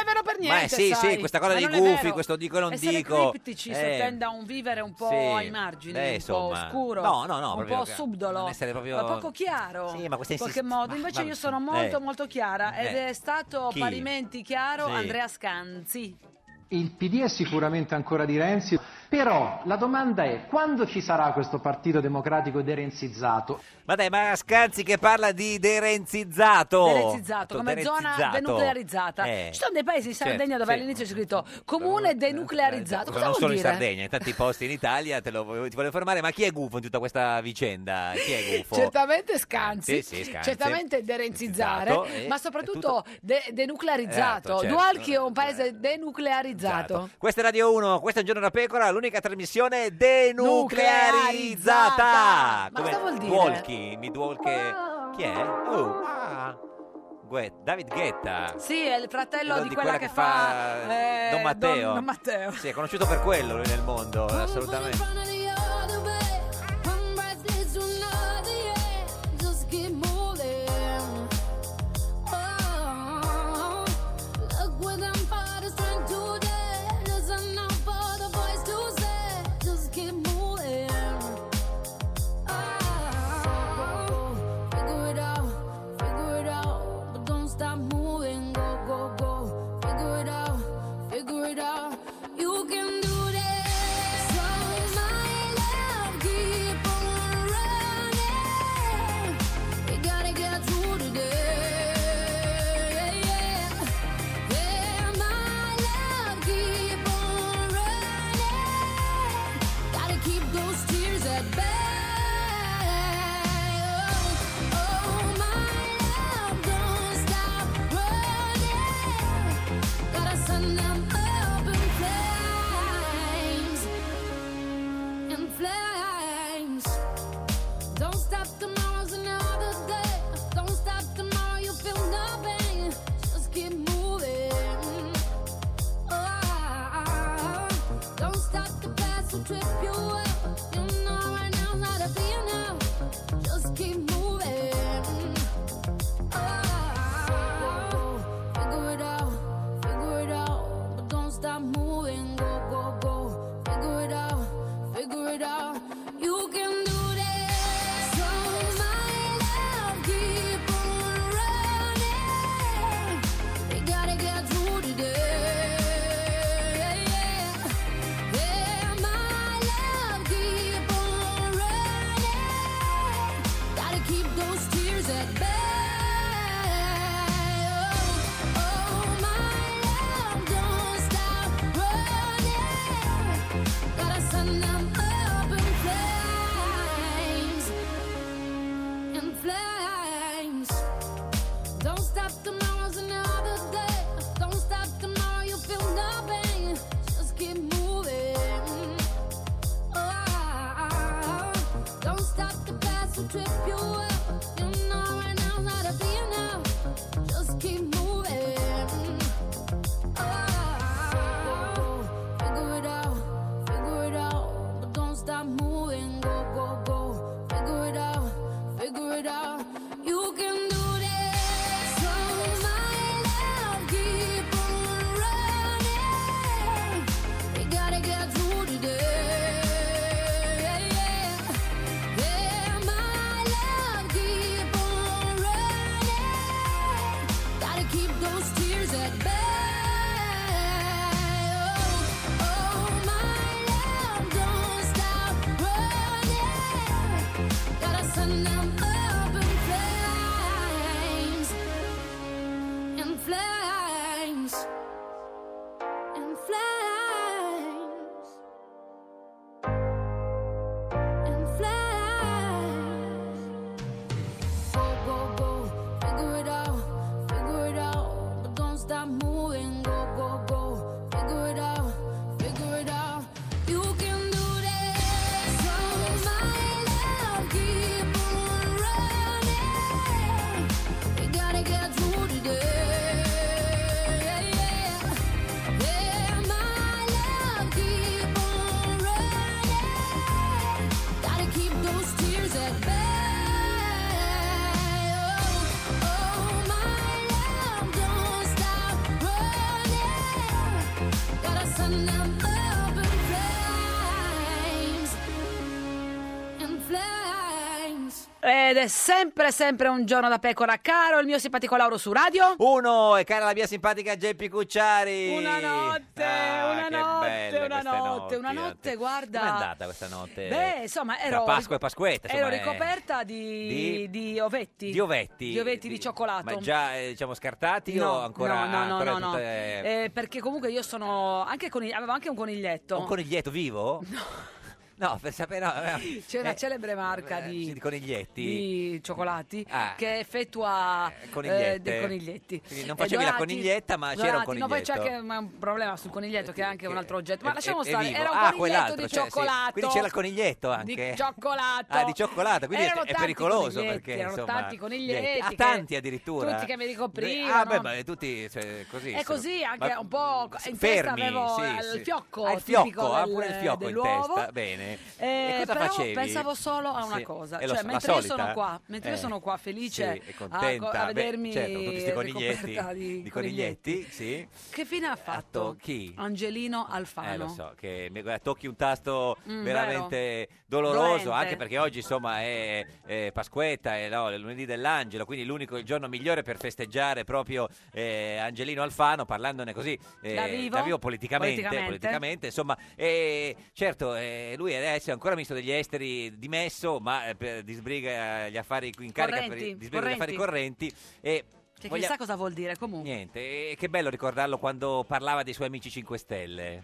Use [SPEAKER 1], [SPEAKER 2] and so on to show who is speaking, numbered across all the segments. [SPEAKER 1] è vero per niente.
[SPEAKER 2] Ma sì,
[SPEAKER 1] sai.
[SPEAKER 2] sì, questa cosa
[SPEAKER 1] Ma
[SPEAKER 2] dei
[SPEAKER 1] non è
[SPEAKER 2] gufi,
[SPEAKER 1] vero.
[SPEAKER 2] questo dico e non
[SPEAKER 1] Essere
[SPEAKER 2] dico.
[SPEAKER 1] criptici
[SPEAKER 2] Eh,
[SPEAKER 1] sottende a un vivere un po'
[SPEAKER 2] sì.
[SPEAKER 1] ai margini,
[SPEAKER 2] Beh,
[SPEAKER 1] un
[SPEAKER 2] insomma.
[SPEAKER 1] po' oscuro,
[SPEAKER 2] No, no, no,
[SPEAKER 1] un
[SPEAKER 2] proprio
[SPEAKER 1] po'
[SPEAKER 2] che-
[SPEAKER 1] subdolo,
[SPEAKER 2] non essere proprio-
[SPEAKER 1] ma poco chiaro.
[SPEAKER 2] Sì, ma questa
[SPEAKER 1] in qualche
[SPEAKER 2] insist-
[SPEAKER 1] modo.
[SPEAKER 2] ma-
[SPEAKER 1] Invece
[SPEAKER 2] ma-
[SPEAKER 1] io sono molto
[SPEAKER 2] eh.
[SPEAKER 1] molto chiara ed
[SPEAKER 2] Eh.
[SPEAKER 1] è stato
[SPEAKER 2] Chi?
[SPEAKER 1] parimenti chiaro
[SPEAKER 3] Sì.
[SPEAKER 1] Andrea Scanzi.
[SPEAKER 3] Il PD è sicuramente ancora di Renzi, però la domanda è quando ci sarà questo partito democratico derenzizzato?
[SPEAKER 2] Ma dai, ma Scanzi che parla di derenzizzato.
[SPEAKER 1] Derenzizzato, come zona
[SPEAKER 2] Derenzizzato.
[SPEAKER 1] denuclearizzata.
[SPEAKER 2] Eh.
[SPEAKER 1] Ci sono dei paesi in
[SPEAKER 2] Certo,
[SPEAKER 1] Sardegna dove
[SPEAKER 2] sì.
[SPEAKER 1] all'inizio c'è scritto comune denuclearizzato. Cosa
[SPEAKER 2] non
[SPEAKER 1] vuol
[SPEAKER 2] solo
[SPEAKER 1] dire?
[SPEAKER 2] in Sardegna, in tanti posti in Italia, te lo volevo- ti volevo fermare, ma chi è gufo in tutta questa vicenda? Chi è gufo?
[SPEAKER 1] Certamente scanzi,
[SPEAKER 2] Sì, sì, scanzi.
[SPEAKER 1] certamente derenzizzare,
[SPEAKER 2] Esatto, e-
[SPEAKER 1] ma soprattutto de- denuclearizzato.
[SPEAKER 2] Esatto, certo. Esatto.
[SPEAKER 1] Dualchi è un paese denuclearizzato.
[SPEAKER 2] Questa è Radio 1, questo è un giorno da pecora, l'unica trasmissione denuclearizzata.
[SPEAKER 1] Ma cosa vuol dire?
[SPEAKER 2] Duolchi, mi duolche. Chi è? Oh, ah. Gue- David Guetta.
[SPEAKER 1] Sì, è il fratello
[SPEAKER 2] Quello
[SPEAKER 1] di, quella, che fa, eh,
[SPEAKER 2] Don Matteo.
[SPEAKER 1] Don- Don Matteo. Oh,
[SPEAKER 2] Sì, è conosciuto per quello lui nel mondo, assolutamente.
[SPEAKER 4] Oh, Oh, Figure it out, you can do this. So my love, keep on running. We gotta get through today. Yeah. Yeah, my love, keep on running. Gotta keep those tears at bay. Oh, oh, my love, don't stop running. Gotta send them up in flames, in flames. Don't stop tomorrow's another day. Don't stop tomorrow, you feel nothing. Just keep moving. Oh, don't stop the past will trip you up. You know right now how to be enough. Just keep moving. Oh, figure it out, figure it out, but don't stop moving. Go, go, go, figure it out, figure it out. You can do this. So my love, keep on running. We gotta get through today. Yeah, my love, keep on running. Gotta keep those tears at bay. Oh, oh, my love, don't stop running. Gotta send them up in flames, in flames. Don't stop tomorrow's another day. Don't stop tomorrow, you feel nothing. Just keep moving. Oh, don't stop the past will trip you up. You know right now how to be enough. Just keep moving. Oh, figure it out, figure it out, but don't stop moving. Go, go, go, figure it out, figure it out. You can do this. So my love, keep on running. We gotta get through today. Yeah, my Oh,
[SPEAKER 1] Ed è sempre, sempre un giorno da pecora. Caro il mio simpatico Lauro su radio.
[SPEAKER 2] Uno, e cara la mia simpatica Geppi Cucciari.
[SPEAKER 1] Una notte,
[SPEAKER 2] Ah,
[SPEAKER 1] una
[SPEAKER 2] che
[SPEAKER 1] notte,
[SPEAKER 2] belle
[SPEAKER 1] una
[SPEAKER 2] queste
[SPEAKER 1] notte, una
[SPEAKER 2] notti,
[SPEAKER 1] notte,
[SPEAKER 2] eh.
[SPEAKER 1] guarda.
[SPEAKER 2] Com'è andata questa notte?
[SPEAKER 1] Beh, insomma, Ah, ero.
[SPEAKER 2] Tra Pasqua e Pasquetta,
[SPEAKER 1] Ero
[SPEAKER 2] insomma, eh.
[SPEAKER 1] ricoperta di,
[SPEAKER 2] di-
[SPEAKER 1] di ovetti.
[SPEAKER 2] Di ovetti.
[SPEAKER 1] Di ovetti di cioccolato.
[SPEAKER 2] Ma già, eh, diciamo, scartati
[SPEAKER 1] No,
[SPEAKER 2] o ancora...
[SPEAKER 1] no, no, no,
[SPEAKER 2] ancora
[SPEAKER 1] no, no.
[SPEAKER 2] tutte-
[SPEAKER 1] Eh, perché comunque io sono anche con avevo anche un coniglietto.
[SPEAKER 2] Un coniglietto vivo? No. No, per sapere... No, eh,
[SPEAKER 1] C'è una
[SPEAKER 2] eh,
[SPEAKER 1] celebre marca
[SPEAKER 2] sì, di
[SPEAKER 1] di,
[SPEAKER 2] coniglietti.
[SPEAKER 1] di cioccolati
[SPEAKER 2] Ah.
[SPEAKER 1] che effettua
[SPEAKER 2] Conigliette.
[SPEAKER 1] eh, dei coniglietti.
[SPEAKER 2] Quindi non
[SPEAKER 1] Eh,
[SPEAKER 2] facevi la
[SPEAKER 1] Dorati-
[SPEAKER 2] coniglietta, ma c'era un
[SPEAKER 1] Dorati, No, poi c'è
[SPEAKER 2] coniglietto. Eh,
[SPEAKER 1] anche ma, un problema sul coniglietto che è anche un altro oggetto. Ma
[SPEAKER 2] È-
[SPEAKER 1] lasciamo
[SPEAKER 2] è- è
[SPEAKER 1] stare,
[SPEAKER 2] vivo.
[SPEAKER 1] era un
[SPEAKER 2] Ah,
[SPEAKER 1] coniglietto
[SPEAKER 2] quell'altro,
[SPEAKER 1] di
[SPEAKER 2] cioè, sì.
[SPEAKER 1] cioccolato.
[SPEAKER 2] Quindi c'era il coniglietto anche.
[SPEAKER 1] Di cioccolato.
[SPEAKER 2] Ah, di cioccolato, quindi
[SPEAKER 1] Erano
[SPEAKER 2] è- è
[SPEAKER 1] tanti
[SPEAKER 2] pericoloso
[SPEAKER 1] coniglietti,
[SPEAKER 2] perché
[SPEAKER 1] erano
[SPEAKER 2] insomma,
[SPEAKER 1] tanti coniglietti
[SPEAKER 2] Ah,
[SPEAKER 1] che-
[SPEAKER 2] tanti addirittura.
[SPEAKER 1] tutti che mi ricoprivano.
[SPEAKER 2] Ah, beh, ma tutti cioè, così.
[SPEAKER 1] E così
[SPEAKER 2] insomma.
[SPEAKER 1] anche
[SPEAKER 2] Ma-
[SPEAKER 1] un po' in testa
[SPEAKER 2] fermi,
[SPEAKER 1] avevo
[SPEAKER 2] sì,
[SPEAKER 1] il
[SPEAKER 2] sì.
[SPEAKER 1] fiocco
[SPEAKER 2] Ah, il
[SPEAKER 1] tipico
[SPEAKER 2] fiocco, ah,
[SPEAKER 1] del-
[SPEAKER 2] pure il fiocco in
[SPEAKER 1] dell'uovo.
[SPEAKER 2] testa, bene.
[SPEAKER 1] Eh,
[SPEAKER 2] E cosa
[SPEAKER 1] però
[SPEAKER 2] facevi?
[SPEAKER 1] pensavo solo a una
[SPEAKER 2] Sì,
[SPEAKER 1] cosa,
[SPEAKER 2] e lo
[SPEAKER 1] cioè
[SPEAKER 2] so, la
[SPEAKER 1] mentre io sono
[SPEAKER 2] solita?
[SPEAKER 1] qua, mentre io
[SPEAKER 2] Eh,
[SPEAKER 1] sono qua felice
[SPEAKER 2] sì, e contenta,
[SPEAKER 1] a, a
[SPEAKER 2] beh,
[SPEAKER 1] vedermi
[SPEAKER 2] certo, con tutti questi coniglietti,
[SPEAKER 1] ricoperta di,
[SPEAKER 2] di coniglietti, sì.
[SPEAKER 1] Che fine ha fatto?
[SPEAKER 2] Fatto chi?
[SPEAKER 1] Angelino
[SPEAKER 2] Eh,
[SPEAKER 1] Alfano.
[SPEAKER 2] lo so, che mi- guarda, tocchi un tasto
[SPEAKER 1] Ah, Mm,
[SPEAKER 2] veramente doloroso,
[SPEAKER 1] Dolente.
[SPEAKER 2] anche perché oggi insomma è, è Pasquetta, è, no, è lunedì dell'angelo, quindi l'unico il giorno migliore per festeggiare proprio eh, Angelino Alfano, parlandone così eh,
[SPEAKER 1] Da vivo?
[SPEAKER 2] politicamente,
[SPEAKER 1] Politicamente.
[SPEAKER 2] politicamente, insomma, eh, certo, eh, lui adesso è ancora ministro degli esteri dimesso, ma eh, per- disbriga gli affari in carica, per-
[SPEAKER 1] Correnti,
[SPEAKER 2] disbriga gli affari correnti e...
[SPEAKER 1] Che
[SPEAKER 2] voglia-
[SPEAKER 1] chissà cosa vuol dire comunque.
[SPEAKER 2] Niente, e che bello ricordarlo quando parlava dei suoi amici 5 Stelle.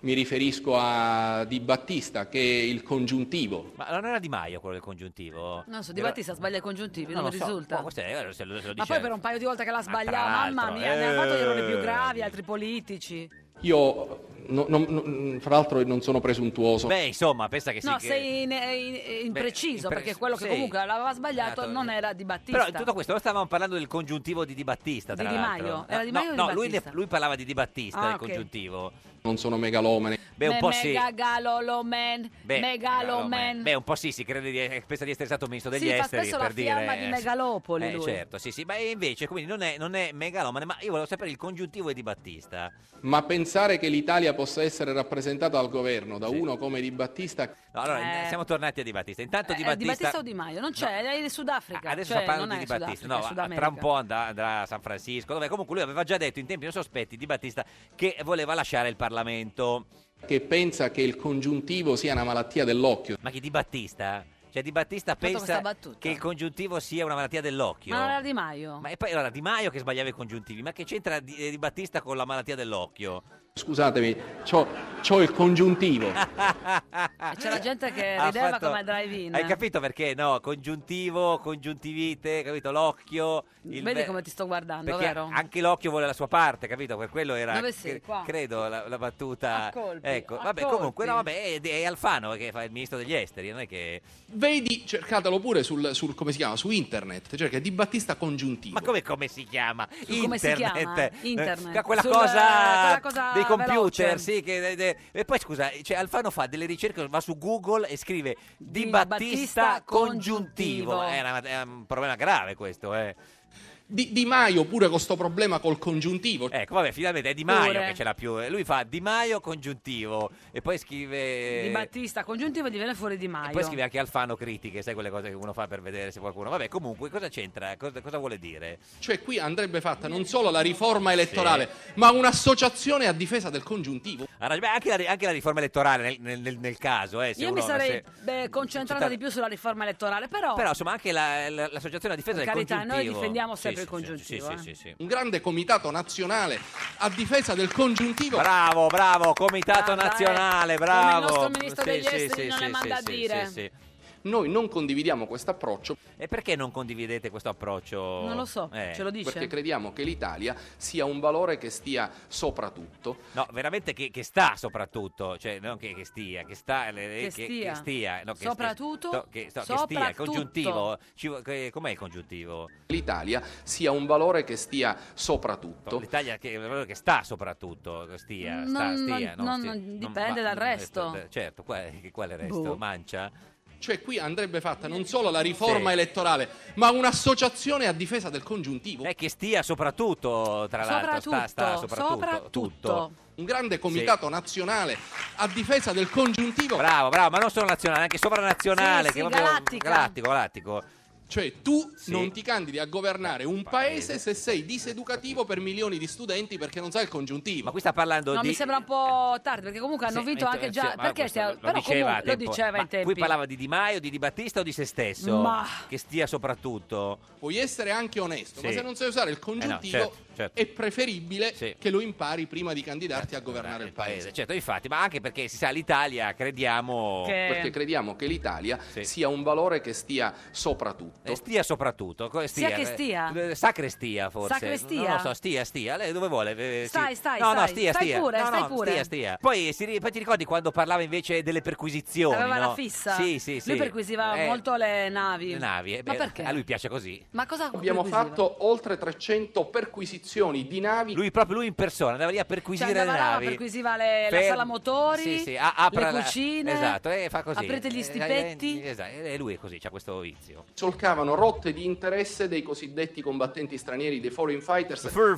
[SPEAKER 3] Mi riferisco a Di Battista, che è il congiuntivo.
[SPEAKER 2] Ma non era Di Maio quello del congiuntivo?
[SPEAKER 1] Non so, Di
[SPEAKER 2] Era-
[SPEAKER 1] Battista sbaglia i congiuntivi,
[SPEAKER 2] non
[SPEAKER 1] non, mi
[SPEAKER 2] lo so.
[SPEAKER 1] risulta.
[SPEAKER 2] Boh, questo è- se lo- se lo
[SPEAKER 1] Ma
[SPEAKER 2] dice-
[SPEAKER 1] poi per un paio di volte che l'ha sbagliata,
[SPEAKER 2] tra
[SPEAKER 1] mamma
[SPEAKER 2] l'altro,
[SPEAKER 1] mia, ne ha fatto gli errori più
[SPEAKER 2] eh.
[SPEAKER 1] gravi, altri politici.
[SPEAKER 3] Io, no- no- no- fra l'altro, non sono presuntuoso.
[SPEAKER 2] Beh, insomma, pensa che sì.
[SPEAKER 1] no,
[SPEAKER 2] che-
[SPEAKER 1] sei in- in- impreciso,
[SPEAKER 2] impre-
[SPEAKER 1] perché quello che
[SPEAKER 2] sì.
[SPEAKER 1] comunque l'aveva sbagliato
[SPEAKER 2] Esatto.
[SPEAKER 1] non era di Battista.
[SPEAKER 2] Però in tutto questo noi stavamo parlando del congiuntivo di Di Battista.
[SPEAKER 1] Di
[SPEAKER 2] tra
[SPEAKER 1] Di
[SPEAKER 2] l'altro.
[SPEAKER 1] Maio? Era Di
[SPEAKER 2] No,
[SPEAKER 1] Maio o
[SPEAKER 2] no,
[SPEAKER 1] Di
[SPEAKER 2] lui,
[SPEAKER 1] Battista?
[SPEAKER 2] lui parlava di Di Battista,
[SPEAKER 1] Ah,
[SPEAKER 2] del
[SPEAKER 1] ok.
[SPEAKER 2] congiuntivo.
[SPEAKER 3] Non sono megalomane.
[SPEAKER 2] Beh, un
[SPEAKER 1] Me-
[SPEAKER 2] po' sì.
[SPEAKER 1] megagaloloman,
[SPEAKER 2] Beh,
[SPEAKER 1] megaloman.
[SPEAKER 2] Beh, un po' sì, si crede di, eh, pensa di essere stato ministro degli
[SPEAKER 1] Sì, fa
[SPEAKER 2] esteri
[SPEAKER 1] spesso
[SPEAKER 2] per
[SPEAKER 1] la fiamma
[SPEAKER 2] dire,
[SPEAKER 1] di
[SPEAKER 2] eh,
[SPEAKER 1] megalopoli,
[SPEAKER 2] eh,
[SPEAKER 1] lui.
[SPEAKER 2] certo, sì, sì, ma invece quindi non è, non è megalomane, ma io volevo sapere il congiuntivo di Di Battista.
[SPEAKER 3] Ma pensare che l'Italia possa essere rappresentata al governo da uno come Di Battista
[SPEAKER 2] No, allora,
[SPEAKER 1] Eh.
[SPEAKER 2] siamo tornati a Di Battista. Intanto
[SPEAKER 1] Eh,
[SPEAKER 2] Di Battista,
[SPEAKER 1] o Di Maio? Non c'è, è in Sudafrica.
[SPEAKER 2] Adesso
[SPEAKER 1] cioè,
[SPEAKER 2] sta parlando
[SPEAKER 1] non
[SPEAKER 2] di
[SPEAKER 1] è
[SPEAKER 2] Di
[SPEAKER 1] Sudafrica,
[SPEAKER 2] Battista, no,
[SPEAKER 1] è Sud
[SPEAKER 2] a- tra
[SPEAKER 1] America.
[SPEAKER 2] un po' andrà, andrà a San Francisco, dove comunque lui aveva già detto in tempi non sospetti di Battista che voleva lasciare il Parlamento.
[SPEAKER 3] che pensa che il congiuntivo sia una malattia dell'occhio.
[SPEAKER 2] Ma chi Di Battista? Cioè Di Battista
[SPEAKER 1] fatto questa
[SPEAKER 2] pensa
[SPEAKER 1] battuta.
[SPEAKER 2] che il congiuntivo sia una malattia dell'occhio.
[SPEAKER 1] Ma non era Di Maio?
[SPEAKER 2] Ma e poi allora Di Maio che sbagliava i congiuntivi, ma che c'entra Di, eh, Di Battista con la malattia dell'occhio?
[SPEAKER 3] Scusatemi, c'ho, c'ho il congiuntivo.
[SPEAKER 2] Ah,
[SPEAKER 1] E C'era gente che
[SPEAKER 2] Ha
[SPEAKER 1] rideva
[SPEAKER 2] fatto-
[SPEAKER 1] come al drive-in.
[SPEAKER 2] Hai capito perché? No, congiuntivo, congiuntivite, capito? L'occhio. il
[SPEAKER 1] Vedi
[SPEAKER 2] ve-
[SPEAKER 1] come ti sto guardando,
[SPEAKER 2] Perché
[SPEAKER 1] vero?
[SPEAKER 2] Anche l'occhio vuole la sua parte, capito? Per quello era.
[SPEAKER 1] Dove sei?
[SPEAKER 2] cre-
[SPEAKER 1] Qua.
[SPEAKER 2] Credo la, la battuta.
[SPEAKER 1] A colpi,
[SPEAKER 2] ecco,
[SPEAKER 1] a
[SPEAKER 2] vabbè,
[SPEAKER 1] colpi.
[SPEAKER 2] comunque, no, vabbè, è, è Alfano che fa il ministro degli esteri, non è che.
[SPEAKER 3] Vedi, cercatelo pure sul, sul- come si chiama, su internet, cerca Di Battista congiuntivo.
[SPEAKER 2] Ma come, come si chiama?
[SPEAKER 1] Su come si chiama? Internet.
[SPEAKER 2] Eh, Quella,
[SPEAKER 1] Sul-
[SPEAKER 2] cosa
[SPEAKER 1] quella cosa
[SPEAKER 2] dei computer,
[SPEAKER 1] veloce.
[SPEAKER 2] sì. che- de- de- E poi scusa, cioè, Alfano fa delle ricerche, va su Google e scrive Di,
[SPEAKER 1] Di Battista
[SPEAKER 2] Battista
[SPEAKER 1] congiuntivo.
[SPEAKER 2] congiuntivo. È, una- è un problema grave questo, eh.
[SPEAKER 3] Di, Di Maio pure con sto problema col congiuntivo.
[SPEAKER 2] Ecco, vabbè, finalmente è Di Maio
[SPEAKER 1] Pure.
[SPEAKER 2] che ce l'ha più. eh. Lui fa Di Maio congiuntivo e poi scrive
[SPEAKER 1] Di Battista, congiuntivo gli viene fuori Di Maio.
[SPEAKER 2] E poi scrive anche Alfano critiche, sai quelle cose che uno fa per vedere se qualcuno. Vabbè, comunque, cosa c'entra? Cosa, cosa vuole dire?
[SPEAKER 3] Cioè qui andrebbe fatta non solo la riforma elettorale, ma un'associazione a difesa del congiuntivo.
[SPEAKER 2] Ha ragione- beh, anche, la, ri- anche la riforma elettorale nel, nel- nel- nel caso, eh, se
[SPEAKER 1] Io mi
[SPEAKER 2] uno-
[SPEAKER 1] sarei
[SPEAKER 2] se-
[SPEAKER 1] beh, concentrata
[SPEAKER 2] città-
[SPEAKER 1] di più sulla riforma elettorale, però,
[SPEAKER 2] Però insomma anche la- la- l'associazione a difesa
[SPEAKER 1] Per
[SPEAKER 2] del
[SPEAKER 1] carità, noi
[SPEAKER 2] congiuntivo.
[SPEAKER 1] difendiamo sempre il
[SPEAKER 2] sì,
[SPEAKER 1] congiuntivo,
[SPEAKER 2] Sì,
[SPEAKER 1] eh.
[SPEAKER 2] sì, sì, sì.
[SPEAKER 3] Un grande comitato nazionale a difesa del congiuntivo.
[SPEAKER 2] Bravo, bravo, comitato
[SPEAKER 1] Guarda, eh,
[SPEAKER 2] nazionale,
[SPEAKER 1] come
[SPEAKER 2] bravo.
[SPEAKER 1] il nostro ministro
[SPEAKER 2] Sì,
[SPEAKER 1] degli
[SPEAKER 2] sì,
[SPEAKER 1] esteri
[SPEAKER 2] sì,
[SPEAKER 1] non
[SPEAKER 2] sì,
[SPEAKER 1] le manda
[SPEAKER 2] sì,
[SPEAKER 1] a
[SPEAKER 2] sì,
[SPEAKER 1] dire.
[SPEAKER 2] sì, sì.
[SPEAKER 3] Noi non condividiamo questo approccio
[SPEAKER 2] E perché non condividete questo approccio?
[SPEAKER 1] non lo so,
[SPEAKER 2] Eh.
[SPEAKER 1] ce lo dice.
[SPEAKER 3] perché crediamo che l'Italia sia un valore che stia sopra tutto.
[SPEAKER 2] No, veramente che, che sta soprattutto, cioè non che, che stia, Eh, che sta, le-
[SPEAKER 1] Che stia.
[SPEAKER 2] che stia, no, che sti-
[SPEAKER 1] Soprattutto?
[SPEAKER 2] no, che, no, che stia, il
[SPEAKER 1] Soprattutto.
[SPEAKER 2] congiuntivo, ci vo- che- com'è il congiuntivo?
[SPEAKER 3] L'Italia sia un valore che stia sopra tutto.
[SPEAKER 2] L'Italia che, che sta soprattutto, che stia, sta,
[SPEAKER 1] Non-
[SPEAKER 2] stia,
[SPEAKER 1] non-
[SPEAKER 2] no,
[SPEAKER 1] non-
[SPEAKER 2] stia-
[SPEAKER 1] dipende dal resto.
[SPEAKER 2] Certo, quale, quale resto?
[SPEAKER 1] Boh.
[SPEAKER 2] Mancia?
[SPEAKER 3] Cioè qui andrebbe fatta non solo la riforma
[SPEAKER 2] Sì.
[SPEAKER 3] elettorale, ma un'associazione a difesa del congiuntivo.
[SPEAKER 2] E eh, che stia soprattutto, tra Ecco l'altro, sta, sta
[SPEAKER 1] Soprattutto,
[SPEAKER 2] soprattutto, tutto.
[SPEAKER 1] soprattutto.
[SPEAKER 3] Un grande comitato nazionale a difesa del congiuntivo.
[SPEAKER 2] Bravo, bravo, ma non solo nazionale, anche sovranazionale,
[SPEAKER 1] Sì,
[SPEAKER 2] che
[SPEAKER 1] sì,
[SPEAKER 2] è proprio
[SPEAKER 1] galattica.
[SPEAKER 2] galattico, galattico.
[SPEAKER 3] Cioè tu
[SPEAKER 2] Sì. Eh,
[SPEAKER 3] non ti candidi a governare un paese se sei diseducativo per milioni di studenti perché non sai il congiuntivo.
[SPEAKER 2] Ma qui sta parlando
[SPEAKER 1] No,
[SPEAKER 2] di...
[SPEAKER 1] mi sembra un po' tardi perché comunque hanno
[SPEAKER 2] Sì,
[SPEAKER 1] vinto
[SPEAKER 2] ma-
[SPEAKER 1] anche
[SPEAKER 2] sì,
[SPEAKER 1] già.
[SPEAKER 2] ma
[SPEAKER 1] perché
[SPEAKER 2] questo
[SPEAKER 1] stia-
[SPEAKER 2] lo,
[SPEAKER 1] però
[SPEAKER 2] diceva a
[SPEAKER 1] comunque lo
[SPEAKER 2] tempo.
[SPEAKER 1] diceva
[SPEAKER 2] Ma
[SPEAKER 1] in tempi.
[SPEAKER 2] Qui parlava di Di Maio, di Di Battista o di se stesso?
[SPEAKER 1] Ma-
[SPEAKER 2] Che stia soprattutto.
[SPEAKER 3] Puoi essere anche onesto, ma
[SPEAKER 2] Sì.
[SPEAKER 3] se non sai usare il congiuntivo
[SPEAKER 2] Eh no, certo, certo.
[SPEAKER 3] è preferibile
[SPEAKER 2] Sì.
[SPEAKER 3] che lo impari prima di candidarti a governare il paese.
[SPEAKER 2] Certo, infatti, ma anche perché si sa l'Italia, crediamo...
[SPEAKER 1] Che-
[SPEAKER 3] Perché crediamo che l'Italia
[SPEAKER 2] Eh, Sì.
[SPEAKER 3] sia un valore che stia soprattutto.
[SPEAKER 2] Eh, stia soprattutto. co- Stia,
[SPEAKER 1] Sia che
[SPEAKER 2] eh,
[SPEAKER 1] stia?
[SPEAKER 2] eh, Sacre stia, forse.
[SPEAKER 1] Sacre stia?
[SPEAKER 2] Non lo so, stia, stia. Lei dove vuole? eh, sì.
[SPEAKER 1] Stai, stai,
[SPEAKER 2] No, no,
[SPEAKER 1] stai.
[SPEAKER 2] stia,
[SPEAKER 1] Stai
[SPEAKER 2] stia.
[SPEAKER 1] pure,
[SPEAKER 2] No,
[SPEAKER 1] stai
[SPEAKER 2] no,
[SPEAKER 1] pure.
[SPEAKER 2] Stia, stia. Poi, eh, si ri- poi ti ricordi quando parlava invece delle perquisizioni,
[SPEAKER 1] Aveva
[SPEAKER 2] no?
[SPEAKER 1] la fissa.
[SPEAKER 2] Sì, sì, sì.
[SPEAKER 1] Lui perquisiva
[SPEAKER 2] Eh,
[SPEAKER 1] molto le navi.
[SPEAKER 2] Le navi. eh,
[SPEAKER 1] Ma
[SPEAKER 2] beh,
[SPEAKER 1] perché?
[SPEAKER 2] A lui piace così.
[SPEAKER 1] Ma cosa
[SPEAKER 3] Abbiamo
[SPEAKER 1] perquisiva?
[SPEAKER 3] fatto oltre 300 perquisizioni di navi
[SPEAKER 2] Lui proprio lui in persona andava lì a perquisire
[SPEAKER 1] Cioè,
[SPEAKER 2] le
[SPEAKER 1] andava là,
[SPEAKER 2] navi.
[SPEAKER 1] perquisiva le- la
[SPEAKER 2] Ferm-
[SPEAKER 1] sala motori,
[SPEAKER 2] sì, sì, a- apra
[SPEAKER 1] le
[SPEAKER 2] la-
[SPEAKER 1] cucine,
[SPEAKER 2] Esatto, e fa così.
[SPEAKER 1] aprite gli
[SPEAKER 2] Eh, eh,
[SPEAKER 1] stipetti.
[SPEAKER 2] eh, Esatto, e lui è così, c'ha questo vizio.
[SPEAKER 3] solcavano rotte di interesse dei cosiddetti combattenti stranieri, dei foreign fighters.
[SPEAKER 1] Eh, Foreign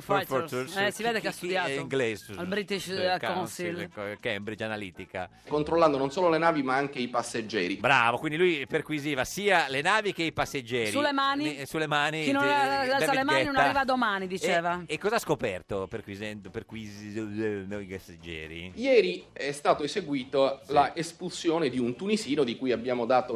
[SPEAKER 1] Fighters. Eh, si vede che ha studiato.
[SPEAKER 2] in inglese.
[SPEAKER 1] Al British,
[SPEAKER 2] Eh,
[SPEAKER 1] eh, Council.
[SPEAKER 2] eh, Cambridge Analytica.
[SPEAKER 3] controllando non solo le navi ma anche i passeggeri.
[SPEAKER 2] Bravo, quindi lui perquisiva sia le navi che i passeggeri.
[SPEAKER 1] Sulle mani?
[SPEAKER 2] Ne- sulle mani.
[SPEAKER 1] Chi non
[SPEAKER 2] eh,
[SPEAKER 1] alza
[SPEAKER 2] David
[SPEAKER 1] le mani non
[SPEAKER 2] Guetta.
[SPEAKER 1] arriva domani, diceva.
[SPEAKER 2] E, e cosa ha scoperto perquisendo, perquisendo i passeggeri?
[SPEAKER 3] Ieri è stato eseguito la espulsione di un tunisino di cui abbiamo dato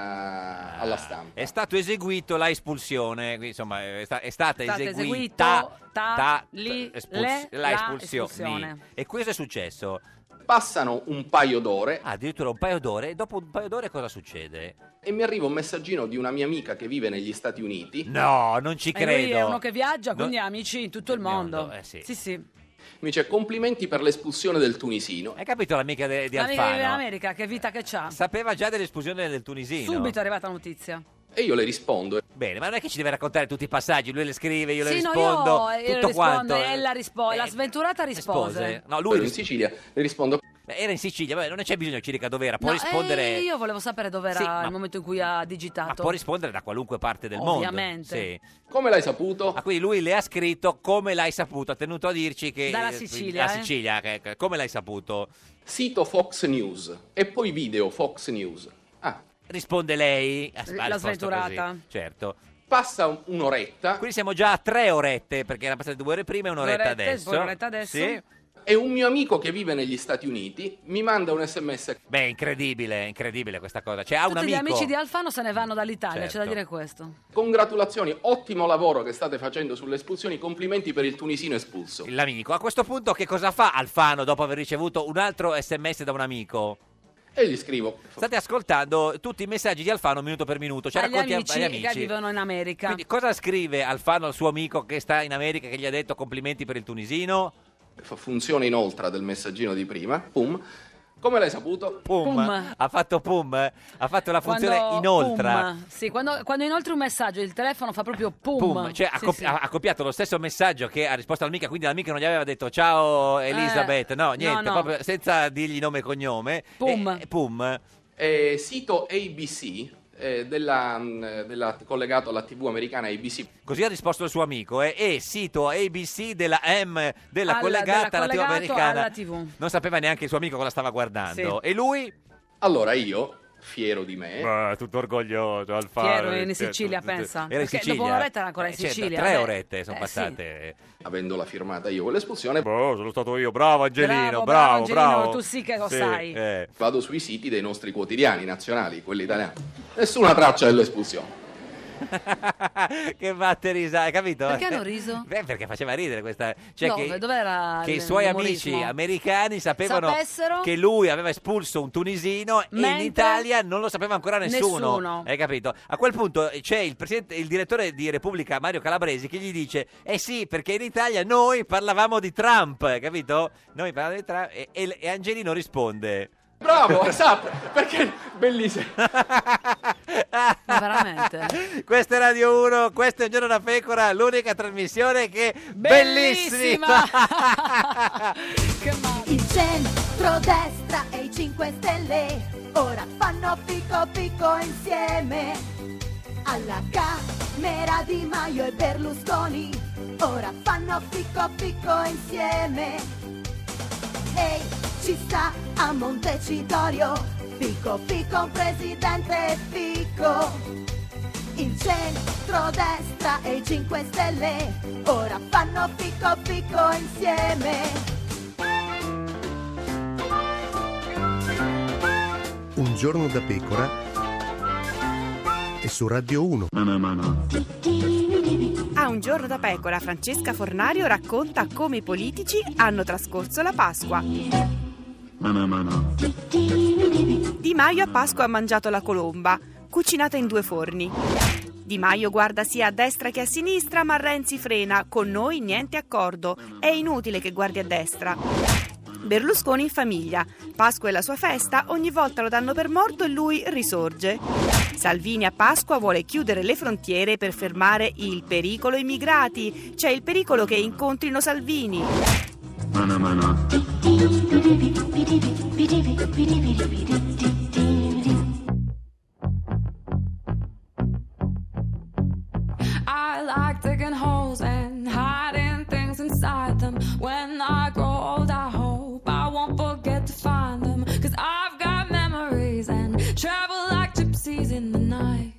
[SPEAKER 3] notizia alla stampa.
[SPEAKER 2] È stato eseguito la espulsione, quindi, insomma è, sta- è stata
[SPEAKER 1] È stato
[SPEAKER 2] eseguita
[SPEAKER 1] eseguito, ta- li- le- la espulsione.
[SPEAKER 2] E questo è successo.
[SPEAKER 3] Passano un paio d'ore
[SPEAKER 2] Ah, addirittura un paio d'ore. E dopo un paio d'ore cosa succede?
[SPEAKER 3] e mi arriva un messaggino di una mia amica che vive negli Stati Uniti.
[SPEAKER 2] No, non ci
[SPEAKER 1] E
[SPEAKER 2] credo.
[SPEAKER 1] lui è uno che viaggia, quindi
[SPEAKER 2] No-
[SPEAKER 1] ha amici in tutto il
[SPEAKER 2] Nel mondo,
[SPEAKER 1] mondo.
[SPEAKER 2] eh, sì.
[SPEAKER 1] sì, sì.
[SPEAKER 3] Mi dice complimenti per l'espulsione del tunisino.
[SPEAKER 2] Hai capito l'amica de- di
[SPEAKER 1] Ma mica vive in
[SPEAKER 2] Alfano?
[SPEAKER 1] America, che vita che c'ha.
[SPEAKER 2] Sapeva Ah, già dell'espulsione del tunisino.
[SPEAKER 1] Subito è arrivata la notizia.
[SPEAKER 3] E io le rispondo.
[SPEAKER 2] Bene, ma non è che ci deve raccontare tutti i passaggi, lui le scrive, io le
[SPEAKER 1] Sì, no,
[SPEAKER 2] rispondo,
[SPEAKER 1] io- io le
[SPEAKER 2] tutto
[SPEAKER 1] rispondo,
[SPEAKER 2] quanto. eh.
[SPEAKER 1] ella rispo- la sventurata rispose.
[SPEAKER 2] No, lui
[SPEAKER 3] Lui in Sicilia le rispondo
[SPEAKER 2] era in Sicilia, vabbè, non c'è bisogno di circa dov'era, può
[SPEAKER 1] No,
[SPEAKER 2] rispondere
[SPEAKER 1] eh, io volevo sapere dove era
[SPEAKER 2] Sì, ma-
[SPEAKER 1] il momento in cui ha
[SPEAKER 2] Ma
[SPEAKER 1] digitato.
[SPEAKER 2] può rispondere da qualunque parte del mondo.
[SPEAKER 1] Ovviamente.
[SPEAKER 2] Sì.
[SPEAKER 3] come l'hai saputo?
[SPEAKER 2] Ma quindi lui le ha scritto come l'hai saputo, ha tenuto a dirci che...
[SPEAKER 1] Dalla
[SPEAKER 2] eh,
[SPEAKER 1] Sicilia,
[SPEAKER 2] la
[SPEAKER 1] eh.
[SPEAKER 2] Sicilia, che- che- come l'hai saputo?
[SPEAKER 3] Sito Fox News e poi video Fox News. Ah,
[SPEAKER 2] Risponde lei. ha- ha
[SPEAKER 1] La
[SPEAKER 2] risposto
[SPEAKER 1] sventurata.
[SPEAKER 2] così, Certo.
[SPEAKER 3] passa un- un'oretta
[SPEAKER 2] Quindi siamo già a tre orette, perché erano passate due ore prima e un'oretta
[SPEAKER 1] Un'oretta,
[SPEAKER 2] adesso.
[SPEAKER 1] poi un'oretta adesso.
[SPEAKER 2] Sì.
[SPEAKER 3] e un mio amico che vive negli Stati Uniti mi manda un sms.
[SPEAKER 2] Beh, incredibile, incredibile questa cosa. Cioè, ha un
[SPEAKER 1] Tutti gli
[SPEAKER 2] amico...
[SPEAKER 1] amici di Alfano se ne vanno dall'Italia, c'è da
[SPEAKER 2] Certo.
[SPEAKER 1] dire questo.
[SPEAKER 3] Congratulazioni, ottimo lavoro che state facendo sulle espulsioni, complimenti per il tunisino espulso.
[SPEAKER 2] L'amico. A questo punto che cosa fa Alfano dopo aver ricevuto un altro sms da un amico?
[SPEAKER 3] E gli scrivo.
[SPEAKER 2] State ascoltando tutti i messaggi di Alfano minuto per minuto. Cioè,
[SPEAKER 1] agli
[SPEAKER 2] racconti a-
[SPEAKER 1] amici,
[SPEAKER 2] agli
[SPEAKER 1] che vivono in America.
[SPEAKER 2] Quindi cosa scrive Alfano al suo amico che sta in America che gli ha detto complimenti per il tunisino?
[SPEAKER 3] F- Funzione inoltre del messaggino di prima. Pum. Come l'hai saputo?
[SPEAKER 2] Pum.
[SPEAKER 1] Pum.
[SPEAKER 2] Ha fatto pum. Ha fatto la funzione inoltre.
[SPEAKER 1] pum. Sì, quando, quando inoltre un messaggio il telefono fa proprio pum.
[SPEAKER 2] Pum, cioè ha,
[SPEAKER 1] Sì,
[SPEAKER 2] cop-
[SPEAKER 1] sì.
[SPEAKER 2] ha- ha copiato lo stesso messaggio che ha risposto all'amica, quindi l'amica non gli aveva detto ciao Elisabeth,
[SPEAKER 1] Eh,
[SPEAKER 2] no,
[SPEAKER 1] no,
[SPEAKER 2] niente,
[SPEAKER 1] no.
[SPEAKER 2] proprio senza dirgli nome e cognome.
[SPEAKER 1] Pum.
[SPEAKER 2] E- e pum.
[SPEAKER 3] Eh, sito ABC, eh, della, mh, della- collegato alla TV americana ABC,
[SPEAKER 2] Così ha risposto il suo amico eh, e sito ABC della M della
[SPEAKER 1] Alla-
[SPEAKER 2] collegata
[SPEAKER 1] della
[SPEAKER 2] alla TV
[SPEAKER 1] collegato
[SPEAKER 2] americana.
[SPEAKER 1] alla TV.
[SPEAKER 2] Non sapeva neanche il suo amico cosa stava guardando.
[SPEAKER 1] Sì.
[SPEAKER 2] E lui
[SPEAKER 3] Allora io, Eh? fiero di me,
[SPEAKER 2] Beh, tutto orgoglioso Alfaro.
[SPEAKER 1] Fiero, in
[SPEAKER 2] Cioè,
[SPEAKER 1] Sicilia,
[SPEAKER 2] tutto-
[SPEAKER 1] pensa.
[SPEAKER 2] Era in
[SPEAKER 1] Perché dopo
[SPEAKER 2] Sicilia.
[SPEAKER 1] un'oretta era ancora in
[SPEAKER 2] Eh, certo,
[SPEAKER 1] Sicilia,
[SPEAKER 2] tre
[SPEAKER 1] beh.
[SPEAKER 2] orette sono
[SPEAKER 1] Eh, sì.
[SPEAKER 2] passate.
[SPEAKER 3] avendola firmata io quell'espulsione,
[SPEAKER 2] Boh, sono stato io, bravo
[SPEAKER 1] Bravo, bravo, Angelino, tu sì che lo sai.
[SPEAKER 2] eh.
[SPEAKER 3] vado sui siti dei nostri quotidiani nazionali, quelli italiani. Nessuna traccia dell'espulsione.
[SPEAKER 2] che batterisa, hai capito?
[SPEAKER 1] Perché hanno riso?
[SPEAKER 2] Beh, perché faceva ridere questa. Cioè
[SPEAKER 1] Dove-
[SPEAKER 2] che,
[SPEAKER 1] dov'era
[SPEAKER 2] che i
[SPEAKER 1] il-
[SPEAKER 2] suoi
[SPEAKER 1] l'umorismo?
[SPEAKER 2] amici americani sapevano
[SPEAKER 1] Sapessero?
[SPEAKER 2] che lui aveva espulso un tunisino e in
[SPEAKER 1] Mentre-
[SPEAKER 2] Italia non lo sapeva ancora nessuno.
[SPEAKER 1] Nessuno.
[SPEAKER 2] Hai capito? A quel punto eh, c'è il, presidente- il direttore di Repubblica Mario Calabresi che gli dice: Eh sì, perché in Italia noi parlavamo di Trump, hai capito? Noi parlavamo di Trump. E, e- e Angelino risponde.
[SPEAKER 3] Bravo, esatto, perché bellissimo.
[SPEAKER 1] Ma veramente?
[SPEAKER 2] Questa è Radio 1, questo è un giorno da pecora, l'unica trasmissione che
[SPEAKER 1] Bellissima!
[SPEAKER 2] bellissima.
[SPEAKER 1] che male.
[SPEAKER 5] Il centro-destra e i 5 Stelle Ora fanno picco picco insieme alla Camera di Maio e Berlusconi. Ora fanno picco picco insieme. Ehi, ci sta a Montecitorio. Picco picco un presidente picco. Il centro-destra e i 5 Stelle ora fanno picco picco insieme.
[SPEAKER 6] Un giorno da pecora e su Radio 1.
[SPEAKER 7] A un giorno da pecora, Francesca Fornario racconta come i politici hanno trascorso la Pasqua. Di Maio a Pasqua ha mangiato la colomba, cucinata in due forni. Di Maio guarda sia a destra che a sinistra, ma Renzi frena. Con noi niente accordo. È inutile che guardi a destra. Berlusconi in famiglia. Pasqua è la sua festa, ogni volta lo danno per morto e lui risorge. Salvini a Pasqua vuole chiudere le frontiere per fermare il pericolo immigrati, cioè il pericolo che incontrino Salvini.
[SPEAKER 2] Eh,
[SPEAKER 8] I like digging holes and hiding things inside them. When I grow old, I hope I won't forget to find them. Cause I've got memories and travel like gypsies in the night.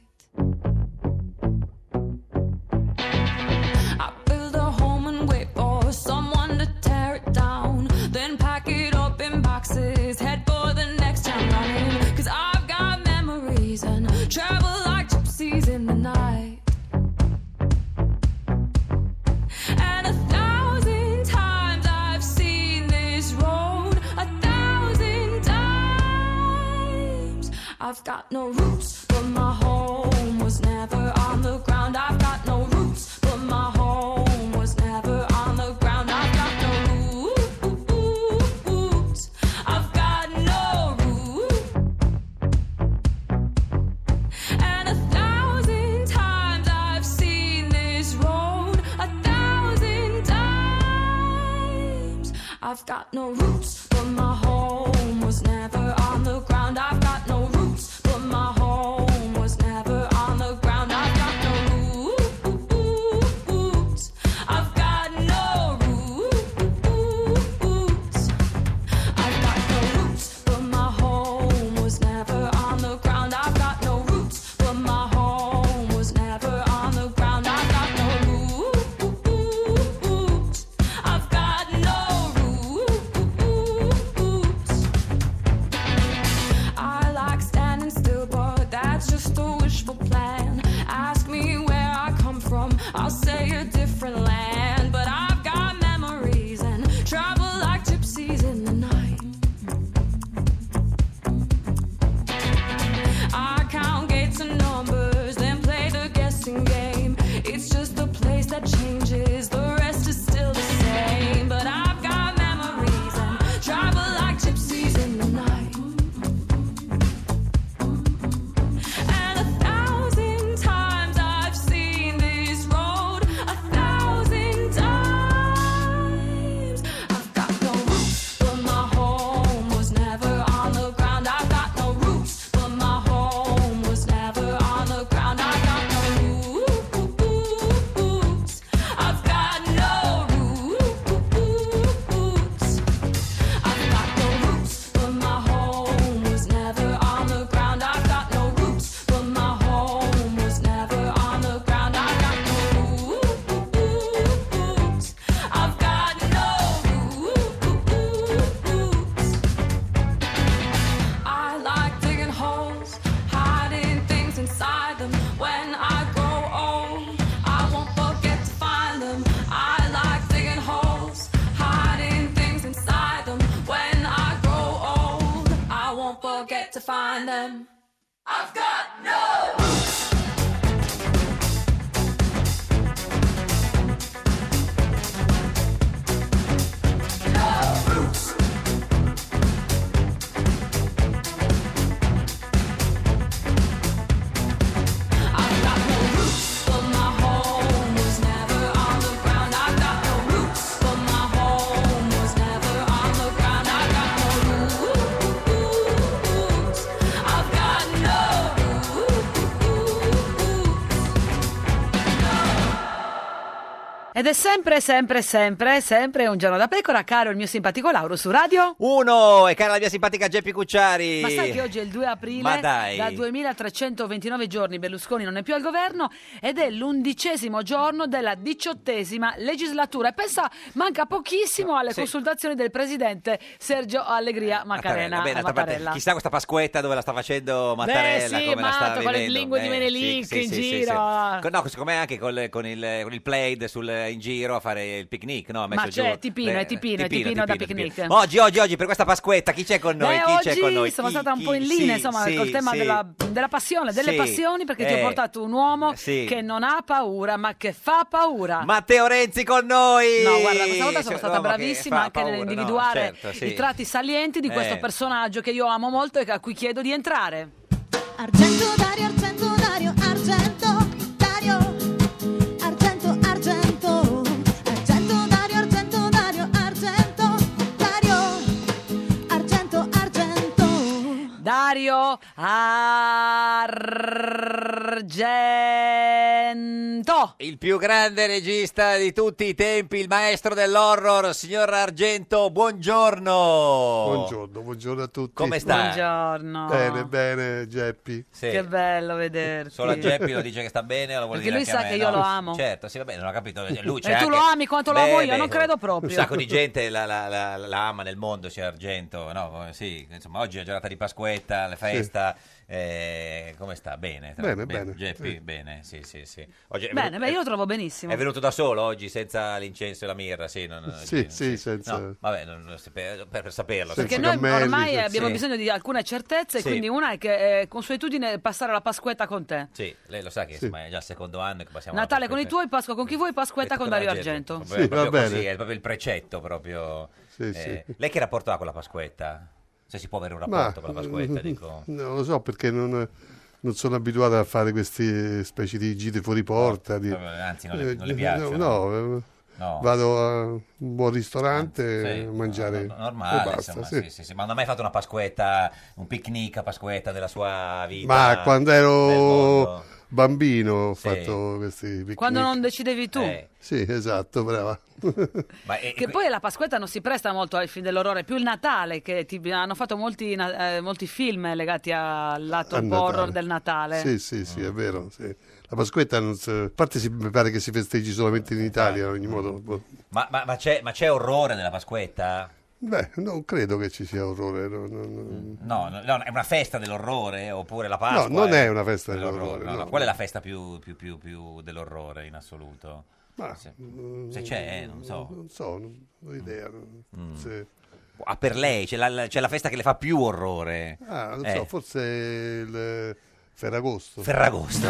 [SPEAKER 8] I build a home and wait for someone to tear it down. Then pack it up in boxes, head for the next town running. Cause I've got memories and travel like gypsies in the night. And a thousand times I've seen this road. A thousand times I've got no roots, but my home was never on the ground. I've got no roots, but my home was never on the ground. I've got no roots. I've got no roots. And a thousand times I've seen this road. A thousand times I've got no roots, but my home was never on the ground. I've got no roots, but my home was never on the ground. I've got no roots. I've got no roots. I've got no roots, but my home was never on the ground. I've got no roots, but my home was never on the ground. I've got no roots. I've got no roots. I like standing still, but that's just a wishful plan. Ask me where I come from, I'll say a different land. But I've got memories and travel like gypsies in the night. I count gates and numbers, then play the guessing game. It's just the place that changes, the rest is still the same. But I've got memories and travel like gypsies in the night. And a thousand times I've seen this road, a thousand times. I've got no roots, but my home was never on the ground. I've got no roots, but my home was never on the ground. I've got no roots. I've got no roots. I've got no roots, but my home was never on the ground. I've got no roots, but my home was never on the ground. I've got no roots. I've got no roots. I like digging holes, hiding things inside them. When I grow old, I won't forget to find them. I like digging holes, hiding things inside them. When I grow old, I won't forget to find them. I've got no roots. No roots. I've got no roots, but my home was never on the ground. I've got no roots, but my home was never on the ground. I've got no roots.
[SPEAKER 1] Ed è sempre, sempre, sempre, sempre un giorno da pecora, caro il mio simpatico Lauro su radio.
[SPEAKER 2] Uno, e cara la mia simpatica Geppi Cucciari.
[SPEAKER 1] Ma sai che oggi è il 2 aprile,
[SPEAKER 2] Ma dai.
[SPEAKER 1] da 2329 giorni Berlusconi non è più al governo ed è l'undicesimo giorno della diciottesima legislatura. E pensa, manca pochissimo alle
[SPEAKER 2] Sì. Eh,
[SPEAKER 1] consultazioni del presidente Sergio Allegria Macarena.
[SPEAKER 2] Beh, d'altra parte,
[SPEAKER 1] Mattarella.
[SPEAKER 2] chissà questa Pasquetta dove la sta facendo Mattarella.
[SPEAKER 1] Beh, sì,
[SPEAKER 2] come la
[SPEAKER 1] matto,
[SPEAKER 2] sta
[SPEAKER 1] con le
[SPEAKER 2] vivendo.
[SPEAKER 1] lingue di
[SPEAKER 2] Eh,
[SPEAKER 1] Menelik in giro.
[SPEAKER 2] Con- No, secondo me anche col- con il, con il plaid sul, in giro a fare il picnic. No, Ha messo
[SPEAKER 1] Ma c'è
[SPEAKER 2] giù-
[SPEAKER 1] Tipino,
[SPEAKER 2] Beh,
[SPEAKER 1] è Tipino, è Tipino da picnic.
[SPEAKER 2] Tipino. Oggi, oggi, oggi, per questa Pasquetta, chi c'è con noi?
[SPEAKER 1] Beh,
[SPEAKER 2] chi c'è
[SPEAKER 1] oggi
[SPEAKER 2] con noi?
[SPEAKER 1] sono
[SPEAKER 2] Chi-
[SPEAKER 1] stata un po' in
[SPEAKER 2] chi-
[SPEAKER 1] linea,
[SPEAKER 2] sì,
[SPEAKER 1] insomma,
[SPEAKER 2] sì,
[SPEAKER 1] col tema
[SPEAKER 2] sì.
[SPEAKER 1] della, della passione, delle
[SPEAKER 2] Sì,
[SPEAKER 1] passioni, perché ti ho
[SPEAKER 2] eh,
[SPEAKER 1] portato un uomo
[SPEAKER 2] sì.
[SPEAKER 1] che non ha paura, ma che fa paura.
[SPEAKER 2] Matteo Renzi con noi!
[SPEAKER 1] No, guarda, questa volta sono
[SPEAKER 2] Cioè,
[SPEAKER 1] stata
[SPEAKER 2] no, ma che
[SPEAKER 1] bravissima
[SPEAKER 2] fa
[SPEAKER 1] anche
[SPEAKER 2] paura,
[SPEAKER 1] nell'individuare
[SPEAKER 2] no, certo, sì.
[SPEAKER 1] i tratti salienti di questo
[SPEAKER 2] Eh.
[SPEAKER 1] personaggio che io amo molto e a cui chiedo di entrare.
[SPEAKER 5] Argento Dario, argento Dario, argento Dario, argento, argento, argento Dario, argento Dario, argento Dario, argento, argento.
[SPEAKER 1] Dario Argento.
[SPEAKER 2] Il più grande regista di tutti i tempi, il maestro dell'horror, signor Argento, buongiorno!
[SPEAKER 6] Buongiorno, buongiorno a tutti.
[SPEAKER 2] Come sta?
[SPEAKER 1] Buongiorno.
[SPEAKER 6] Bene, bene, Geppi.
[SPEAKER 2] Sì.
[SPEAKER 1] Che bello vederti.
[SPEAKER 2] Solo a Geppi lo dice che sta bene, lo vuole
[SPEAKER 1] Perché
[SPEAKER 2] dire
[SPEAKER 1] lui
[SPEAKER 2] anche a
[SPEAKER 1] sa
[SPEAKER 2] me,
[SPEAKER 1] che io
[SPEAKER 2] no?
[SPEAKER 1] lo amo.
[SPEAKER 2] Certo, sì, va bene, non ho capito. Lui c'è
[SPEAKER 1] E tu
[SPEAKER 2] anche-
[SPEAKER 1] lo ami quanto lo amo
[SPEAKER 2] Beh,
[SPEAKER 1] io? Non
[SPEAKER 2] beh,
[SPEAKER 1] credo proprio.
[SPEAKER 2] Un sacco di gente la, la- la- la ama nel mondo, c'è Argento. No, sì, insomma, oggi è giornata di Pasquetta, la festa. eh, come sta? Bene. tra-
[SPEAKER 6] Bene, bene.
[SPEAKER 2] Geppi,
[SPEAKER 6] Sì.
[SPEAKER 2] bene, sì, sì, sì. Oggi è
[SPEAKER 1] Bene,
[SPEAKER 2] venuto-
[SPEAKER 1] beh, io lo
[SPEAKER 2] è-
[SPEAKER 1] trovo benissimo.
[SPEAKER 2] È venuto da solo oggi, senza l'incenso e la mirra, sì. non-
[SPEAKER 6] Sì,
[SPEAKER 2] non-
[SPEAKER 6] sì, senza...
[SPEAKER 2] No, vabbè, non- non- per, per- per saperlo.
[SPEAKER 6] Senza
[SPEAKER 1] Perché
[SPEAKER 2] insomma.
[SPEAKER 1] noi
[SPEAKER 6] cammelli,
[SPEAKER 1] ormai
[SPEAKER 6] senza-
[SPEAKER 1] abbiamo
[SPEAKER 2] Sì.
[SPEAKER 1] bisogno di alcune certezze,
[SPEAKER 2] Sì.
[SPEAKER 1] quindi una è che è consuetudine passare la Pasquetta con te.
[SPEAKER 2] Sì, lei lo sa che
[SPEAKER 6] Sì.
[SPEAKER 2] insomma, è già il secondo anno che passiamo alla
[SPEAKER 1] Natale con i
[SPEAKER 2] Pasquetta.
[SPEAKER 1] tuoi, Pasqua con chi vuoi, Pasquetta con Dario Argento.
[SPEAKER 6] Sì,
[SPEAKER 2] proprio
[SPEAKER 6] va bene.
[SPEAKER 2] così, è proprio il precetto proprio.
[SPEAKER 6] Sì,
[SPEAKER 2] Eh,
[SPEAKER 6] sì.
[SPEAKER 2] Lei che rapporto ha con la Pasquetta? Se si può avere un
[SPEAKER 6] Ma- mm,
[SPEAKER 2] rapporto con la Pasquetta, dico.
[SPEAKER 6] Non Ah. lo so perché non, non sono abituato a fare queste specie di gite fuori porta. di-
[SPEAKER 2] Eh, anzi, non le-
[SPEAKER 6] eh,
[SPEAKER 2] non le piacciono.
[SPEAKER 6] No, no, eh,
[SPEAKER 2] No.
[SPEAKER 6] vado a un buon ristorante
[SPEAKER 2] Sì,
[SPEAKER 6] a eh, mangiare.
[SPEAKER 2] no, no, normale,
[SPEAKER 6] e basta,
[SPEAKER 2] insomma,
[SPEAKER 6] sì.
[SPEAKER 2] sì, sì, sì. ma non ha mai fatto una Pasquetta, un picnic a Pasquetta della sua vita?
[SPEAKER 6] Ma quando
[SPEAKER 2] nel
[SPEAKER 6] ero
[SPEAKER 2] mondo?
[SPEAKER 6] bambino ho
[SPEAKER 2] Sì.
[SPEAKER 6] fatto questi picnic.
[SPEAKER 1] Quando non decidevi tu.
[SPEAKER 2] Eh,
[SPEAKER 6] Sì, esatto, brava.
[SPEAKER 2] ma e-
[SPEAKER 1] Che poi la Pasquetta non si presta molto ai film dell'orrore, è più il Natale, che ti- hanno fatto molti, na- eh, molti film legati al lato
[SPEAKER 6] Al
[SPEAKER 1] horror
[SPEAKER 6] Natale.
[SPEAKER 1] del Natale.
[SPEAKER 6] Sì, sì, sì, è vero. sì. La Pasquetta, non si- a parte si, mi pare che si festeggi solamente in
[SPEAKER 2] Eh,
[SPEAKER 6] Italia, in ogni modo. boh.
[SPEAKER 2] ma, ma- ma c'è, ma c'è orrore nella Pasquetta?
[SPEAKER 6] Beh, non credo che ci sia orrore. no, no, no.
[SPEAKER 2] Mm, No, no, no, è una festa dell'orrore oppure la Pasqua?
[SPEAKER 6] No, non è una festa dell'orrore,
[SPEAKER 2] no,
[SPEAKER 6] no.
[SPEAKER 2] no. Qual è la festa più, più- più- più dell'orrore in assoluto?
[SPEAKER 6] Ma- mm,
[SPEAKER 2] se, se c'è, eh, non so.
[SPEAKER 6] Non so, non ho idea. non- se-
[SPEAKER 2] Mm. Ah, per lei c'è la, la- c'è la festa che le fa più orrore.
[SPEAKER 6] Ah, non
[SPEAKER 2] Eh,
[SPEAKER 6] so, forse il Ferragosto.
[SPEAKER 2] Ferragosto.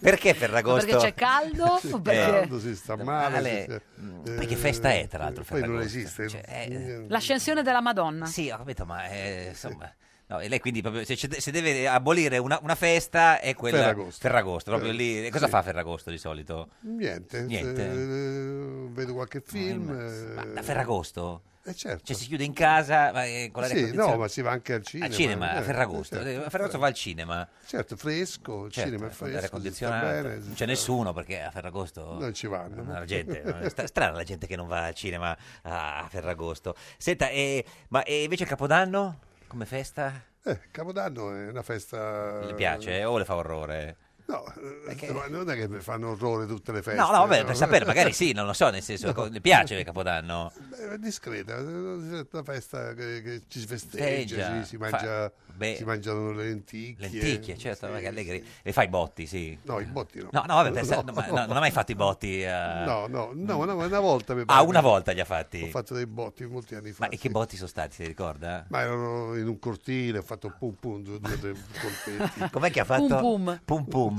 [SPEAKER 2] perché Ferragosto?
[SPEAKER 1] Perché c'è caldo? o perché-
[SPEAKER 6] caldo, si sta male.
[SPEAKER 2] Male.
[SPEAKER 6] si-
[SPEAKER 2] Mm,
[SPEAKER 6] eh,
[SPEAKER 2] poi che festa è, tra l'altro, il
[SPEAKER 6] Poi non
[SPEAKER 2] Ferragosto?
[SPEAKER 6] esiste.
[SPEAKER 2] Cioè, eh,
[SPEAKER 1] L'ascensione della Madonna.
[SPEAKER 2] Sì, ho capito, ma eh, insomma... no, e lei quindi proprio, se, c'è- se deve abolire una, una festa è quella...
[SPEAKER 6] Ferragosto. Eh,
[SPEAKER 2] proprio lì. E cosa
[SPEAKER 6] Sì.
[SPEAKER 2] fa Ferragosto di solito?
[SPEAKER 6] Niente.
[SPEAKER 2] Niente.
[SPEAKER 6] eh, vedo qualche film. eh,
[SPEAKER 2] Ma da Ferragosto?
[SPEAKER 6] eh, certo.
[SPEAKER 2] Cioè si chiude in casa ma, eh, con la
[SPEAKER 6] sì, no, ma si va anche al cinema.
[SPEAKER 2] Al cinema, a
[SPEAKER 6] eh,
[SPEAKER 2] Ferragosto.
[SPEAKER 6] eh, certo.
[SPEAKER 2] Eh, Ferragosto va al cinema.
[SPEAKER 6] Certo, fresco, il
[SPEAKER 2] Certo,
[SPEAKER 6] cinema è
[SPEAKER 2] con l'aria
[SPEAKER 6] fresco, si sta
[SPEAKER 2] condizionata.
[SPEAKER 6] bene, si
[SPEAKER 2] non c'è
[SPEAKER 6] sta-
[SPEAKER 2] nessuno perché a Ferragosto
[SPEAKER 6] Non ci vanno.
[SPEAKER 2] la gente, no? È sta- strana la gente che non va al cinema a a Ferragosto. Senta, eh, ma eh, invece Capodanno come festa?
[SPEAKER 6] Eh, Capodanno è una festa...
[SPEAKER 2] Le piace eh, o le fa orrore?
[SPEAKER 6] No, eh, ma non è che mi fanno orrore tutte le feste.
[SPEAKER 2] No, no, vabbè, per sapere, magari sì, non lo so, nel senso, co- le piace Capodanno?
[SPEAKER 6] Beh, È discreta, è una festa che, che ci si festeggia,
[SPEAKER 2] Festeggia,
[SPEAKER 6] si, si
[SPEAKER 2] fa-
[SPEAKER 6] mangia-
[SPEAKER 2] beh,
[SPEAKER 6] si mangiano le lenticchie.
[SPEAKER 2] Lenticchie, certo,
[SPEAKER 6] sì,
[SPEAKER 2] magari allegri.
[SPEAKER 6] sì.
[SPEAKER 2] Le fai i botti, sì.
[SPEAKER 6] No, i botti no.
[SPEAKER 2] No, no, vabbè, per sa-
[SPEAKER 6] No.
[SPEAKER 2] ma- no, non ha mai fatto i botti? eh?
[SPEAKER 6] No, no, no, no, una volta mi
[SPEAKER 2] Ah,
[SPEAKER 6] pare
[SPEAKER 2] una
[SPEAKER 6] che-
[SPEAKER 2] volta li ha
[SPEAKER 6] Ho
[SPEAKER 2] fatti.
[SPEAKER 6] fatto dei botti molti anni fa.
[SPEAKER 2] Ma e che
[SPEAKER 6] sì.
[SPEAKER 2] botti sono stati, si ricorda?
[SPEAKER 6] Ma erano in un cortile, ho fatto pum pum, due, due, tre colpetti.
[SPEAKER 2] Com'è che ha fatto?
[SPEAKER 1] Pum pum.
[SPEAKER 2] Pum pum.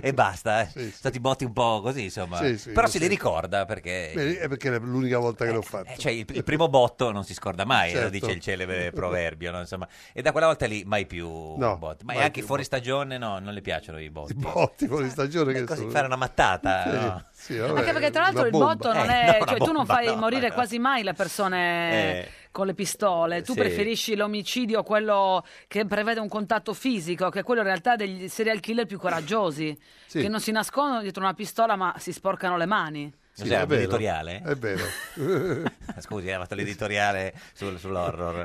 [SPEAKER 2] E basta. eh.
[SPEAKER 6] Sì, sì.
[SPEAKER 2] Sono stati botti un po' così, insomma.
[SPEAKER 6] Sì, sì,
[SPEAKER 2] Però
[SPEAKER 6] sì.
[SPEAKER 2] se li ricorda perché...
[SPEAKER 6] Beh, è perché è l'unica volta che l'ho fatto.
[SPEAKER 2] eh, cioè, il, il primo botto non si scorda mai, eh, lo
[SPEAKER 6] Certo.
[SPEAKER 2] dice il celebre proverbio, no? Insomma. E da quella volta lì mai più
[SPEAKER 6] No,
[SPEAKER 2] botti. Ma
[SPEAKER 6] mai
[SPEAKER 2] anche
[SPEAKER 6] più
[SPEAKER 2] fuori stagione no, non le piacciono i botti.
[SPEAKER 6] I botti fuori stagione
[SPEAKER 2] Beh,
[SPEAKER 6] che
[SPEAKER 2] così
[SPEAKER 6] sono.
[SPEAKER 2] fare una mattata,
[SPEAKER 6] Sì,
[SPEAKER 2] no?
[SPEAKER 6] sì, vabbè,
[SPEAKER 1] Anche perché tra l'altro
[SPEAKER 6] una
[SPEAKER 1] il
[SPEAKER 6] bomba.
[SPEAKER 1] botto non
[SPEAKER 2] Eh,
[SPEAKER 1] è...
[SPEAKER 2] no, una
[SPEAKER 1] cioè tu non
[SPEAKER 2] bomba,
[SPEAKER 1] fai
[SPEAKER 2] no,
[SPEAKER 1] morire
[SPEAKER 2] no.
[SPEAKER 1] quasi mai le persone
[SPEAKER 2] Eh.
[SPEAKER 1] con le pistole. Tu
[SPEAKER 2] Sì.
[SPEAKER 1] preferisci l'omicidio, quello che prevede un contatto fisico, che è quello in realtà degli serial killer più coraggiosi,
[SPEAKER 6] Sì.
[SPEAKER 1] che non si nascondono dietro una pistola ma si sporcano le mani.
[SPEAKER 6] Sì,
[SPEAKER 2] Cos'era,
[SPEAKER 6] è
[SPEAKER 2] un
[SPEAKER 6] vero,
[SPEAKER 2] editoriale?
[SPEAKER 6] è vero.
[SPEAKER 2] Scusi, ha fatto l'editoriale sul- sull'horror.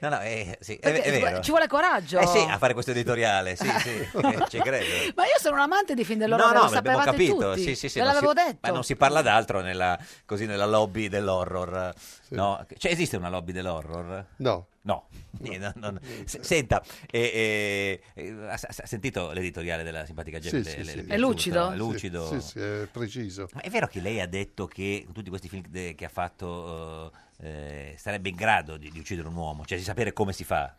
[SPEAKER 2] No, no, eh, sì, è,
[SPEAKER 1] Perché
[SPEAKER 2] è
[SPEAKER 1] ci vuole-
[SPEAKER 2] vero.
[SPEAKER 1] ci vuole coraggio.
[SPEAKER 2] Eh sì, a fare questo editoriale, sì, sì, eh, ci credo.
[SPEAKER 1] Ma io sono un amante di film
[SPEAKER 2] No,
[SPEAKER 1] dell'orrore,
[SPEAKER 2] no,
[SPEAKER 1] lo
[SPEAKER 2] abbiamo
[SPEAKER 1] sapevate
[SPEAKER 2] capito,
[SPEAKER 1] tutti.
[SPEAKER 2] sì, sì, sì,
[SPEAKER 1] Ve
[SPEAKER 2] non si-
[SPEAKER 1] l'avevo detto.
[SPEAKER 2] Ma non si parla d'altro nella, così nella lobby dell'horror. No? Cioè, esiste una lobby dell'horror?
[SPEAKER 6] No.
[SPEAKER 2] No. Niente, no, no. S- Senta, eh, eh, eh, ha, ha sentito l'editoriale della simpatica
[SPEAKER 6] Sì,
[SPEAKER 2] gente?
[SPEAKER 6] sì,
[SPEAKER 2] Le- le
[SPEAKER 6] sì.
[SPEAKER 2] è
[SPEAKER 6] È
[SPEAKER 2] piaciuto?
[SPEAKER 1] lucido?
[SPEAKER 2] È lucido.
[SPEAKER 6] Sì, sì, è preciso.
[SPEAKER 2] Ma è vero che lei ha detto che con tutti questi film de- che ha fatto eh, eh, sarebbe in grado di, di uccidere un uomo, cioè di sapere come si fa?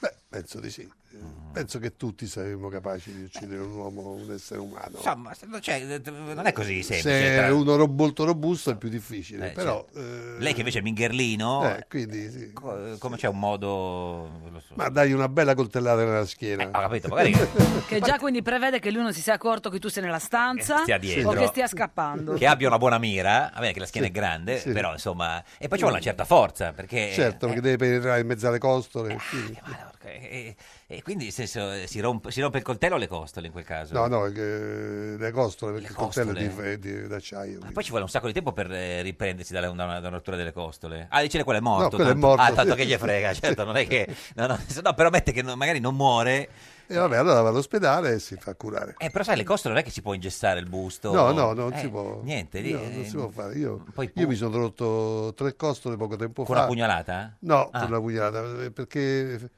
[SPEAKER 6] Beh, penso di sì.
[SPEAKER 2] Mm.
[SPEAKER 6] Penso che tutti saremmo capaci di uccidere un uomo, un essere umano.
[SPEAKER 2] Insomma, se- cioè, eh, non è così semplice.
[SPEAKER 6] Se è
[SPEAKER 2] tra-
[SPEAKER 6] uno ro- molto robusto è più difficile,
[SPEAKER 2] Eh,
[SPEAKER 6] però...
[SPEAKER 2] certo.
[SPEAKER 6] eh,
[SPEAKER 2] Lei che invece è mingherlino,
[SPEAKER 6] eh, quindi sì.
[SPEAKER 2] co- come c'è un modo... non lo so.
[SPEAKER 6] Ma dagli una bella coltellata nella schiena.
[SPEAKER 2] Eh, ho capito, magari che,
[SPEAKER 1] Che già quindi prevede che lui non si sia accorto che tu sei nella stanza
[SPEAKER 2] Che Eh, stia
[SPEAKER 1] o
[SPEAKER 2] dietro.
[SPEAKER 1] che stia scappando.
[SPEAKER 2] che abbia una buona mira, va bene che la schiena è grande,
[SPEAKER 6] sì.
[SPEAKER 2] però insomma... E poi ci vuole una certa forza, perché... eh,
[SPEAKER 6] Certo, perché deve penetrare in mezzo alle costole. quindi-
[SPEAKER 2] Porca, E, e quindi nel senso, eh, si, rompe, si rompe il coltello o le costole in quel caso?
[SPEAKER 6] No, no, che- le costole, perché
[SPEAKER 2] Le
[SPEAKER 6] il coltello è di,
[SPEAKER 2] costole.
[SPEAKER 6] è di- d'acciaio.
[SPEAKER 2] Ma
[SPEAKER 6] quindi.
[SPEAKER 2] poi ci vuole un sacco di tempo per eh, riprendersi dalla, da, una, da una rottura delle costole. Ah, dice quello è morto.
[SPEAKER 6] No, quello è
[SPEAKER 2] tanto,
[SPEAKER 6] morto.
[SPEAKER 2] Ah, tanto che gli frega, certo, non è che... No, no, se no, però mette che non- magari non muore.
[SPEAKER 6] E vabbè, allora va all'ospedale e si fa curare.
[SPEAKER 2] Eh, però sai, le costole non è che si può ingessare il busto.
[SPEAKER 6] No, no, non
[SPEAKER 2] Eh,
[SPEAKER 6] si può.
[SPEAKER 2] Niente, lì,
[SPEAKER 6] no, non
[SPEAKER 2] eh,
[SPEAKER 6] si può fare. Io,
[SPEAKER 2] Poi
[SPEAKER 6] io mi sono rotto tre costole poco tempo
[SPEAKER 2] Con
[SPEAKER 6] fa.
[SPEAKER 2] una pugnalata?
[SPEAKER 6] No,
[SPEAKER 2] Ah.
[SPEAKER 6] con una pugnalata, eh, perché f-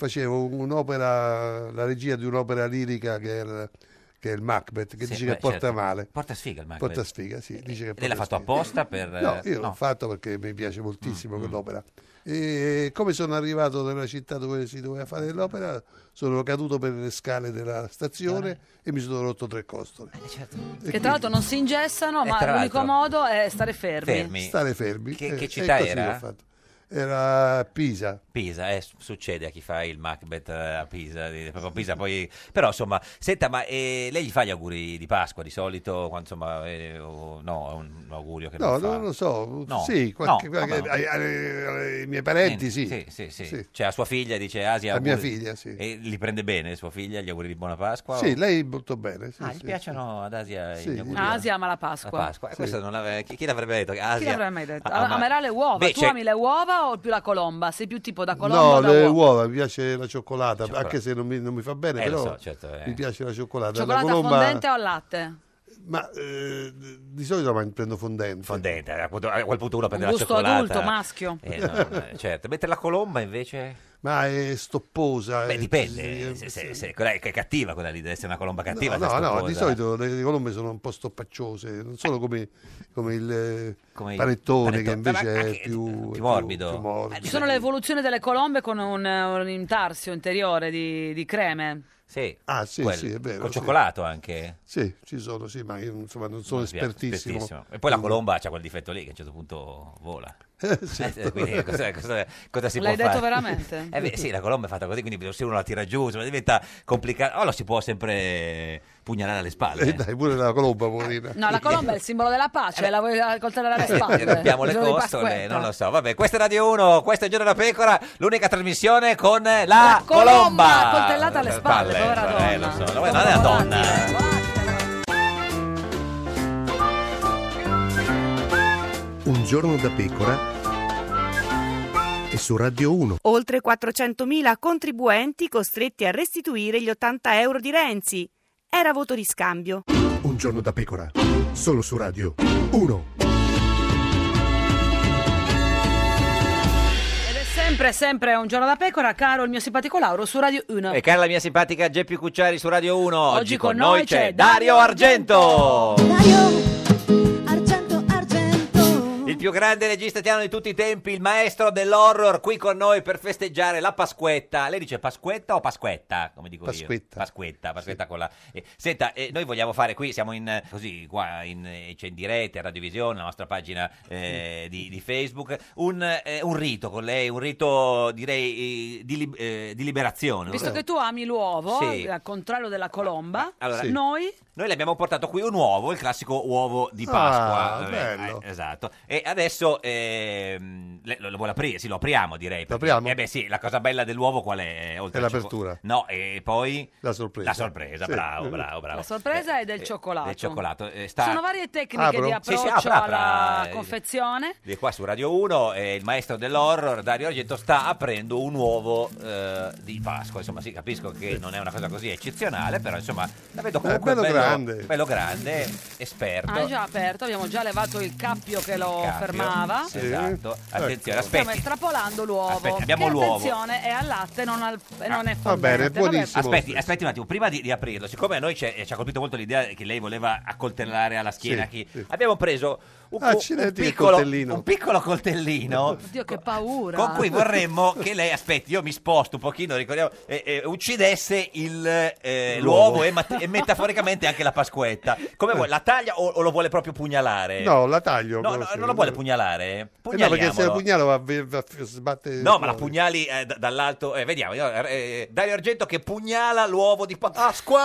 [SPEAKER 6] facevo un'opera, la regia di un'opera lirica che era- che è il Macbeth, che
[SPEAKER 2] Sì,
[SPEAKER 6] dice
[SPEAKER 2] beh,
[SPEAKER 6] che porta
[SPEAKER 2] certo.
[SPEAKER 6] male.
[SPEAKER 2] Porta sfiga il Macbeth.
[SPEAKER 6] Porta sfiga, sì. Dice che
[SPEAKER 2] Lei l'ha fatto
[SPEAKER 6] porta sfiga.
[SPEAKER 2] apposta per... eh,
[SPEAKER 6] No, io l'ho
[SPEAKER 2] no. Mm,
[SPEAKER 6] fatto perché mi piace moltissimo quell'opera. E come sono arrivato nella città dove si doveva fare l'opera, sono caduto per le scale della stazione e mi sono rotto tre costole.
[SPEAKER 2] Eh, certo.
[SPEAKER 1] Che tra l'altro non si ingessano,
[SPEAKER 2] Eh,
[SPEAKER 1] ma
[SPEAKER 2] tra
[SPEAKER 1] l'unico
[SPEAKER 2] l'altro.
[SPEAKER 1] modo è stare fermi. Ah,
[SPEAKER 2] Fermi.
[SPEAKER 6] Stare fermi.
[SPEAKER 2] Che-
[SPEAKER 6] eh,
[SPEAKER 2] che
[SPEAKER 6] e
[SPEAKER 2] città
[SPEAKER 6] così
[SPEAKER 2] era?
[SPEAKER 6] l'ho fatto. Era Pisa.
[SPEAKER 2] Pisa, eh, su- succede a chi fa il Macbeth eh, a Pisa, di- proprio a Pisa poi... però insomma, senta, ma eh, lei gli fa gli auguri di Pasqua di solito, quando, insomma, eh, o- no, è un augurio che
[SPEAKER 6] No,
[SPEAKER 2] non fa.
[SPEAKER 6] non lo so.
[SPEAKER 2] No.
[SPEAKER 6] Sì, qualche-
[SPEAKER 2] No,
[SPEAKER 6] qualche-
[SPEAKER 2] vabbè.
[SPEAKER 6] ai, ai- ai miei parenti sì.
[SPEAKER 2] Sì, sì, sì.
[SPEAKER 6] Sì.
[SPEAKER 2] Cioè a sua figlia dice Asia...
[SPEAKER 6] A mia figlia, sì.
[SPEAKER 2] E li prende bene sua figlia, gli auguri di buona Pasqua?
[SPEAKER 6] Sì,
[SPEAKER 2] o-
[SPEAKER 6] lei molto bene. sì,
[SPEAKER 2] Ah, gli
[SPEAKER 6] sì.
[SPEAKER 2] piacciono ad Asia
[SPEAKER 6] Sì.
[SPEAKER 2] gli auguri?
[SPEAKER 6] Ah,
[SPEAKER 1] Asia ama la
[SPEAKER 2] La
[SPEAKER 1] Pasqua.
[SPEAKER 2] Pasqua, Eh, questo non l'ave- chi, chi l'avrebbe detto? Che Asia...
[SPEAKER 1] Chi l'avrebbe mai detto?
[SPEAKER 2] Ah,
[SPEAKER 1] Allora,
[SPEAKER 2] ma-
[SPEAKER 1] amerà le uova.
[SPEAKER 2] Beh,
[SPEAKER 1] tu
[SPEAKER 2] c'è-
[SPEAKER 1] ami le uova o più la colomba? Sei più tipo da colomba
[SPEAKER 6] No,
[SPEAKER 1] o da
[SPEAKER 6] le
[SPEAKER 1] uova?
[SPEAKER 6] uova, mi piace la cioccolata,
[SPEAKER 2] Cioccolata.
[SPEAKER 6] anche se non mi, non mi fa bene,
[SPEAKER 2] Eh, lo
[SPEAKER 6] però
[SPEAKER 2] so, certo, eh.
[SPEAKER 6] mi piace la cioccolata.
[SPEAKER 1] Cioccolata
[SPEAKER 6] la colomba,
[SPEAKER 1] fondente o al latte?
[SPEAKER 6] Ma eh, di solito man- prendo fondente.
[SPEAKER 2] Fondente, a quel a quel punto uno prende
[SPEAKER 1] Un
[SPEAKER 2] la
[SPEAKER 1] gusto
[SPEAKER 2] cioccolata.
[SPEAKER 1] adulto, maschio.
[SPEAKER 2] Eh, no, eh, certo. Mentre la colomba invece...
[SPEAKER 6] Ma è stopposa.
[SPEAKER 2] Beh,
[SPEAKER 6] è-
[SPEAKER 2] dipende,
[SPEAKER 6] eh,
[SPEAKER 2] se, se-
[SPEAKER 6] sì.
[SPEAKER 2] se- quella che è cattiva quella lì, deve essere una colomba cattiva. eh.
[SPEAKER 6] no,
[SPEAKER 2] se è
[SPEAKER 6] no, no, di
[SPEAKER 2] stopposa.
[SPEAKER 6] solito le, le colombe sono un po' stoppacciose, non sono come, come il eh,
[SPEAKER 2] Eh. Come il
[SPEAKER 6] panettone
[SPEAKER 2] panetto-
[SPEAKER 6] che invece
[SPEAKER 2] ma
[SPEAKER 6] è
[SPEAKER 2] anche-
[SPEAKER 6] più,
[SPEAKER 2] più
[SPEAKER 6] è
[SPEAKER 2] morbido.
[SPEAKER 6] più morbido.
[SPEAKER 2] Eh,
[SPEAKER 1] Ci sono le evoluzioni delle colombe con un, un intarsio interiore di, di creme.
[SPEAKER 2] Sì.
[SPEAKER 6] Ah, sì, sì, è vero,
[SPEAKER 2] Con
[SPEAKER 6] sì.
[SPEAKER 2] cioccolato anche.
[SPEAKER 6] Sì, ci sono, sì, ma io insomma non sono
[SPEAKER 2] Non si-
[SPEAKER 6] espertissimo.
[SPEAKER 2] E poi la colomba ha quel difetto lì che a un certo punto vola.
[SPEAKER 6] Eh, sì.
[SPEAKER 2] Eh, quindi cosa, cosa- cosa si
[SPEAKER 1] L'hai
[SPEAKER 2] può
[SPEAKER 1] detto
[SPEAKER 2] fare?
[SPEAKER 1] veramente?
[SPEAKER 2] Eh beh, sì, la colomba è fatta così, quindi se uno la tira giù, insomma, diventa complicato. Allora si può sempre pugnalare alle spalle.
[SPEAKER 6] Eh, dai, pure la colomba, poverina.
[SPEAKER 1] No, la colomba è il simbolo della pace, la vuoi coltellare alle spalle.
[SPEAKER 2] Eh, Rompiamo le
[SPEAKER 1] Il giorno di
[SPEAKER 2] costole,
[SPEAKER 1] Pasquetta.
[SPEAKER 2] non lo so. Vabbè, questa è Radio 1, questo è il giorno della pecora, l'unica trasmissione con la,
[SPEAKER 1] La colomba,
[SPEAKER 2] colomba
[SPEAKER 1] coltellata alle spalle, povera
[SPEAKER 2] Eh,
[SPEAKER 1] donna.
[SPEAKER 2] lo so, no, non è una donna.
[SPEAKER 9] Un giorno da pecora e su Radio 1.
[SPEAKER 7] Oltre 400.000 contribuenti costretti a restituire gli 80 euro di Renzi. Era voto di scambio.
[SPEAKER 9] Un giorno da pecora. Solo su Radio 1.
[SPEAKER 1] Ed è sempre, sempre un giorno da pecora, caro il mio simpatico Lauro su Radio 1.
[SPEAKER 2] E cara la mia simpatica Geppi Cucciari su Radio 1, oggi,
[SPEAKER 1] Oggi
[SPEAKER 2] con noi c'è Dario Argento.
[SPEAKER 10] Dario, argento, argento.
[SPEAKER 2] Il più grande regista italiano di tutti i tempi, il maestro dell'horror, qui con noi per festeggiare la Pasquetta. Lei dice Pasquetta o Pasquetta? Come dico
[SPEAKER 6] Pasquetta.
[SPEAKER 2] io?
[SPEAKER 6] Ah,
[SPEAKER 2] Pasquetta. Pasquetta con la... eh, senta, eh, noi vogliamo fare qui, siamo in, eh, così, qua in, eh, c'è in diretta, in radiovisione, la nostra pagina eh, di, di Facebook, un, eh, un rito con lei, un rito direi eh, di, lib- eh, di liberazione.
[SPEAKER 1] Visto che tu ami l'uovo, eh,
[SPEAKER 2] Sì.
[SPEAKER 1] al contrario della colomba,
[SPEAKER 2] Allora, Sì.
[SPEAKER 1] noi
[SPEAKER 2] Noi le abbiamo portato qui un uovo, il classico uovo di Pasqua.
[SPEAKER 6] Ah,
[SPEAKER 2] Vabbè,
[SPEAKER 6] bello.
[SPEAKER 2] eh, esatto. E adesso ehm, le- lo, lo vuole aprire? Sì, lo apriamo direi. perché-
[SPEAKER 6] apriamo?
[SPEAKER 2] Eh beh sì, la cosa bella dell'uovo qual è? Eh, oltre
[SPEAKER 6] È
[SPEAKER 2] al
[SPEAKER 6] l'apertura.
[SPEAKER 2] cioccol- No, e poi...
[SPEAKER 6] La sorpresa.
[SPEAKER 2] La sorpresa,
[SPEAKER 6] Sì.
[SPEAKER 2] bravo, bravo, bravo.
[SPEAKER 1] La sorpresa è del cioccolato.
[SPEAKER 2] Eh, Del cioccolato. eh, sta-
[SPEAKER 1] Sono varie tecniche
[SPEAKER 2] Apro?
[SPEAKER 1] di
[SPEAKER 2] Sì, sì,
[SPEAKER 1] approccio
[SPEAKER 2] apra, apra,
[SPEAKER 1] alla
[SPEAKER 2] eh,
[SPEAKER 1] confezione.
[SPEAKER 2] Di qua su Radio 1 eh, il maestro dell'horror Dario Argento sta aprendo un uovo eh, di Pasqua. Insomma, sì, capisco che non è una cosa così eccezionale, però insomma la vedo
[SPEAKER 6] È
[SPEAKER 2] comunque
[SPEAKER 6] Eh, bello grande.
[SPEAKER 2] bello grande, esperto.
[SPEAKER 1] Ah, è già aperto, abbiamo già levato il cappio che lo
[SPEAKER 2] Eh, Cappio.
[SPEAKER 1] fermava.
[SPEAKER 2] Sì, Esatto.
[SPEAKER 6] Ecco.
[SPEAKER 2] Attenzione,
[SPEAKER 1] Stiamo
[SPEAKER 2] aspetti.
[SPEAKER 1] estrapolando l'uovo.
[SPEAKER 2] Aspetta, abbiamo
[SPEAKER 1] che
[SPEAKER 2] l'uovo. Ah.
[SPEAKER 1] attenzione, è al latte, non, al, e non è fondente.
[SPEAKER 2] Aspetti, aspetti un attimo, prima di, di aprirlo, siccome a noi c'è- eh, ci ha colpito molto l'idea che lei voleva accoltellare alla schiena
[SPEAKER 6] Sì,
[SPEAKER 2] chi,
[SPEAKER 6] sì.
[SPEAKER 2] abbiamo preso un,
[SPEAKER 6] Ah,
[SPEAKER 2] un
[SPEAKER 6] accidenti, il
[SPEAKER 2] piccolo,
[SPEAKER 6] coltellino.
[SPEAKER 2] un piccolo coltellino
[SPEAKER 1] Oddio, che paura.
[SPEAKER 2] con cui vorremmo che lei, aspetti, io mi sposto un pochino, ricordiamo, eh, eh, uccidesse il, eh,
[SPEAKER 6] L'uovo.
[SPEAKER 2] l'uovo e, mat- e metaforicamente anche la pasquetta. Come vuoi, la taglia o, o lo vuole proprio pugnalare?
[SPEAKER 6] No, la taglio.
[SPEAKER 2] No, no,
[SPEAKER 6] così.
[SPEAKER 2] non lo vuole pugnalare?
[SPEAKER 6] Eh no, perché se
[SPEAKER 2] Pugnaliamolo.
[SPEAKER 6] la pugnalo va, va, va- sbatte.
[SPEAKER 2] No, ma la pugnali eh, da- dall'alto. eh, vediamo, io- eh, Dario Argento che pugnala l'uovo di Pasqua.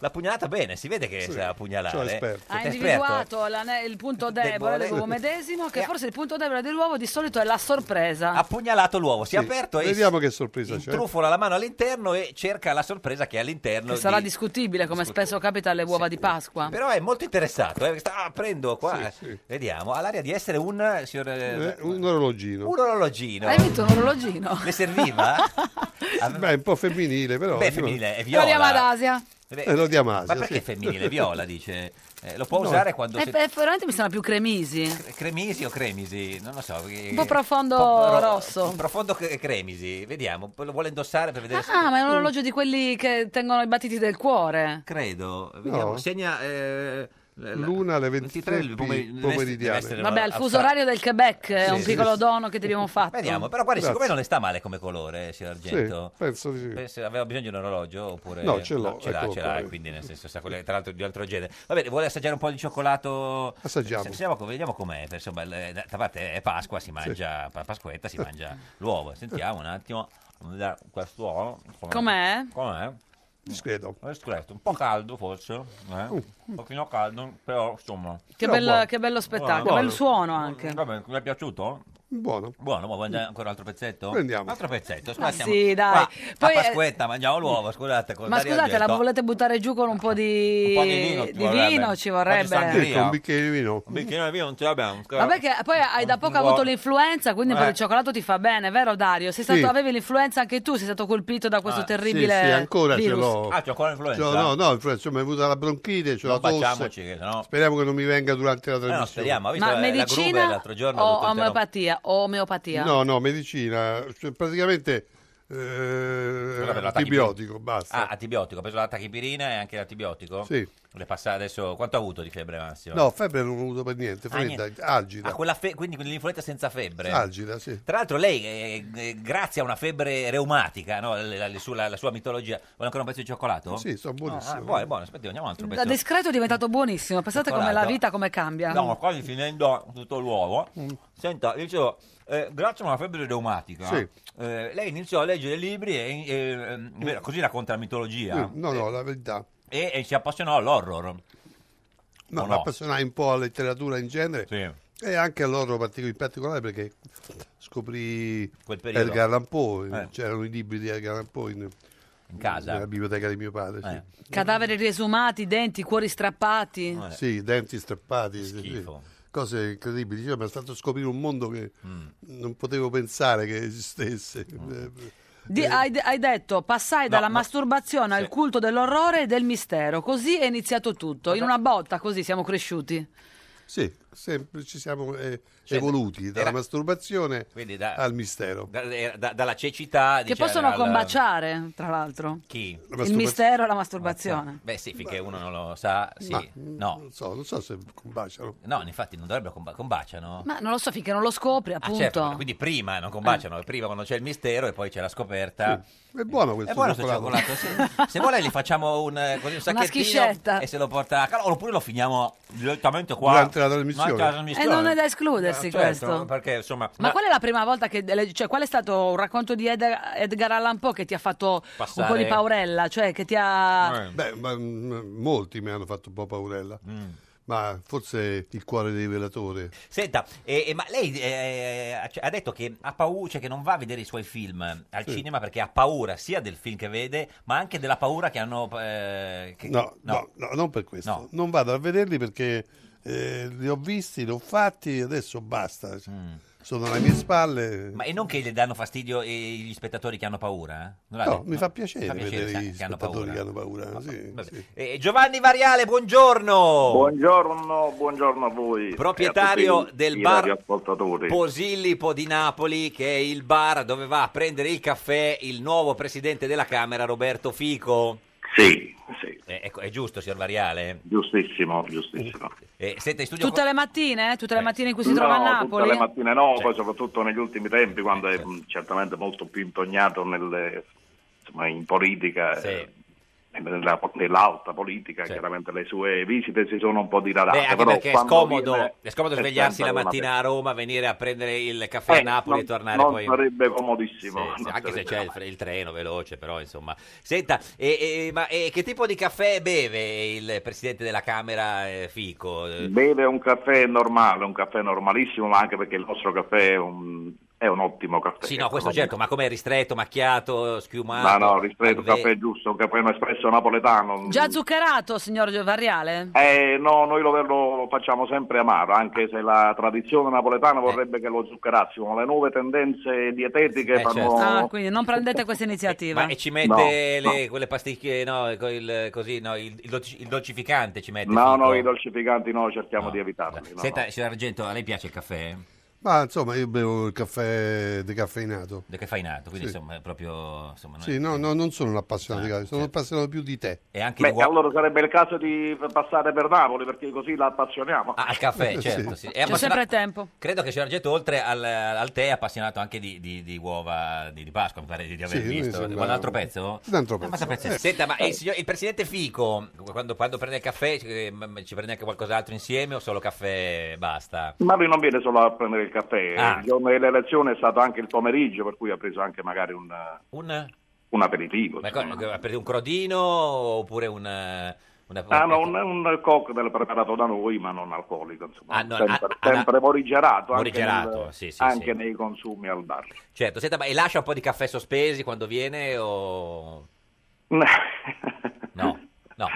[SPEAKER 2] L'ha pugnalata bene, si vede che sa pugnalare.
[SPEAKER 6] sono esperto.
[SPEAKER 2] Siete
[SPEAKER 1] Ha
[SPEAKER 2] esperto?
[SPEAKER 1] individuato la ne- il punto debole
[SPEAKER 2] Debole. Eh.
[SPEAKER 1] dell'uovo medesimo, che forse il punto debole dell'uovo di solito è la sorpresa.
[SPEAKER 2] Ha pugnalato l'uovo, si è aperto e
[SPEAKER 6] Vediamo che sorpresa c'è.
[SPEAKER 2] trufola la mano all'interno e cerca la sorpresa che è all'interno.
[SPEAKER 1] Che sarà
[SPEAKER 2] di-
[SPEAKER 1] discutibile, come spesso capita alle uova di Pasqua.
[SPEAKER 2] Però è molto interessato. Eh, sta aprendo qua. Vediamo, ha l'aria di essere un signor, eh,
[SPEAKER 6] Eh, un orologino.
[SPEAKER 2] un orologino.
[SPEAKER 1] Hai vinto un orologino.
[SPEAKER 2] Le serviva?
[SPEAKER 6] Beh, è un po' femminile, però.
[SPEAKER 2] Beh, femminile, è
[SPEAKER 1] Lo diamo ad
[SPEAKER 2] viola.
[SPEAKER 1] Asia.
[SPEAKER 2] Beh,
[SPEAKER 6] Eh, lo diamo a Asia,
[SPEAKER 2] Ma perché
[SPEAKER 6] sì.
[SPEAKER 2] femminile? Viola dice. Eh, lo può
[SPEAKER 6] No.
[SPEAKER 2] usare quando
[SPEAKER 1] Eh,
[SPEAKER 2] si-
[SPEAKER 1] eh, veramente mi sembra più cremisi.
[SPEAKER 2] Cremisi o cremisi? Non lo so.
[SPEAKER 1] Un po' profondo rosso.
[SPEAKER 2] Un profondo cre- cremisi, vediamo. Poi Lo vuole indossare per vedere se.
[SPEAKER 1] Ah, ma è un orologio di quelli che tengono i battiti del cuore.
[SPEAKER 2] Credo. Vediamo.
[SPEAKER 6] No.
[SPEAKER 2] Segna. eh, la- la-
[SPEAKER 6] L'una alle 23
[SPEAKER 2] del pomer- deve
[SPEAKER 6] pomeridiane.
[SPEAKER 2] essere- deve
[SPEAKER 1] Vabbè, al
[SPEAKER 2] essere-
[SPEAKER 1] fuso orario del Quebec è
[SPEAKER 2] Sì,
[SPEAKER 1] un
[SPEAKER 2] sì,
[SPEAKER 1] piccolo
[SPEAKER 2] sì.
[SPEAKER 1] dono che ti abbiamo fatto.
[SPEAKER 2] Vediamo, però guarda,
[SPEAKER 6] Grazie.
[SPEAKER 2] siccome non le sta male come colore, eh, signor Argento.
[SPEAKER 6] Esatto. Sì, penso di sì.
[SPEAKER 2] Penso- aveva bisogno di un orologio oppure
[SPEAKER 6] No, ce l'ho,
[SPEAKER 2] ce l'ha,
[SPEAKER 6] eccolo
[SPEAKER 2] ce
[SPEAKER 6] qua,
[SPEAKER 2] l'ha,
[SPEAKER 6] eh.
[SPEAKER 2] quindi nel senso sa quelle- tra l'altro di altro genere. Va bene, vuole assaggiare un po' di cioccolato?
[SPEAKER 6] Assaggiamo.
[SPEAKER 2] Eh, Assaggiamo, co- vediamo com'è, per- insomma, le- da da parte è Pasqua, si mangia pa- Pasquetta, si mangia l'uovo. Sentiamo un attimo da questo uovo. com'è?
[SPEAKER 1] Com'è?
[SPEAKER 2] Com'è?
[SPEAKER 6] Discreto. Mm.
[SPEAKER 2] Discreto, un po' caldo forse, eh? un pochino caldo, però insomma.
[SPEAKER 1] Che, bel- che bello spettacolo,
[SPEAKER 2] Buono.
[SPEAKER 1] bel suono anche.
[SPEAKER 2] Va bene, mi è piaciuto?
[SPEAKER 6] Buono.
[SPEAKER 2] Buono, ma vuoi mangiare ancora un altro pezzetto?
[SPEAKER 6] Prendiamo.
[SPEAKER 2] Altro pezzetto,
[SPEAKER 1] Ma
[SPEAKER 2] scusate. siamo
[SPEAKER 1] Ah,
[SPEAKER 2] qua
[SPEAKER 1] sì, dai. Poi,
[SPEAKER 2] a
[SPEAKER 1] eh,
[SPEAKER 2] Pasquetta, mangiamo l'uovo, scusate. col
[SPEAKER 1] ma
[SPEAKER 2] Dario
[SPEAKER 1] scusate, la
[SPEAKER 2] Argento.
[SPEAKER 1] volete buttare giù con un po' di,
[SPEAKER 2] Un po' di vino ci
[SPEAKER 1] di
[SPEAKER 2] vorrebbe.
[SPEAKER 1] vino ci
[SPEAKER 2] Un po' di
[SPEAKER 1] vorrebbe.
[SPEAKER 2] sangria.
[SPEAKER 6] Ecco, un bicchiere di vino.
[SPEAKER 2] Un bicchierino di vino non ce l'abbiamo.
[SPEAKER 1] Vabbè, che poi hai da poco
[SPEAKER 2] Buono.
[SPEAKER 1] avuto l'influenza, quindi un po'
[SPEAKER 2] Eh.
[SPEAKER 1] di cioccolato ti fa bene, vero Dario? Sei stato-
[SPEAKER 6] Sì.
[SPEAKER 1] Avevi l'influenza anche tu, sei stato colpito da questo
[SPEAKER 2] Ah,
[SPEAKER 1] terribile
[SPEAKER 6] Sì, sì, ancora ce
[SPEAKER 1] virus.
[SPEAKER 6] l'ho.
[SPEAKER 2] Ah, c'ho ancora l'influenza?
[SPEAKER 6] C'ho- Cioè, no, no, influenza, insomma, mi è venuta la bronchite, c'ho
[SPEAKER 2] Non
[SPEAKER 6] la tosse.
[SPEAKER 2] facciamoci, che sennò-
[SPEAKER 6] Speriamo che non mi venga durante la
[SPEAKER 2] Eh,
[SPEAKER 6] trasmissione.
[SPEAKER 2] no, speriamo. Ha visto
[SPEAKER 1] Ma
[SPEAKER 2] la- la
[SPEAKER 1] medicina
[SPEAKER 2] Gruber l'altro giorno? ha
[SPEAKER 1] o
[SPEAKER 2] dovuto interrom-
[SPEAKER 1] omeopatia? O omeopatia?
[SPEAKER 6] No, no, medicina, cioè, praticamente eh,
[SPEAKER 2] Vabbè, la tachi-
[SPEAKER 6] antibiotico,
[SPEAKER 2] Ah,
[SPEAKER 6] basta.
[SPEAKER 2] antibiotico. Ha preso la tachipirina e anche l'antibiotico?
[SPEAKER 6] Sì.
[SPEAKER 2] Le passa adesso... Quanto ha avuto di febbre massimo?
[SPEAKER 6] no, febbre non ho avuto per niente, fredda,
[SPEAKER 2] Ah, niente.
[SPEAKER 6] algida.
[SPEAKER 2] Ah, quella fe- quindi quell'influenza senza febbre?
[SPEAKER 6] Algida, sì.
[SPEAKER 2] Tra l'altro lei, eh, eh, grazie a una febbre reumatica, no? la, la- la sua, la- la sua mitologia, vuole ancora un pezzo di cioccolato?
[SPEAKER 6] Sì, sono buonissimo.
[SPEAKER 2] Ah, buono, buono, aspetta, andiamo a un altro
[SPEAKER 1] Da
[SPEAKER 2] pezzo.
[SPEAKER 1] discreto è diventato buonissimo, pensate come la
[SPEAKER 2] Cioccolato.
[SPEAKER 1] vita come cambia.
[SPEAKER 2] Stiamo quasi finendo tutto l'uovo.
[SPEAKER 6] Mm.
[SPEAKER 2] Senta, io dicevo, eh, grazie a una febbre reumatica,
[SPEAKER 6] Sì.
[SPEAKER 2] eh, lei iniziò a leggere libri, e, eh, eh, così racconta la mitologia,
[SPEAKER 6] No, no, la verità.
[SPEAKER 2] e, e si appassionò all'horror.
[SPEAKER 6] No,
[SPEAKER 2] O
[SPEAKER 6] mi appassionai un po' alla letteratura in genere
[SPEAKER 2] Sì.
[SPEAKER 6] e anche all'oro partico- in particolare perché scoprì
[SPEAKER 2] Quel periodo.
[SPEAKER 6] Edgar Allan Poe,
[SPEAKER 2] Eh.
[SPEAKER 6] c'erano i libri di Edgar Allan Poe in,
[SPEAKER 2] In casa.
[SPEAKER 6] nella biblioteca di mio padre. sì.
[SPEAKER 2] Eh.
[SPEAKER 1] Cadaveri riesumati, denti, cuori strappati.
[SPEAKER 2] Eh.
[SPEAKER 6] Sì, denti strappati, sì, sì.
[SPEAKER 2] Schifo.
[SPEAKER 6] cose incredibili. Cioè, mi è stato scoprire un mondo che
[SPEAKER 2] Mm.
[SPEAKER 6] non potevo pensare che esistesse. Eh,
[SPEAKER 1] Di- hai, de- hai detto, passai dalla
[SPEAKER 2] no.
[SPEAKER 1] masturbazione al
[SPEAKER 2] Sì.
[SPEAKER 1] culto dell'orrore e del mistero. Così è iniziato tutto. In una botta, così siamo cresciuti.
[SPEAKER 2] Ah,
[SPEAKER 6] Sì, sempre ci siamo eh,
[SPEAKER 2] Cioè,
[SPEAKER 6] evoluti dalla
[SPEAKER 2] era-
[SPEAKER 6] masturbazione
[SPEAKER 2] Quindi da-
[SPEAKER 6] al mistero.
[SPEAKER 2] Da- da- dalla cecità...
[SPEAKER 1] Che
[SPEAKER 2] diciamo,
[SPEAKER 1] possono
[SPEAKER 2] al-
[SPEAKER 1] combaciare, tra l'altro.
[SPEAKER 2] Chi?
[SPEAKER 6] La
[SPEAKER 1] Il
[SPEAKER 6] masturbaz-
[SPEAKER 1] mistero e la masturbazione.
[SPEAKER 2] Beh sì, finché uno non lo sa, sì.
[SPEAKER 6] Ma,
[SPEAKER 2] No,
[SPEAKER 6] Non so, non so se combaciano.
[SPEAKER 2] no, infatti non dovrebbero comba- combaciano.
[SPEAKER 1] Ma non lo so finché non lo scopri,
[SPEAKER 2] certo. Ah,
[SPEAKER 1] appunto. Eh.
[SPEAKER 2] certo, quindi prima non combaciano, prima quando c'è il mistero e poi c'è la scoperta.
[SPEAKER 6] È buono questo
[SPEAKER 2] È buono questo
[SPEAKER 6] cioccolato.
[SPEAKER 2] cioccolato. Se, se vuole gli facciamo un, eh, così, un
[SPEAKER 1] schiscetta.
[SPEAKER 2] sacchettino e se lo porta a casa oppure lo finiamo direttamente qua
[SPEAKER 6] Durante la trasmissione.
[SPEAKER 2] Durante la
[SPEAKER 1] E
[SPEAKER 2] trasmissione.
[SPEAKER 1] non è da escludersi
[SPEAKER 2] Eh, certo,
[SPEAKER 1] questo.
[SPEAKER 2] Perché insomma
[SPEAKER 1] Ma qual è la prima volta che. cioè, qual è stato un racconto di Ed- Edgar Allan Poe che ti ha fatto
[SPEAKER 2] Passare-
[SPEAKER 1] un po' di paurella? Cioè, che ti ha.
[SPEAKER 2] eh,
[SPEAKER 6] Beh, ma, mm, molti mi hanno fatto un po' paurella. Ma forse il cuore dei velatori.
[SPEAKER 2] Senta, eh, eh, ma lei eh, ha ha detto che ha paura, cioè che non va a vedere i suoi film al
[SPEAKER 6] Sì.
[SPEAKER 2] cinema perché ha paura sia del film che vede, ma anche della paura che hanno. eh, che-
[SPEAKER 6] No, no, no, non per questo.
[SPEAKER 2] No.
[SPEAKER 6] Non vado a vederli perché eh, li ho visti, li ho fatti, adesso basta. Sono alle mie spalle.
[SPEAKER 2] Mm. Ma e non che le danno fastidio eh, gli spettatori che hanno paura? eh? Non l'ha
[SPEAKER 6] No,
[SPEAKER 2] detto?
[SPEAKER 6] mi fa piacere,
[SPEAKER 2] Fa piacere,
[SPEAKER 6] vedere
[SPEAKER 2] sa-
[SPEAKER 6] i
[SPEAKER 2] che hanno
[SPEAKER 6] spettatori
[SPEAKER 2] paura.
[SPEAKER 6] che hanno paura. sì, sì.
[SPEAKER 2] Eh, Giovanni Variale, buongiorno.
[SPEAKER 11] Buongiorno, buongiorno a voi.
[SPEAKER 2] Proprietario
[SPEAKER 11] e a tutti
[SPEAKER 2] del
[SPEAKER 11] i
[SPEAKER 2] bar
[SPEAKER 11] radioascoltatori.
[SPEAKER 2] Posillipo di Napoli, che è il bar dove va a prendere il caffè il nuovo presidente della Camera, Roberto Fico.
[SPEAKER 11] Sì, sì.
[SPEAKER 2] ecco, è giusto, signor Variale?
[SPEAKER 11] Giustissimo, giustissimo.
[SPEAKER 2] Eh, senta, in studio...
[SPEAKER 1] Tutte le mattine? eh? Tutte le mattine in cui si
[SPEAKER 11] no,
[SPEAKER 1] trova a
[SPEAKER 11] tutte le
[SPEAKER 1] Napoli? eh?
[SPEAKER 11] mattine no,
[SPEAKER 2] Certo.
[SPEAKER 11] poi soprattutto negli ultimi tempi, quando è mh, certamente molto più impegnato nelle- insomma, in politica, eh, nella- nell'alta politica, chiaramente le sue visite si sono un po' diradate.
[SPEAKER 2] Beh, anche
[SPEAKER 11] però
[SPEAKER 2] perché è
[SPEAKER 11] quando
[SPEAKER 2] scomodo,
[SPEAKER 11] viene
[SPEAKER 2] è scomodo
[SPEAKER 11] è
[SPEAKER 2] svegliarsi la
[SPEAKER 11] sempre una
[SPEAKER 2] mattina a Roma, venire a prendere il caffè
[SPEAKER 11] Eh,
[SPEAKER 2] a Napoli e
[SPEAKER 11] non-
[SPEAKER 2] tornare
[SPEAKER 11] non
[SPEAKER 2] poi...
[SPEAKER 11] sarebbe comodissimo.
[SPEAKER 2] Sì, sì,
[SPEAKER 11] Non
[SPEAKER 2] Eh, anche se
[SPEAKER 11] sarebbe
[SPEAKER 2] c'è il, fre- il treno veloce, però insomma. Senta, e- e- ma e che tipo di caffè beve il presidente della Camera eh, Fico? Eh,
[SPEAKER 11] Beve un caffè normale, un caffè normalissimo, ma anche perché il nostro caffè è un, è un ottimo caffè.
[SPEAKER 2] Sì, no, questo certo, ma com'è ristretto, macchiato,
[SPEAKER 11] Ma
[SPEAKER 2] schiumato?
[SPEAKER 11] no, ristretto,
[SPEAKER 2] Vabbè.
[SPEAKER 11] caffè giusto, un caffè un espresso napoletano.
[SPEAKER 1] Già zuccherato, signor Gio- Variale?
[SPEAKER 11] Eh, no, noi lo, lo facciamo sempre amaro, anche se la tradizione
[SPEAKER 2] Eh.
[SPEAKER 11] napoletana vorrebbe che lo zuccherassimo. ma Le nuove tendenze dietetiche
[SPEAKER 2] Eh,
[SPEAKER 11] fanno...
[SPEAKER 2] certo. Eh,
[SPEAKER 1] Ah, quindi non prendete questa iniziativa.
[SPEAKER 2] Ma e ci mette le- quelle pasticche, no, co- il, così, no, il, il dolci- il dolcificante ci mette?
[SPEAKER 11] No,
[SPEAKER 2] Fico?
[SPEAKER 11] no, i dolcificanti no, cerchiamo di evitarli. no,
[SPEAKER 2] Senta,
[SPEAKER 11] no.
[SPEAKER 2] signor Argento, a lei piace il caffè?
[SPEAKER 6] Ma insomma, io bevo il caffè decaffeinato.
[SPEAKER 2] Decaffeinato, quindi
[SPEAKER 6] Sì.
[SPEAKER 2] insomma è proprio... Insomma, non è- Eh,
[SPEAKER 6] Sì, no, no, non sono un appassionato di caffè, sono un appassionato più di te.
[SPEAKER 2] E anche
[SPEAKER 11] Beh,
[SPEAKER 2] di uova-
[SPEAKER 11] allora sarebbe il caso di passare per Napoli, perché così la appassioniamo.
[SPEAKER 2] Ah, al caffè, certo. Sì. È
[SPEAKER 1] C'è
[SPEAKER 2] appassionato-
[SPEAKER 1] sempre
[SPEAKER 11] Eh,
[SPEAKER 1] tempo.
[SPEAKER 2] Credo che signor Argento, oltre al, al tè, è appassionato anche di, di- di uova di, di Pasqua, mi pare di, di aver
[SPEAKER 6] Sì, mi
[SPEAKER 2] visto.
[SPEAKER 6] sembra-
[SPEAKER 2] Vuole un altro pezzo?
[SPEAKER 6] Un altro
[SPEAKER 2] Ah, ma
[SPEAKER 6] pezzo,
[SPEAKER 2] sapete-
[SPEAKER 6] eh.
[SPEAKER 2] Senta, ma il, signor- il presidente Fico, quando, quando prende il caffè, eh, m- ci prende anche qualcos'altro insieme o solo caffè e basta?
[SPEAKER 11] Ma lui non viene solo a prendere il caffè,
[SPEAKER 2] Ah.
[SPEAKER 11] il giorno dell'elezione è stato anche il pomeriggio, per cui ha preso anche magari un,
[SPEAKER 2] Un...
[SPEAKER 11] un aperitivo.
[SPEAKER 2] Ma
[SPEAKER 11] insomma.
[SPEAKER 2] cosa- ha preso un crodino oppure un... eh, una-
[SPEAKER 11] Ah, no, un, un cocktail preparato da noi, ma non alcolico, insomma,
[SPEAKER 2] Ah, no,
[SPEAKER 11] sempre,
[SPEAKER 2] ah, ah,
[SPEAKER 11] sempre morigerato, anche,
[SPEAKER 2] morigerato,
[SPEAKER 11] nel-
[SPEAKER 2] sì, sì,
[SPEAKER 11] anche
[SPEAKER 2] sì.
[SPEAKER 11] nei consumi al bar.
[SPEAKER 2] Certo, senta, ma e lascia un po' di caffè sospesi quando viene o... No, no.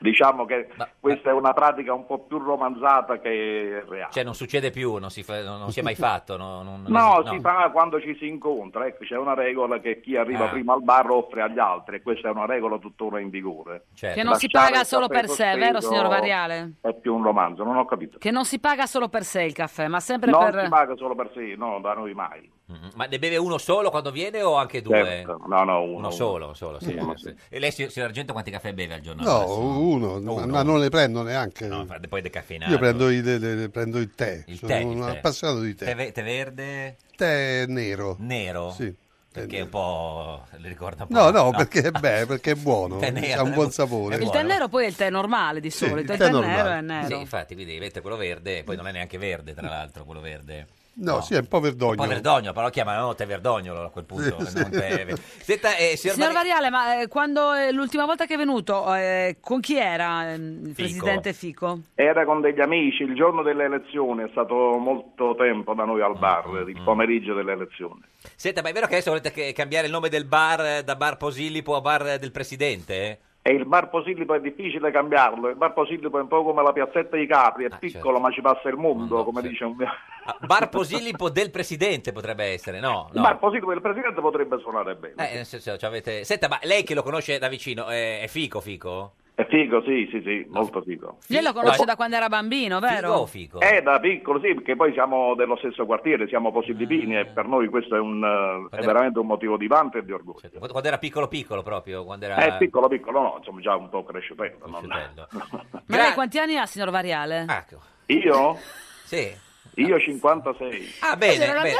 [SPEAKER 11] Diciamo che questa è una pratica un po' più romanzata che reale.
[SPEAKER 2] Cioè non succede più, non si, fa- non- non si è mai fatto. no, non-
[SPEAKER 11] No,
[SPEAKER 2] Mm, no.
[SPEAKER 11] si fa quando ci si incontra, ecco, c'è una regola che chi arriva
[SPEAKER 2] Ah.
[SPEAKER 11] prima al bar offre agli altri e questa è una regola tuttora in vigore.
[SPEAKER 2] Certo.
[SPEAKER 1] Che non si
[SPEAKER 11] Lasciare
[SPEAKER 1] paga
[SPEAKER 11] il
[SPEAKER 1] solo
[SPEAKER 11] caffè
[SPEAKER 1] per sé, vero
[SPEAKER 11] sospeso
[SPEAKER 1] signor Variale?
[SPEAKER 11] È più un romanzo, non ho capito.
[SPEAKER 1] Che non si paga solo per sé il caffè, ma sempre
[SPEAKER 11] non si
[SPEAKER 1] per...
[SPEAKER 11] paga solo per sé, no, da noi mai.
[SPEAKER 2] Ma ne beve uno solo quando viene o anche due?
[SPEAKER 11] Certo, No, no, uno.
[SPEAKER 2] Uno solo, solo, sì.
[SPEAKER 6] Uno,
[SPEAKER 2] sì. E lei, signor signor Argento, quanti caffè beve al giorno?
[SPEAKER 6] No,
[SPEAKER 2] massimo?
[SPEAKER 6] uno,
[SPEAKER 2] Uno.
[SPEAKER 6] ma- ma non ne prendo neanche.
[SPEAKER 2] No, infatti, poi decaffeinato.
[SPEAKER 6] Io prendo il, le- le- prendo il tè,
[SPEAKER 2] Il
[SPEAKER 6] sono
[SPEAKER 2] tè, il
[SPEAKER 6] un
[SPEAKER 2] tè.
[SPEAKER 6] appassionato di tè.
[SPEAKER 2] Tè, ve- tè verde?
[SPEAKER 6] Tè nero.
[SPEAKER 2] Nero?
[SPEAKER 6] Sì.
[SPEAKER 2] Perché un po'... le ricorda un po'.
[SPEAKER 6] No, no, perché, beh, perché è buono,
[SPEAKER 2] Tè nero,
[SPEAKER 6] ha un buon
[SPEAKER 2] è
[SPEAKER 6] sapore.
[SPEAKER 1] Il tè nero poi è il tè normale di solito, il
[SPEAKER 6] tè
[SPEAKER 1] tè nero
[SPEAKER 6] normale.
[SPEAKER 1] è nero.
[SPEAKER 2] Sì, infatti, quindi mette quello verde, poi non è neanche verde, tra l'altro, quello verde.
[SPEAKER 6] No, sì, è un po'
[SPEAKER 2] Un po'
[SPEAKER 6] verdognolo.
[SPEAKER 2] verdognolo, però lo chiamano tè verdognolo a quel punto.
[SPEAKER 6] Sì,
[SPEAKER 2] non
[SPEAKER 6] sì.
[SPEAKER 2] tè- Senta, eh, signor,
[SPEAKER 1] Signor
[SPEAKER 2] Mari-
[SPEAKER 1] Variale, ma eh, quando eh, l'ultima volta che è venuto, eh, con chi era ehm, il presidente Fico?
[SPEAKER 11] Era con degli amici il giorno delle elezioni, è stato molto tempo da noi al bar, il pomeriggio delle elezioni.
[SPEAKER 2] Senta, ma è vero che adesso volete che- cambiare il nome del bar eh, da bar Posillipo a bar eh, del presidente?
[SPEAKER 11] E il bar Posillipo è difficile cambiarlo, il bar Posillipo è un po' come la piazzetta di Capri, è piccolo ma ci passa il mondo, come dice un mio...
[SPEAKER 2] Ah, Bar Posillipo del presidente potrebbe essere, no?
[SPEAKER 11] Il
[SPEAKER 2] no.
[SPEAKER 11] bar Posillipo del presidente potrebbe suonare bene.
[SPEAKER 2] Eh, nel senso, cioè, avete- Senta, ma lei che lo conosce da vicino, eh, è fico, fico?
[SPEAKER 11] È figo, sì, sì, sì, molto figo.
[SPEAKER 1] Lei lo conosce da quando era bambino, vero?
[SPEAKER 2] figo?
[SPEAKER 11] Eh, da piccolo sì, perché poi siamo dello stesso quartiere, siamo posillipini e per noi questo è, un, eh, è
[SPEAKER 2] era-
[SPEAKER 11] veramente un motivo di vanto e di orgoglio.
[SPEAKER 2] Quando quando era piccolo, piccolo proprio, quando era...
[SPEAKER 11] Eh, piccolo piccolo no, insomma già un po' cresciutello. non-
[SPEAKER 2] Ah,
[SPEAKER 1] Ma lei quanti anni ha, signor Variale?
[SPEAKER 11] Io?
[SPEAKER 2] Sì.
[SPEAKER 11] Io 56.
[SPEAKER 2] Ah, bene, bene.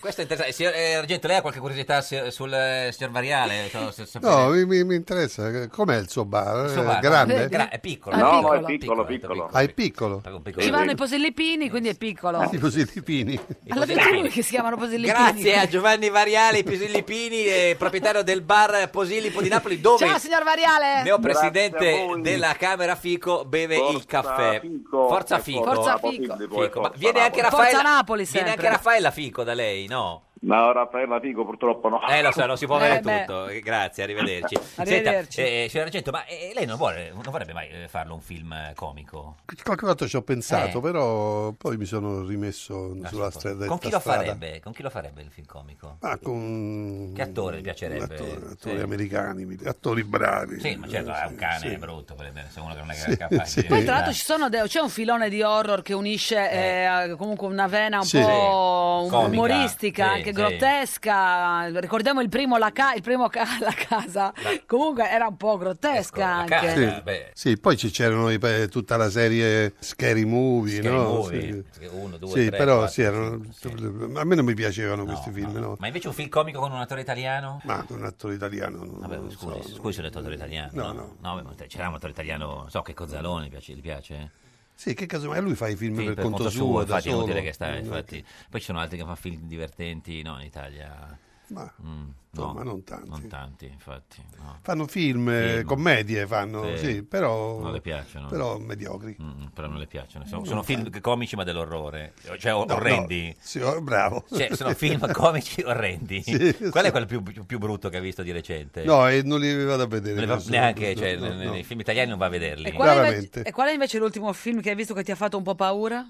[SPEAKER 2] questo è interessante. Signor eh, Argento, lei ha qualche curiosità si- sul eh, signor Variale? So- se- se-
[SPEAKER 6] No, mi, mi- mi interessa. Com'è il suo bar?
[SPEAKER 2] Il suo
[SPEAKER 6] È
[SPEAKER 2] bar,
[SPEAKER 6] grande?
[SPEAKER 2] no? Gra- è
[SPEAKER 1] Ah,
[SPEAKER 2] piccolo.
[SPEAKER 11] No, no, è
[SPEAKER 2] piccolo,
[SPEAKER 11] piccolo, piccolo.
[SPEAKER 6] Ah, è piccolo.
[SPEAKER 1] Ivano e Posellipini, quindi è piccolo.
[SPEAKER 2] Ah,
[SPEAKER 6] I posillipini.
[SPEAKER 1] Alla fine è lui che si chiamano Posellipini.
[SPEAKER 2] Grazie eh. a Giovanni Variale Pisillipini, eh, proprietario del bar Posillipo di Napoli, dove
[SPEAKER 1] Ciao signor Variale.
[SPEAKER 2] Neo presidente della Camera Fico beve il caffè. Forza Fico.
[SPEAKER 1] Forza Fico.
[SPEAKER 2] Fico. Ma viene anche
[SPEAKER 1] Forza
[SPEAKER 2] Raffaella
[SPEAKER 1] Napoli
[SPEAKER 2] Viene
[SPEAKER 1] sempre.
[SPEAKER 2] anche Raffaella Fico da lei, no?
[SPEAKER 11] No, Raffaella Fico purtroppo no.
[SPEAKER 2] Eh, lo so, non si può
[SPEAKER 11] Eh,
[SPEAKER 2] avere
[SPEAKER 11] beh.
[SPEAKER 2] tutto. Eh, Grazie, arrivederci.
[SPEAKER 11] Arrivederci.
[SPEAKER 2] Senta, eh, signor Argento, ma eh, lei non, vuole, non vorrebbe mai eh, farlo un film eh, comico?
[SPEAKER 6] Qualche volta ci ho pensato,
[SPEAKER 2] Eh. Ah,
[SPEAKER 6] però poi mi sono rimesso sulla strada.
[SPEAKER 2] Con chi, lo
[SPEAKER 6] strada.
[SPEAKER 2] farebbe? Con chi lo farebbe il film comico?
[SPEAKER 6] Ma con...
[SPEAKER 2] Che attore le piacerebbe?
[SPEAKER 6] Attori,
[SPEAKER 2] Sì.
[SPEAKER 6] attori americani, mi- attori bravi.
[SPEAKER 2] Sì, ma certo, è un cane,
[SPEAKER 6] Sì.
[SPEAKER 2] è brutto, quello è- se uno che non è
[SPEAKER 6] Sì,
[SPEAKER 2] capace
[SPEAKER 6] sì.
[SPEAKER 2] di-
[SPEAKER 1] Poi tra l'altro ci sono de- c'è un filone di horror che unisce eh, comunque una vena un
[SPEAKER 2] Sì.
[SPEAKER 1] po'
[SPEAKER 2] Sì. Comica,
[SPEAKER 1] umoristica,
[SPEAKER 2] sì,
[SPEAKER 1] anche
[SPEAKER 2] sì.
[SPEAKER 1] grottesca. Ricordiamo il primo La, Ca- il primo Ca- la Casa, comunque era un po'
[SPEAKER 2] Ecco,
[SPEAKER 1] grottesca anche.
[SPEAKER 6] Sì.
[SPEAKER 2] eh,
[SPEAKER 6] Sì, poi ci c'erano i pe- tutta la serie Scary Movie,
[SPEAKER 2] Scary
[SPEAKER 6] no?
[SPEAKER 2] Movie,
[SPEAKER 6] Sì.
[SPEAKER 2] uno, due,
[SPEAKER 6] Sì,
[SPEAKER 2] tre,
[SPEAKER 6] però
[SPEAKER 2] quattro,
[SPEAKER 6] sì, erano- a me non mi piacevano questi film, no.
[SPEAKER 2] Ma invece un film comico con un attore italiano?
[SPEAKER 6] Ma un attore italiano non
[SPEAKER 2] Vabbè, scusi, scusi, ho detto attore italiano.
[SPEAKER 6] No,
[SPEAKER 2] no. no ma c'era un attore italiano, non so che Cozzalone gli piace. Gli piace?
[SPEAKER 6] Sì, che caso, ma lui fa i film
[SPEAKER 2] Sì,
[SPEAKER 6] per, conto, suo, da
[SPEAKER 2] infatti, è
[SPEAKER 6] solo.
[SPEAKER 2] inutile che sta,
[SPEAKER 6] Mm,
[SPEAKER 2] infatti. Poi ci sono altri che fanno film divertenti, no, in Italia.
[SPEAKER 6] Ma,
[SPEAKER 2] Mm,
[SPEAKER 6] insomma, non
[SPEAKER 2] tanti. Non tanti, infatti. no.
[SPEAKER 6] Fanno film, eh, commedie fanno, sì, però-
[SPEAKER 2] Non le piacciono.
[SPEAKER 6] però mediocri.
[SPEAKER 2] Mm, però non le piacciono. Sono,
[SPEAKER 6] Non
[SPEAKER 2] sono film comici ma dell'orrore. Cioè, o-
[SPEAKER 6] No,
[SPEAKER 2] orrendi.
[SPEAKER 6] no, sì, oh, bravo.
[SPEAKER 2] Cioè, sono film comici orrendi.
[SPEAKER 6] Sì,
[SPEAKER 2] Qual
[SPEAKER 6] sì.
[SPEAKER 2] è quello più, più brutto che ha visto di recente?
[SPEAKER 6] No, e non li vado a vedere.
[SPEAKER 2] Non le va-
[SPEAKER 6] questo.
[SPEAKER 2] neanche,
[SPEAKER 6] No,
[SPEAKER 2] cioè,
[SPEAKER 6] no,
[SPEAKER 2] nei-
[SPEAKER 6] no.
[SPEAKER 2] nei film italiani non va a vederli.
[SPEAKER 1] E qual è invece-
[SPEAKER 6] Veramente.
[SPEAKER 1] e qual è invece l'ultimo film che hai visto che ti ha fatto un po' paura?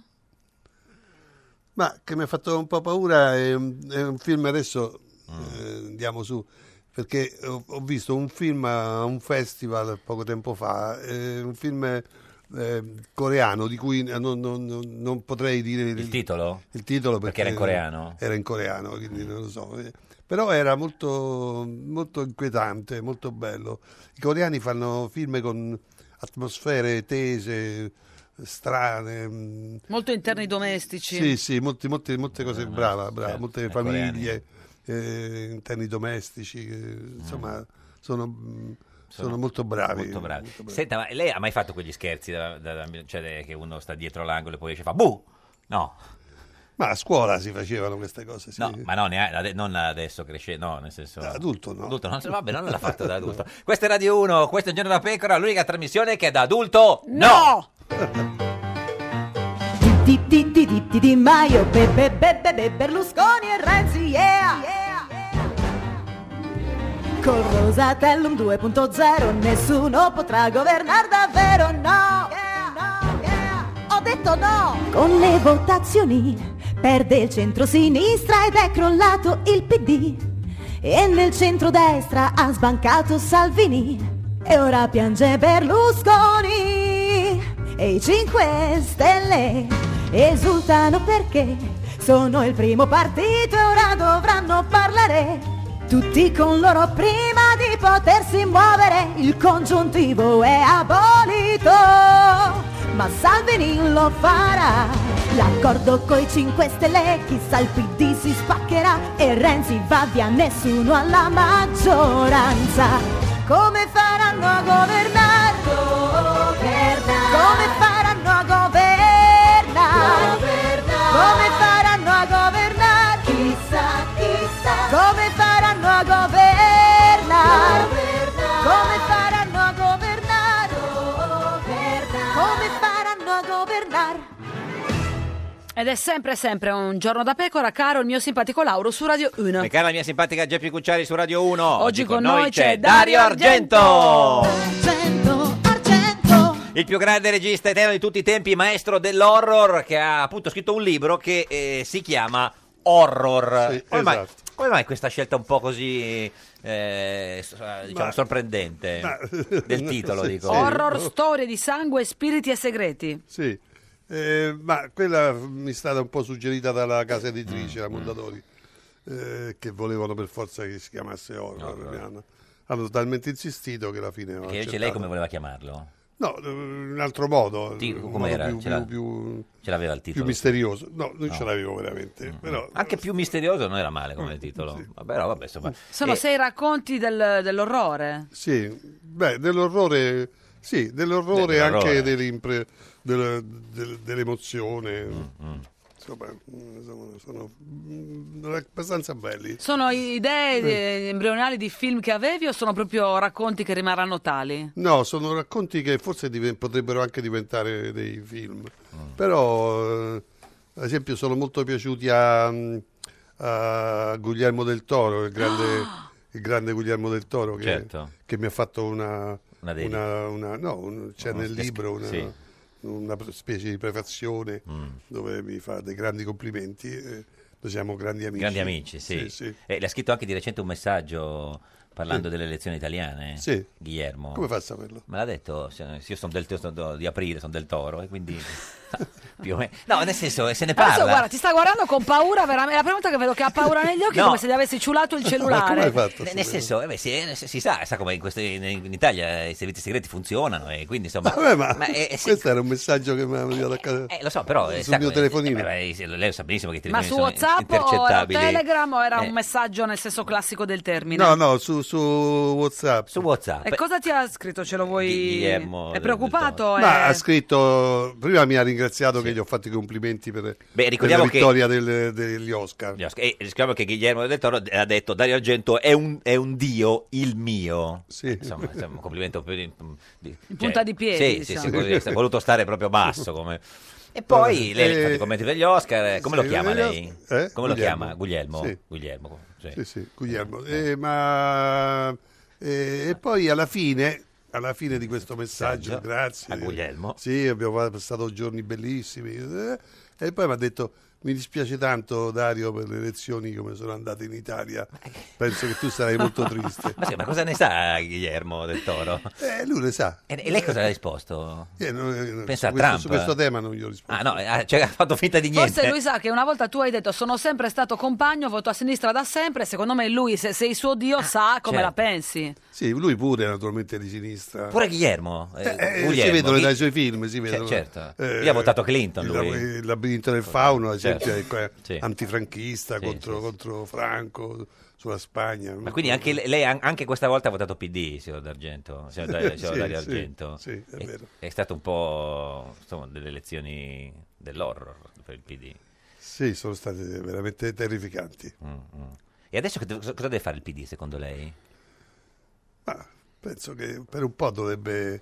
[SPEAKER 6] Ma che mi ha fatto un po' paura è un, è un film adesso
[SPEAKER 2] Mm.
[SPEAKER 6] eh, andiamo su perché ho, ho visto un film a un festival poco tempo fa, eh, un film eh, coreano di cui non, non- non- non potrei dire il,
[SPEAKER 2] titolo?
[SPEAKER 6] Il titolo
[SPEAKER 2] Perché
[SPEAKER 6] perché,
[SPEAKER 2] era in coreano? Mm.
[SPEAKER 6] Era in coreano, quindi non lo so. eh. Però era molto, molto inquietante, molto bello. I coreani fanno film con atmosfere tese, strane. mm,
[SPEAKER 1] Molto interni domestici.
[SPEAKER 6] sì, sì, molti- molti- molte cose, brava, brava,
[SPEAKER 2] certo,
[SPEAKER 6] molte
[SPEAKER 2] ai
[SPEAKER 6] famiglie, eh, interni domestici, eh, insomma, sono, mm, sono molto bravi.
[SPEAKER 2] Molto bravi.
[SPEAKER 6] molto bravi.
[SPEAKER 2] Senta, ma lei ha mai fatto quegli scherzi da- da- da- cioè, che uno sta dietro l'angolo e poi esce e fa buh? No,
[SPEAKER 6] Ma a scuola si facevano queste cose, sì.
[SPEAKER 2] no, ma no, neanche- ade- non adesso cresce, no, nel senso...
[SPEAKER 6] Da adulto, no?
[SPEAKER 2] Adulto, non, vabbè, non l'ha fatto da adulto. Questa è Radio 1, questo è Il Giorno della Pecora, l'unica trasmissione che è da adulto no!
[SPEAKER 5] Di di di di di Di Maio, be be be be be Berlusconi e Renzi, yeah! Col Rosatellum 2.0 nessuno potrà governare davvero, no! Ho detto no! Con le votazioni perde il centro-sinistra ed è crollato il PD. E nel centro-destra ha sbancato Salvini. E ora piange Berlusconi. E i 5 Stelle esultano perché sono il primo partito e ora dovranno parlare. Tutti con loro prima di potersi muovere, il congiuntivo è abolito, ma Salvini lo farà. L'accordo coi 5 Stelle, chissà il PD si spaccherà e Renzi va via, nessuno alla maggioranza. Come faranno a governare? Come faranno a governare? Come faranno a governare? Chissà, chissà. Come faranno a governare? Come faranno a governare? Come faranno a governare?
[SPEAKER 1] Ed è sempre sempre un giorno da pecora, caro il mio simpatico Lauro su Radio 1.
[SPEAKER 2] E cara la mia simpatica Geppi Cucciari su Radio 1, oggi,
[SPEAKER 1] con noi c'è Dario
[SPEAKER 2] Argento! Il più grande regista italiano di tutti i tempi, maestro dell'horror, che ha appunto scritto un libro che eh, si chiama Horror.
[SPEAKER 6] Sì,
[SPEAKER 2] come, mai,
[SPEAKER 6] esatto.
[SPEAKER 2] come mai questa scelta un po' così eh, so- diciamo,
[SPEAKER 6] Ma-
[SPEAKER 2] sorprendente
[SPEAKER 6] ma-
[SPEAKER 2] del titolo?
[SPEAKER 6] Sì,
[SPEAKER 2] dico.
[SPEAKER 6] sì.
[SPEAKER 1] Horror, storie di sangue, spiriti e segreti.
[SPEAKER 6] Sì, eh, ma quella mi è stata un po' suggerita dalla casa editrice,
[SPEAKER 2] Mm,
[SPEAKER 6] la Mondadori, eh, che volevano per forza che si chiamasse horror. Hanno, hanno talmente insistito che alla fine... ho
[SPEAKER 2] Che invece lei
[SPEAKER 6] accettato.
[SPEAKER 2] come voleva chiamarlo?
[SPEAKER 6] No, eh, in altro modo, in un modo
[SPEAKER 2] com'era?
[SPEAKER 6] più,
[SPEAKER 2] Ce l'ha-
[SPEAKER 6] più- più-
[SPEAKER 2] ce l'aveva il titolo?
[SPEAKER 6] più misterioso. No, non ce
[SPEAKER 2] No. Mm.
[SPEAKER 6] l'avevo veramente, però Mm.
[SPEAKER 2] Anche più misterioso non era male come titolo. Vabbè, no, vabbè, insomma.
[SPEAKER 1] Sono
[SPEAKER 2] Eh,
[SPEAKER 1] sei racconti del- dell'orrore.
[SPEAKER 6] Sì, beh, dell'orrore, sì, dell'orrore
[SPEAKER 2] Dell'orrore.
[SPEAKER 6] anche dell'impre- del- del- dell'emozione. Insomma, mm, sono, sono, mm, abbastanza belli.
[SPEAKER 1] Sono i- idee eh, embrionali di film che avevi o sono proprio racconti che rimarranno tali?
[SPEAKER 6] No, sono racconti che forse diven- potrebbero anche diventare dei film,
[SPEAKER 2] Mm.
[SPEAKER 6] però eh, ad esempio sono molto piaciuti a, mm, a Guglielmo del Toro, il grande, il grande Guglielmo del Toro che,
[SPEAKER 2] Ah! Certo.
[SPEAKER 6] che mi ha fatto una...
[SPEAKER 2] Una dedica.
[SPEAKER 6] una- una- no, un- c'è
[SPEAKER 2] Uno
[SPEAKER 6] nel
[SPEAKER 2] sketch,
[SPEAKER 6] libro una,
[SPEAKER 2] sì. Mm.
[SPEAKER 6] una pre- specie di prefazione dove mi fa dei grandi complimenti, eh, noi siamo grandi amici.
[SPEAKER 2] Grandi amici, sì.
[SPEAKER 6] Sì, sì.
[SPEAKER 2] Eh, le ha scritto anche di recente un messaggio parlando delle elezioni italiane.
[SPEAKER 6] Sì.
[SPEAKER 2] Guillermo.
[SPEAKER 6] Come fa a saperlo?
[SPEAKER 2] Me l'ha detto, se- se io sono del sono di aprile, sono del toro, e quindi... più o meno. No, nel senso, eh, se ne parla.
[SPEAKER 1] Adesso Ah, guarda, ti sta guardando con paura, veramente. È la prima volta che vedo che ha paura negli occhi
[SPEAKER 2] No.
[SPEAKER 1] come se gli avessi ciulato il
[SPEAKER 2] Ne-
[SPEAKER 1] cellulare.
[SPEAKER 2] Nel senso, eh beh, si, eh, si sa, sa come in, queste- in- in Italia i servizi segreti funzionano e quindi insomma...
[SPEAKER 6] Vabbè, ma,
[SPEAKER 2] eh, eh, sì,
[SPEAKER 6] questo era un messaggio che mi aveva mandato a casa.
[SPEAKER 2] eh, lo so, però... eh,
[SPEAKER 6] sul
[SPEAKER 2] sa
[SPEAKER 6] mio
[SPEAKER 2] come-
[SPEAKER 6] telefonino.
[SPEAKER 2] eh, beh, sì, lei lo sa benissimo che i
[SPEAKER 1] Ma
[SPEAKER 2] telefoni
[SPEAKER 1] su
[SPEAKER 2] sono
[SPEAKER 1] WhatsApp o era
[SPEAKER 2] intercettabili.
[SPEAKER 1] Telegram o era
[SPEAKER 2] Eh.
[SPEAKER 1] un messaggio nel senso classico del termine?
[SPEAKER 6] No, no, su, su WhatsApp. Su
[SPEAKER 2] WhatsApp.
[SPEAKER 1] E cosa ti ha scritto? Ce lo vuoi?
[SPEAKER 6] Guillermo
[SPEAKER 1] È preoccupato?
[SPEAKER 6] Ma
[SPEAKER 1] È-
[SPEAKER 6] ha scritto, prima mi ha ringraziato che gli ho fatto i complimenti per,
[SPEAKER 2] Beh,
[SPEAKER 6] per
[SPEAKER 2] ricordiamo
[SPEAKER 6] la
[SPEAKER 2] che-
[SPEAKER 6] vittoria del- degli Oscar.
[SPEAKER 2] Gli Oscar. E rischiamo che Guillermo del Toro ha detto Dario Argento è un, è un dio, il mio. Insomma, insomma, un complimento per... di- cioè,
[SPEAKER 1] punta di piedi,
[SPEAKER 2] Sì, sì,
[SPEAKER 1] diciamo.
[SPEAKER 2] sì, così, si è voluto stare proprio basso. come- E poi lei ha fatto i commenti degli Oscar. eh, Come
[SPEAKER 6] sì,
[SPEAKER 2] lo chiama
[SPEAKER 6] gli
[SPEAKER 2] lei?
[SPEAKER 6] Oscar- eh,
[SPEAKER 2] Come lo
[SPEAKER 6] Guglielmo.
[SPEAKER 2] chiama? Guglielmo.
[SPEAKER 6] Sì.
[SPEAKER 2] Guglielmo. sì.
[SPEAKER 6] Sì, sì, Guglielmo. Eh, ma... eh, e poi alla fine, alla fine di questo messaggio,
[SPEAKER 2] Messaggio
[SPEAKER 6] grazie.
[SPEAKER 2] a Guglielmo.
[SPEAKER 6] Sì, abbiamo passato giorni bellissimi. eh, E poi mi ha detto, mi dispiace tanto Dario per le elezioni come sono andate in Italia. Penso che tu sarai molto triste.
[SPEAKER 2] Ma, sì, ma cosa ne sa Guillermo del Toro?
[SPEAKER 6] Eh, lui le sa.
[SPEAKER 2] E, e lei cosa le ha risposto?
[SPEAKER 6] Eh, no, eh, no,
[SPEAKER 2] Pensa
[SPEAKER 6] su
[SPEAKER 2] a
[SPEAKER 6] questo-
[SPEAKER 2] Trump.
[SPEAKER 6] su questo tema non gli ho risposto.
[SPEAKER 2] Ah, no, eh, cioè, ha fatto finta di niente.
[SPEAKER 1] Forse lui sa che una volta tu hai detto sono sempre stato compagno, voto a sinistra da sempre, secondo me lui se sei suo Dio sa come
[SPEAKER 6] certo.
[SPEAKER 1] la pensi.
[SPEAKER 6] Sì, lui pure naturalmente di sinistra.
[SPEAKER 2] Pure Guillermo, eh,
[SPEAKER 6] Eh,
[SPEAKER 2] Guglielmo.
[SPEAKER 6] si vedono
[SPEAKER 2] Ghi-
[SPEAKER 6] dai suoi film, si
[SPEAKER 2] Cioè,
[SPEAKER 6] vedono.
[SPEAKER 2] certo.
[SPEAKER 6] Eh,
[SPEAKER 2] Lui ha votato Clinton,
[SPEAKER 6] il-
[SPEAKER 2] lui.
[SPEAKER 6] Il labirinto del fauno, ad
[SPEAKER 2] Certo.
[SPEAKER 6] esempio, è qua-
[SPEAKER 2] Sì.
[SPEAKER 6] antifranchista
[SPEAKER 2] Sì,
[SPEAKER 6] contro, contro Franco sulla Spagna.
[SPEAKER 2] Ma quindi anche le- lei, an- anche questa volta ha votato PD, signor D'Argento. Signor Dario, signor
[SPEAKER 6] Sì,
[SPEAKER 2] Dario
[SPEAKER 6] sì,
[SPEAKER 2] Argento.
[SPEAKER 6] sì, è vero.
[SPEAKER 2] È stato un po' insomma, delle elezioni dell'horror per il PD.
[SPEAKER 6] Sì, sono state veramente terrificanti.
[SPEAKER 2] Mm. E adesso che- cosa deve fare il PD secondo lei?
[SPEAKER 6] Penso che per un po' dovrebbe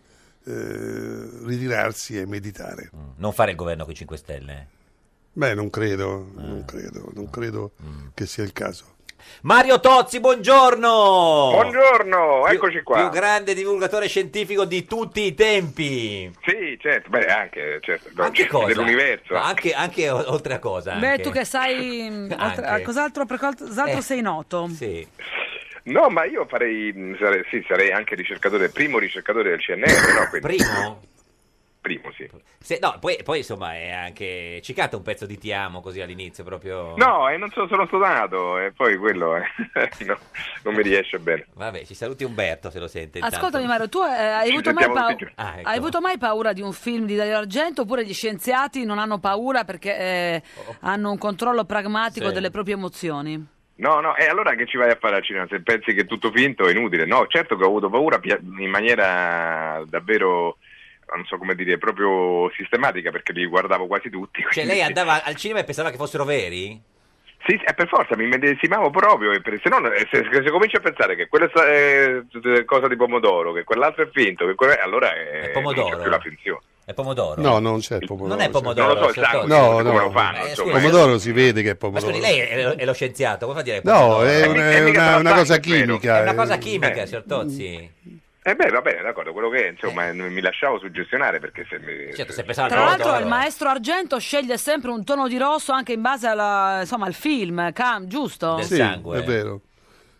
[SPEAKER 6] eh, ritirarsi e meditare.
[SPEAKER 2] Non fare il governo con i 5 Stelle?
[SPEAKER 6] Beh, non credo,
[SPEAKER 2] Eh.
[SPEAKER 6] non credo, non credo che sia il caso.
[SPEAKER 2] Mm. Mario Tozzi, buongiorno!
[SPEAKER 12] Oh! Buongiorno,
[SPEAKER 2] Più-
[SPEAKER 12] eccoci
[SPEAKER 2] Più
[SPEAKER 12] qua.
[SPEAKER 2] grande divulgatore scientifico di tutti i tempi.
[SPEAKER 12] Sì, certo, beh, anche, certo,
[SPEAKER 2] Anche cosa?
[SPEAKER 12] dell'universo.
[SPEAKER 2] No, anche, anche o- oltre a cosa.
[SPEAKER 1] Beh,
[SPEAKER 2] anche.
[SPEAKER 1] tu che sai mh, oltre- a
[SPEAKER 12] Anche.
[SPEAKER 1] cos'altro, per cos'altro
[SPEAKER 12] Eh.
[SPEAKER 1] sei noto.
[SPEAKER 2] Sì.
[SPEAKER 12] No, ma io farei, mh, sarei, sì, sarei anche ricercatore, primo ricercatore del CNR, no? Quindi,
[SPEAKER 2] Primo?
[SPEAKER 12] primo, sì.
[SPEAKER 2] Se- no, poi, poi, insomma è anche... Ci canta un pezzo di Ti amo così all'inizio proprio...
[SPEAKER 12] No, e non so- sono stonato, e poi quello, eh, no, non mi riesce bene.
[SPEAKER 2] Vabbè, ci saluti Umberto se lo sente. intanto.
[SPEAKER 1] Ascoltami Mario, tu eh, hai,
[SPEAKER 2] Ci
[SPEAKER 1] avuto mai
[SPEAKER 2] sentiamo
[SPEAKER 1] pau-
[SPEAKER 2] tutti i giorni. Ah, ecco.
[SPEAKER 1] hai avuto mai paura di un film di Dario Argento oppure gli scienziati non hanno paura perché eh,
[SPEAKER 2] Oh.
[SPEAKER 1] hanno un controllo pragmatico
[SPEAKER 12] Sì.
[SPEAKER 1] delle proprie emozioni?
[SPEAKER 12] No, no, e allora che ci vai a fare al cinema? Se pensi che è tutto finto è inutile. No, certo che ho avuto paura pia- in maniera davvero, non so come dire, proprio sistematica, perché li guardavo quasi tutti.
[SPEAKER 2] Cioè
[SPEAKER 12] quindi-
[SPEAKER 2] lei andava al cinema e pensava che fossero veri?
[SPEAKER 12] Sì, sì, eh, per forza, mi medesimavo proprio, e per- se no eh, se, se cominci a pensare che quella sta- è eh, cosa di pomodoro, che quell'altro è finto, che quello è- allora eh,
[SPEAKER 2] È pomodoro.
[SPEAKER 12] non c'è più la finzione.
[SPEAKER 2] È pomodoro?
[SPEAKER 6] No, non c'è il pomodoro.
[SPEAKER 2] Non è pomodoro,
[SPEAKER 12] Non lo so,
[SPEAKER 2] signor
[SPEAKER 12] sai,
[SPEAKER 2] Tozzi.
[SPEAKER 6] No,
[SPEAKER 12] Come
[SPEAKER 6] no.
[SPEAKER 12] lo fanno,
[SPEAKER 6] il
[SPEAKER 12] insomma?
[SPEAKER 6] pomodoro si vede che è
[SPEAKER 2] Ma scusi,
[SPEAKER 6] pomodoro.
[SPEAKER 2] lei è, è lo scienziato, come fa a dire
[SPEAKER 6] No,
[SPEAKER 2] pomodoro?
[SPEAKER 12] Eh,
[SPEAKER 6] è, un- è una, una cosa chimica.
[SPEAKER 2] È una cosa
[SPEAKER 6] eh.
[SPEAKER 2] chimica, signor Tozzi.
[SPEAKER 12] E Eh, beh, va bene, d'accordo, quello che è, insomma, eh, mi lasciavo suggestionare perché se mi...
[SPEAKER 2] Certo, se pensava
[SPEAKER 1] Tra l'altro il maestro Argento sceglie sempre un tono di rosso anche in base alla- insomma, al film, cam, giusto?
[SPEAKER 6] Sì, È vero,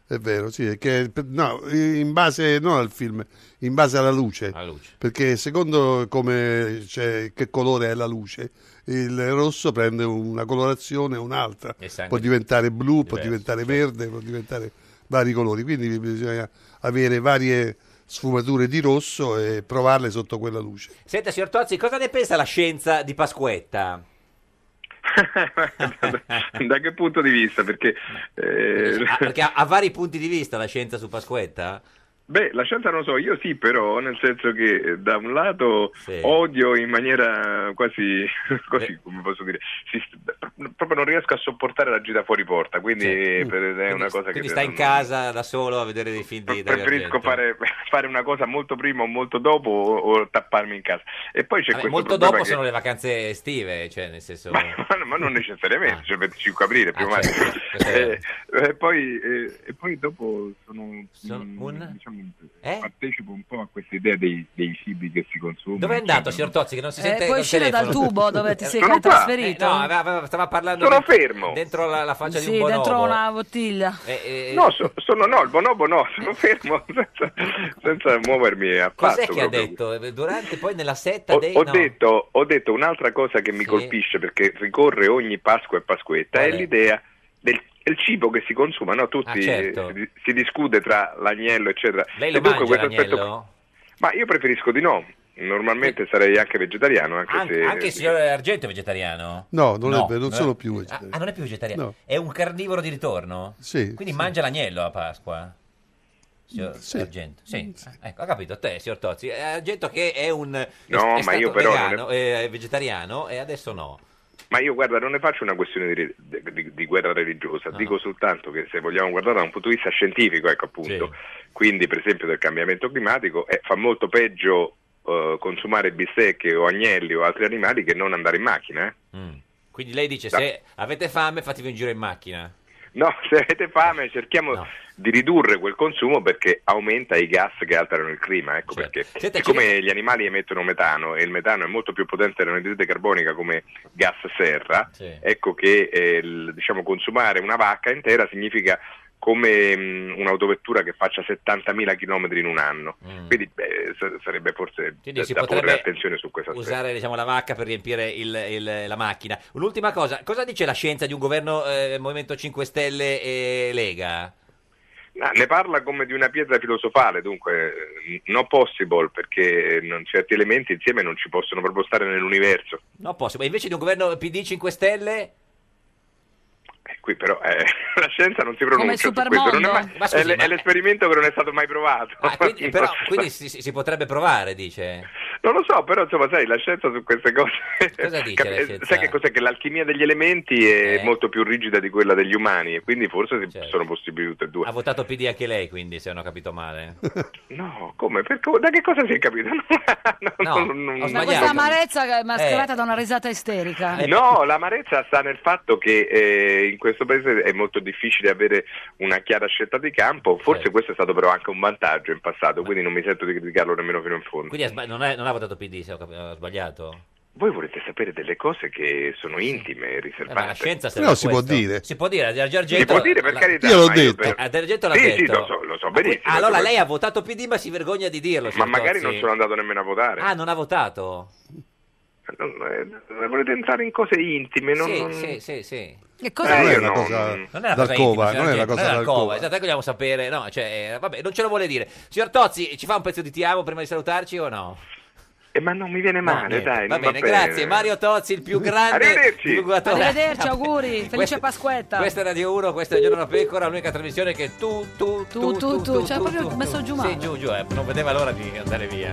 [SPEAKER 6] è vero, sì, è che, no, in base non al film, in base alla luce. Perché secondo come, cioè, che colore è la luce, il rosso prende una colorazione o un'altra.
[SPEAKER 2] Il sangue
[SPEAKER 6] Può diventare blu, può
[SPEAKER 2] diverso,
[SPEAKER 6] diventare verde, può diventare vari colori. Quindi bisogna avere varie sfumature di rosso e provarle sotto quella luce.
[SPEAKER 2] Senta, signor Tozzi, cosa ne pensa la scienza di Pasquetta?
[SPEAKER 12] da che punto di vista? Perché, eh,
[SPEAKER 2] Ah, perché ha, ha vari punti di vista la scienza su Pasquetta?
[SPEAKER 12] Beh, la scienza non lo so, io sì però, nel senso che eh, da un lato odio in maniera quasi, quasi come posso dire, si- proprio non riesco a sopportare la gita fuori porta, quindi eh, per- è
[SPEAKER 2] Quindi-
[SPEAKER 12] una cosa
[SPEAKER 2] quindi
[SPEAKER 12] che...
[SPEAKER 2] sta in
[SPEAKER 12] non-
[SPEAKER 2] casa da solo a vedere dei film di Dario
[SPEAKER 12] Preferisco
[SPEAKER 2] Argento.
[SPEAKER 12] fare, fare una cosa molto prima o molto dopo o, o tapparmi in casa. E poi c'è
[SPEAKER 2] Vabbè,
[SPEAKER 12] questo
[SPEAKER 2] molto
[SPEAKER 12] problema
[SPEAKER 2] dopo
[SPEAKER 12] che-
[SPEAKER 2] sono le vacanze estive, cioè nel senso...
[SPEAKER 12] ma, ma non necessariamente, cioè 25 aprile,
[SPEAKER 2] Ah,
[SPEAKER 12] prima
[SPEAKER 2] certo,
[SPEAKER 12] eh, eh, poi, eh, e poi dopo sono, mm, diciamo,
[SPEAKER 2] Eh?
[SPEAKER 12] partecipo un po' a questa idea dei, dei cibi che si consumano.
[SPEAKER 2] Dove è andato, signor Tozzi, che non si
[SPEAKER 1] Eh,
[SPEAKER 2] sente
[SPEAKER 1] puoi
[SPEAKER 2] dal
[SPEAKER 1] uscire dal
[SPEAKER 2] telefono?
[SPEAKER 1] tubo dove ti sei
[SPEAKER 2] Sono qua.
[SPEAKER 1] trasferito?
[SPEAKER 2] Eh, no, aveva- aveva- stava parlando...
[SPEAKER 12] Sono
[SPEAKER 2] dentro-
[SPEAKER 12] fermo.
[SPEAKER 2] Dentro la, la faccia di
[SPEAKER 1] Sì,
[SPEAKER 2] un bonobo.
[SPEAKER 1] dentro una bottiglia.
[SPEAKER 2] Eh, eh,
[SPEAKER 12] No, so- sono Boh, no, il bonobo no, sono fermo senza, senza muovermi a
[SPEAKER 2] Cos'è
[SPEAKER 12] patto
[SPEAKER 2] che ha
[SPEAKER 12] proprio.
[SPEAKER 2] detto? Eh, Durante, poi nella setta
[SPEAKER 12] Ho,
[SPEAKER 2] dei...
[SPEAKER 12] ho
[SPEAKER 2] no.
[SPEAKER 12] detto, ho detto un'altra cosa che mi
[SPEAKER 2] Sì.
[SPEAKER 12] colpisce perché ricorre ogni Pasqua e Pasquetta
[SPEAKER 2] Qual
[SPEAKER 12] è
[SPEAKER 2] è?
[SPEAKER 12] l'idea del, del cibo che si consuma, no? Tutti
[SPEAKER 2] Ah, certo.
[SPEAKER 12] eh, si, si discute tra l'agnello, eccetera.
[SPEAKER 2] Lei
[SPEAKER 12] E
[SPEAKER 2] lo
[SPEAKER 12] dunque
[SPEAKER 2] mangia
[SPEAKER 12] questo aspetto-
[SPEAKER 2] l'agnello?
[SPEAKER 12] Ma io preferisco di no. Normalmente sarei anche vegetariano, anche,
[SPEAKER 2] Anche,
[SPEAKER 12] se
[SPEAKER 2] anche il signor Argento è vegetariano?
[SPEAKER 6] No, non, è vero, non
[SPEAKER 2] no.
[SPEAKER 6] sono più
[SPEAKER 2] Ah,
[SPEAKER 6] vegetariani.
[SPEAKER 2] ah, non è più vegetariano?
[SPEAKER 6] No.
[SPEAKER 2] È un carnivoro di ritorno?
[SPEAKER 6] Sì,
[SPEAKER 2] Quindi
[SPEAKER 6] sì. Mm,
[SPEAKER 2] mangia l'agnello a Pasqua? Signor
[SPEAKER 6] Sì.
[SPEAKER 2] Argento? Sì. Ah, ecco, ha capito. Te, signor Tozzi. Eh, Argento che è un... No,
[SPEAKER 12] No, ma io però non
[SPEAKER 2] Vegano, eh, vegetariano e adesso no.
[SPEAKER 12] Ma io guarda, non ne faccio una questione di, di- di guerra religiosa, dico soltanto che se vogliamo guardare da un punto di vista scientifico, ecco appunto, quindi per esempio del cambiamento climatico, eh, fa molto peggio eh, consumare bistecche o agnelli o altri animali che non andare in macchina. eh.
[SPEAKER 2] Quindi lei dice,
[SPEAKER 12] Da-
[SPEAKER 2] se avete fame fatevi un giro in macchina.
[SPEAKER 12] No, se avete fame cerchiamo di ridurre quel consumo perché aumenta i gas che alterano il clima, ecco perché.
[SPEAKER 2] Senta,
[SPEAKER 12] Siccome gli animali emettono metano e il metano è molto più potente dell'anidride carbonica come gas serra,
[SPEAKER 2] Sì.
[SPEAKER 12] ecco che eh, il- diciamo, consumare una vacca intera significa come mh, un'autovettura che faccia 70.000 km in un anno. Quindi beh, sa- sarebbe forse
[SPEAKER 2] Mm. Quindi
[SPEAKER 12] da,
[SPEAKER 2] si
[SPEAKER 12] da porre
[SPEAKER 2] potrebbe
[SPEAKER 12] attenzione su questa aspetto.
[SPEAKER 2] Usare diciamo, la vacca per riempire il- il- la macchina. Un'ultima cosa, cosa dice la scienza di un governo eh, Movimento 5 Stelle e Lega?
[SPEAKER 12] Ah, Ne parla come di una pietra filosofale, dunque eh, no possible, perché non- certi elementi insieme non ci possono proprio stare nell'universo.
[SPEAKER 2] No, posso. Ma invece di un governo PD 5 Stelle?
[SPEAKER 12] E qui però eh, la scienza non si
[SPEAKER 2] Come
[SPEAKER 12] pronuncia
[SPEAKER 2] il
[SPEAKER 12] su questo, non è,
[SPEAKER 2] supermondo?
[SPEAKER 12] mai-
[SPEAKER 2] Ma scusi,
[SPEAKER 12] è l-
[SPEAKER 2] ma- Ah,
[SPEAKER 12] è l'esperimento che non è stato mai provato.
[SPEAKER 2] Quindi, però, quindi si, si- si potrebbe provare, dice.
[SPEAKER 12] Non lo so, però insomma, sai, la scienza su queste cose.
[SPEAKER 2] Cosa dice la
[SPEAKER 12] Eh,
[SPEAKER 2] scienza?
[SPEAKER 12] sai che cos'è? Che l'alchimia degli elementi è
[SPEAKER 2] Eh.
[SPEAKER 12] molto più rigida di quella degli umani, e quindi forse si-
[SPEAKER 2] Certo.
[SPEAKER 12] sono possibili tutte e due.
[SPEAKER 2] Ha votato PD anche lei, quindi, se non ho capito male.
[SPEAKER 12] No, come? Per co- da che cosa si è capito? No, no, no, no,
[SPEAKER 2] sbagliato.
[SPEAKER 1] Ma questa amarezza che è
[SPEAKER 2] Eh.
[SPEAKER 1] mascherata da una risata isterica.
[SPEAKER 2] Ah,
[SPEAKER 12] No, l'amarezza sta nel fatto che eh, in questo paese è molto difficile avere una chiara scelta di campo, forse
[SPEAKER 2] Certo.
[SPEAKER 12] questo è stato però anche un vantaggio in passato, quindi non mi sento di criticarlo nemmeno fino in fondo.
[SPEAKER 2] Quindi ha sba- non, è- non ha votato PD, se ho, cap- ho sbagliato.
[SPEAKER 12] Voi volete sapere delle cose che sono intime
[SPEAKER 2] Eh, ma
[SPEAKER 12] e
[SPEAKER 2] la
[SPEAKER 12] riservate.
[SPEAKER 2] scienza serve
[SPEAKER 6] Però
[SPEAKER 2] a
[SPEAKER 6] si
[SPEAKER 2] questo.
[SPEAKER 6] può dire.
[SPEAKER 2] Si può dire, Giorgio
[SPEAKER 12] Si
[SPEAKER 2] Argento-
[SPEAKER 12] può dire per
[SPEAKER 2] la-
[SPEAKER 12] carità.
[SPEAKER 6] Io l'ho
[SPEAKER 12] ma
[SPEAKER 6] detto.
[SPEAKER 12] per-
[SPEAKER 2] Ah, D'Argento l'ha
[SPEAKER 12] sì,
[SPEAKER 2] detto.
[SPEAKER 12] Sì, lo so, lo so
[SPEAKER 2] Ah, quindi-
[SPEAKER 12] benissimo.
[SPEAKER 2] allora
[SPEAKER 12] insomma.
[SPEAKER 2] lei ha votato PD ma si vergogna di dirlo.
[SPEAKER 12] Ma
[SPEAKER 2] signor
[SPEAKER 12] magari non
[SPEAKER 2] Tozzi.
[SPEAKER 12] sono andato nemmeno a votare.
[SPEAKER 2] Ah, non ha votato?
[SPEAKER 12] Non- eh, volete entrare in cose intime? Non,
[SPEAKER 2] Sì,
[SPEAKER 12] non-
[SPEAKER 2] sì, sì, sì.
[SPEAKER 1] Che
[SPEAKER 12] cosa- Eh,
[SPEAKER 6] non è
[SPEAKER 12] io
[SPEAKER 6] una
[SPEAKER 12] no,
[SPEAKER 6] cosa
[SPEAKER 2] Non è una
[SPEAKER 6] d'alcova,
[SPEAKER 2] cosa intima, signor
[SPEAKER 6] non è una
[SPEAKER 2] Argento,
[SPEAKER 6] cosa
[SPEAKER 2] non è d'alcova,
[SPEAKER 6] d'alcova.
[SPEAKER 2] Esatto, ecco, vogliamo sapere, no, cioè, eh, vabbè, non ce lo vuole dire. Signor Tozzi, ci fa un pezzo di Tiamo prima di salutarci o no?
[SPEAKER 12] Eh, ma non mi viene male,
[SPEAKER 2] niente.
[SPEAKER 12] dai.
[SPEAKER 2] Va
[SPEAKER 12] non
[SPEAKER 2] bene, grazie. Mario Tozzi, il più grande
[SPEAKER 12] Arrivederci.
[SPEAKER 2] divulgatore.
[SPEAKER 1] Arrivederci, auguri, felice
[SPEAKER 2] Questa-
[SPEAKER 1] Pasquetta.
[SPEAKER 2] Questa è Radio 1, questa è Il Giorno da Pecora, l'unica trasmissione che tu, tu,
[SPEAKER 1] tu, tu, tu, cioè proprio messo giù male.
[SPEAKER 2] Sì, giù, giù, eh, non vedeva l'ora di andare via.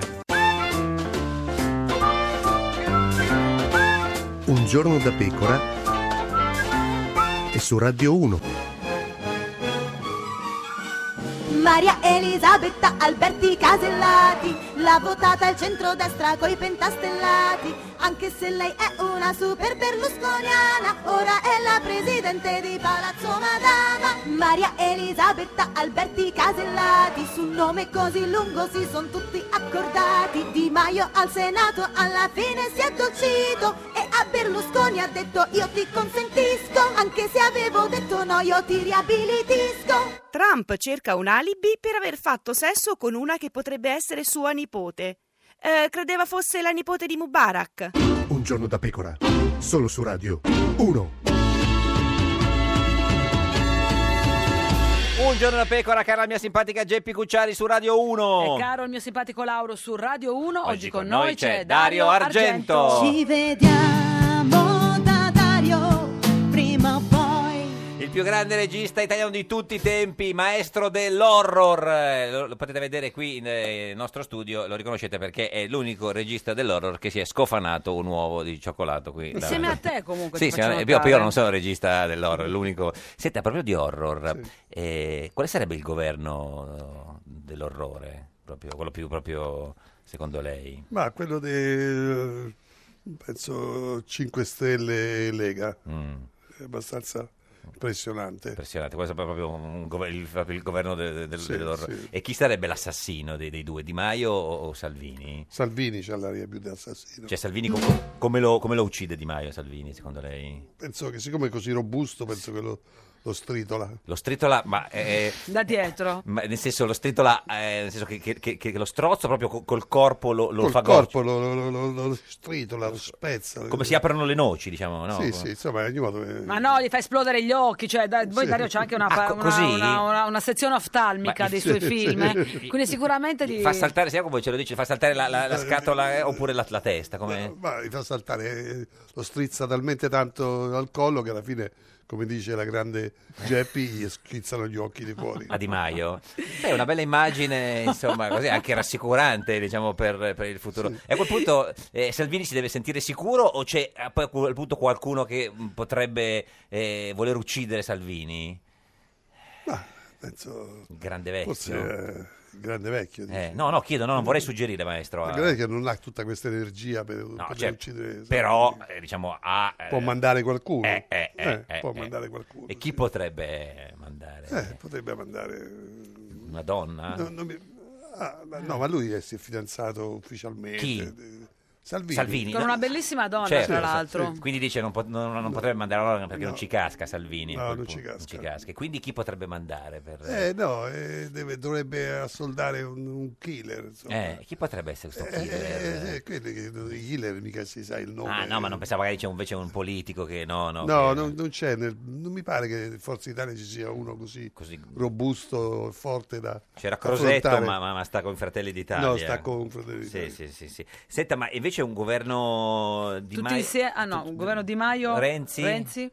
[SPEAKER 9] Un giorno da pecora e su Radio 1.
[SPEAKER 5] Maria Elisabetta Alberti Casellati, l'ha votata al centrodestra coi pentastellati, anche se lei è una super berlusconiana, ora è la presidente di Palazzo Madama. Maria Elisabetta Alberti Casellati, su un nome così lungo si sono tutti accordati, Di Maio al Senato alla fine si è addolcito e a Berlusconi ha detto io ti consentisco, anche se avevo detto no io ti riabilitisco.
[SPEAKER 7] Trump cerca un alibi per aver fatto sesso con una che potrebbe essere sua nipote. Eh, credeva fosse la nipote di Mubarak.
[SPEAKER 9] Un giorno da pecora, solo su Radio 1.
[SPEAKER 2] Un giorno da pecora, cara la mia simpatica Geppi Cucciari su Radio 1.
[SPEAKER 1] E caro il mio simpatico Lauro su Radio 1, oggi,
[SPEAKER 2] con noi c'è Dario Argento.
[SPEAKER 5] Ci vediamo da Dario, prima o poi.
[SPEAKER 2] Il più grande regista italiano di tutti i tempi, maestro dell'horror. Eh, Lo, lo potete vedere qui in, eh, nel nostro studio, lo riconoscete perché è l'unico regista dell'horror che si è scofanato un uovo di cioccolato qui.
[SPEAKER 1] Insieme a
[SPEAKER 2] davanti.
[SPEAKER 1] te comunque.
[SPEAKER 2] Sì,
[SPEAKER 1] ti faccio
[SPEAKER 2] signora- io,
[SPEAKER 1] notare.
[SPEAKER 2] io non sono regista dell'horror, è l'unico. Senta, proprio di horror, eh, quale sarebbe il governo dell'orrore? Proprio, quello più proprio, secondo lei?
[SPEAKER 6] Ma quello del penso 5 Stelle e Lega
[SPEAKER 2] Mm.
[SPEAKER 6] è abbastanza impressionante.
[SPEAKER 2] Impressionante, questo è proprio un gov- il, proprio il governo de- de- del-
[SPEAKER 6] Sì,
[SPEAKER 2] dell'orrore.
[SPEAKER 6] sì.
[SPEAKER 2] E chi sarebbe l'assassino dei, dei due, Di Maio o, o Salvini?
[SPEAKER 6] Salvini c'ha l'aria più da assassino.
[SPEAKER 2] Cioè Salvini com- come, lo, come lo uccide Di Maio Salvini secondo lei?
[SPEAKER 6] Penso che siccome è così robusto, penso che lo, lo stritola.
[SPEAKER 2] Lo stritola, ma, eh,
[SPEAKER 1] Da dietro.
[SPEAKER 2] ma nel senso lo stritola, eh, nel senso che, che- che- che lo strozzo proprio co- col corpo lo, lo
[SPEAKER 6] Col
[SPEAKER 2] fa goccia.
[SPEAKER 6] corpo lo, lo- lo- lo- lo stritola, lo spezza.
[SPEAKER 2] Come si aprono le noci diciamo, no?
[SPEAKER 6] Sì, sì, insomma, ogni modo... eh,
[SPEAKER 1] Ma no, gli fa esplodere gli occhi. Cioè, da- poi
[SPEAKER 6] Sì.
[SPEAKER 1] Dario c'è anche una,
[SPEAKER 6] Ah,
[SPEAKER 1] pa-
[SPEAKER 6] co-
[SPEAKER 1] una-
[SPEAKER 2] così?
[SPEAKER 1] una- una- una sezione oftalmica
[SPEAKER 2] Ma-
[SPEAKER 1] dei
[SPEAKER 2] sì,
[SPEAKER 1] suoi
[SPEAKER 2] sì.
[SPEAKER 1] film. eh. Quindi sicuramente
[SPEAKER 2] Gli
[SPEAKER 1] gli...
[SPEAKER 2] Fa saltare, sai come ce lo dice, fa saltare la, la- la scatola eh, oppure la, la testa, come...
[SPEAKER 6] Ma gli fa saltare, eh, lo strizza talmente tanto al collo che alla fine, come dice la grande Geppi, gli schizzano gli occhi di fuori.
[SPEAKER 2] a Di Maio. È una bella immagine, insomma, così anche rassicurante, diciamo, per, per il futuro. E a quel punto eh, Salvini si deve sentire sicuro o c'è a poi a quel punto qualcuno che mh, potrebbe eh, voler uccidere Salvini?
[SPEAKER 6] Penso,
[SPEAKER 2] Grande vecchio.
[SPEAKER 6] forse eh, il grande vecchio. dici.
[SPEAKER 2] Eh, no, no, chiedo, no, non vorrei suggerire, maestro.
[SPEAKER 6] Il
[SPEAKER 2] a-
[SPEAKER 6] grande vecchio non ha tutta questa energia per,
[SPEAKER 2] No,
[SPEAKER 6] per
[SPEAKER 2] cioè,
[SPEAKER 6] uccidere.
[SPEAKER 2] però, eh, ddiciamo, ha... eh,
[SPEAKER 6] Può mandare qualcuno.
[SPEAKER 2] eh, eh, eh,
[SPEAKER 6] Eh,
[SPEAKER 2] eh,
[SPEAKER 6] può
[SPEAKER 2] eh.
[SPEAKER 6] mandare qualcuno.
[SPEAKER 2] E chi potrebbe mandare?
[SPEAKER 6] Eh, potrebbe mandare... eh,
[SPEAKER 2] Una donna?
[SPEAKER 6] No, non mi- ah, ma- no, ma lui è- si è fidanzato ufficialmente.
[SPEAKER 2] Chi?
[SPEAKER 6] Salvini.
[SPEAKER 2] Salvini.
[SPEAKER 1] Con una bellissima donna,
[SPEAKER 2] Certo,
[SPEAKER 1] tra l'altro.
[SPEAKER 2] sì. Quindi dice non, pot- non- non potrebbe mandare l'organo perché non ci casca Salvini. a
[SPEAKER 6] No,
[SPEAKER 2] quel
[SPEAKER 6] non
[SPEAKER 2] punto.
[SPEAKER 6] ci casca.
[SPEAKER 2] E Quindi chi potrebbe mandare? Per...
[SPEAKER 6] Eh, no, eh, deve- dovrebbe assoldare un, un killer. Insomma.
[SPEAKER 2] Eh, chi potrebbe essere questo
[SPEAKER 6] Eh,
[SPEAKER 2] killer?
[SPEAKER 6] eh, eh, quelli che- i killer mica si sa il nome.
[SPEAKER 2] ah, no, ma non pensavo magari c'è invece un politico che Ah, no, no.
[SPEAKER 6] No,
[SPEAKER 2] che-
[SPEAKER 6] non, non c'è, nel- non mi pare che in Forza Italia ci sia uno così, robusto e forte da
[SPEAKER 2] C'era
[SPEAKER 6] da
[SPEAKER 2] Crosetto,
[SPEAKER 6] affrontare.
[SPEAKER 2] ma, ma- ma sta con i Fratelli d'Italia.
[SPEAKER 6] No, sta con Fratelli d'Italia.
[SPEAKER 2] Sì, sì, sì, sì. Senta, ma invece un governo di
[SPEAKER 1] Tutti
[SPEAKER 2] Maio-
[SPEAKER 1] insieme... Ah no, un governo Di Maio...
[SPEAKER 2] Renzi?
[SPEAKER 1] Renzi.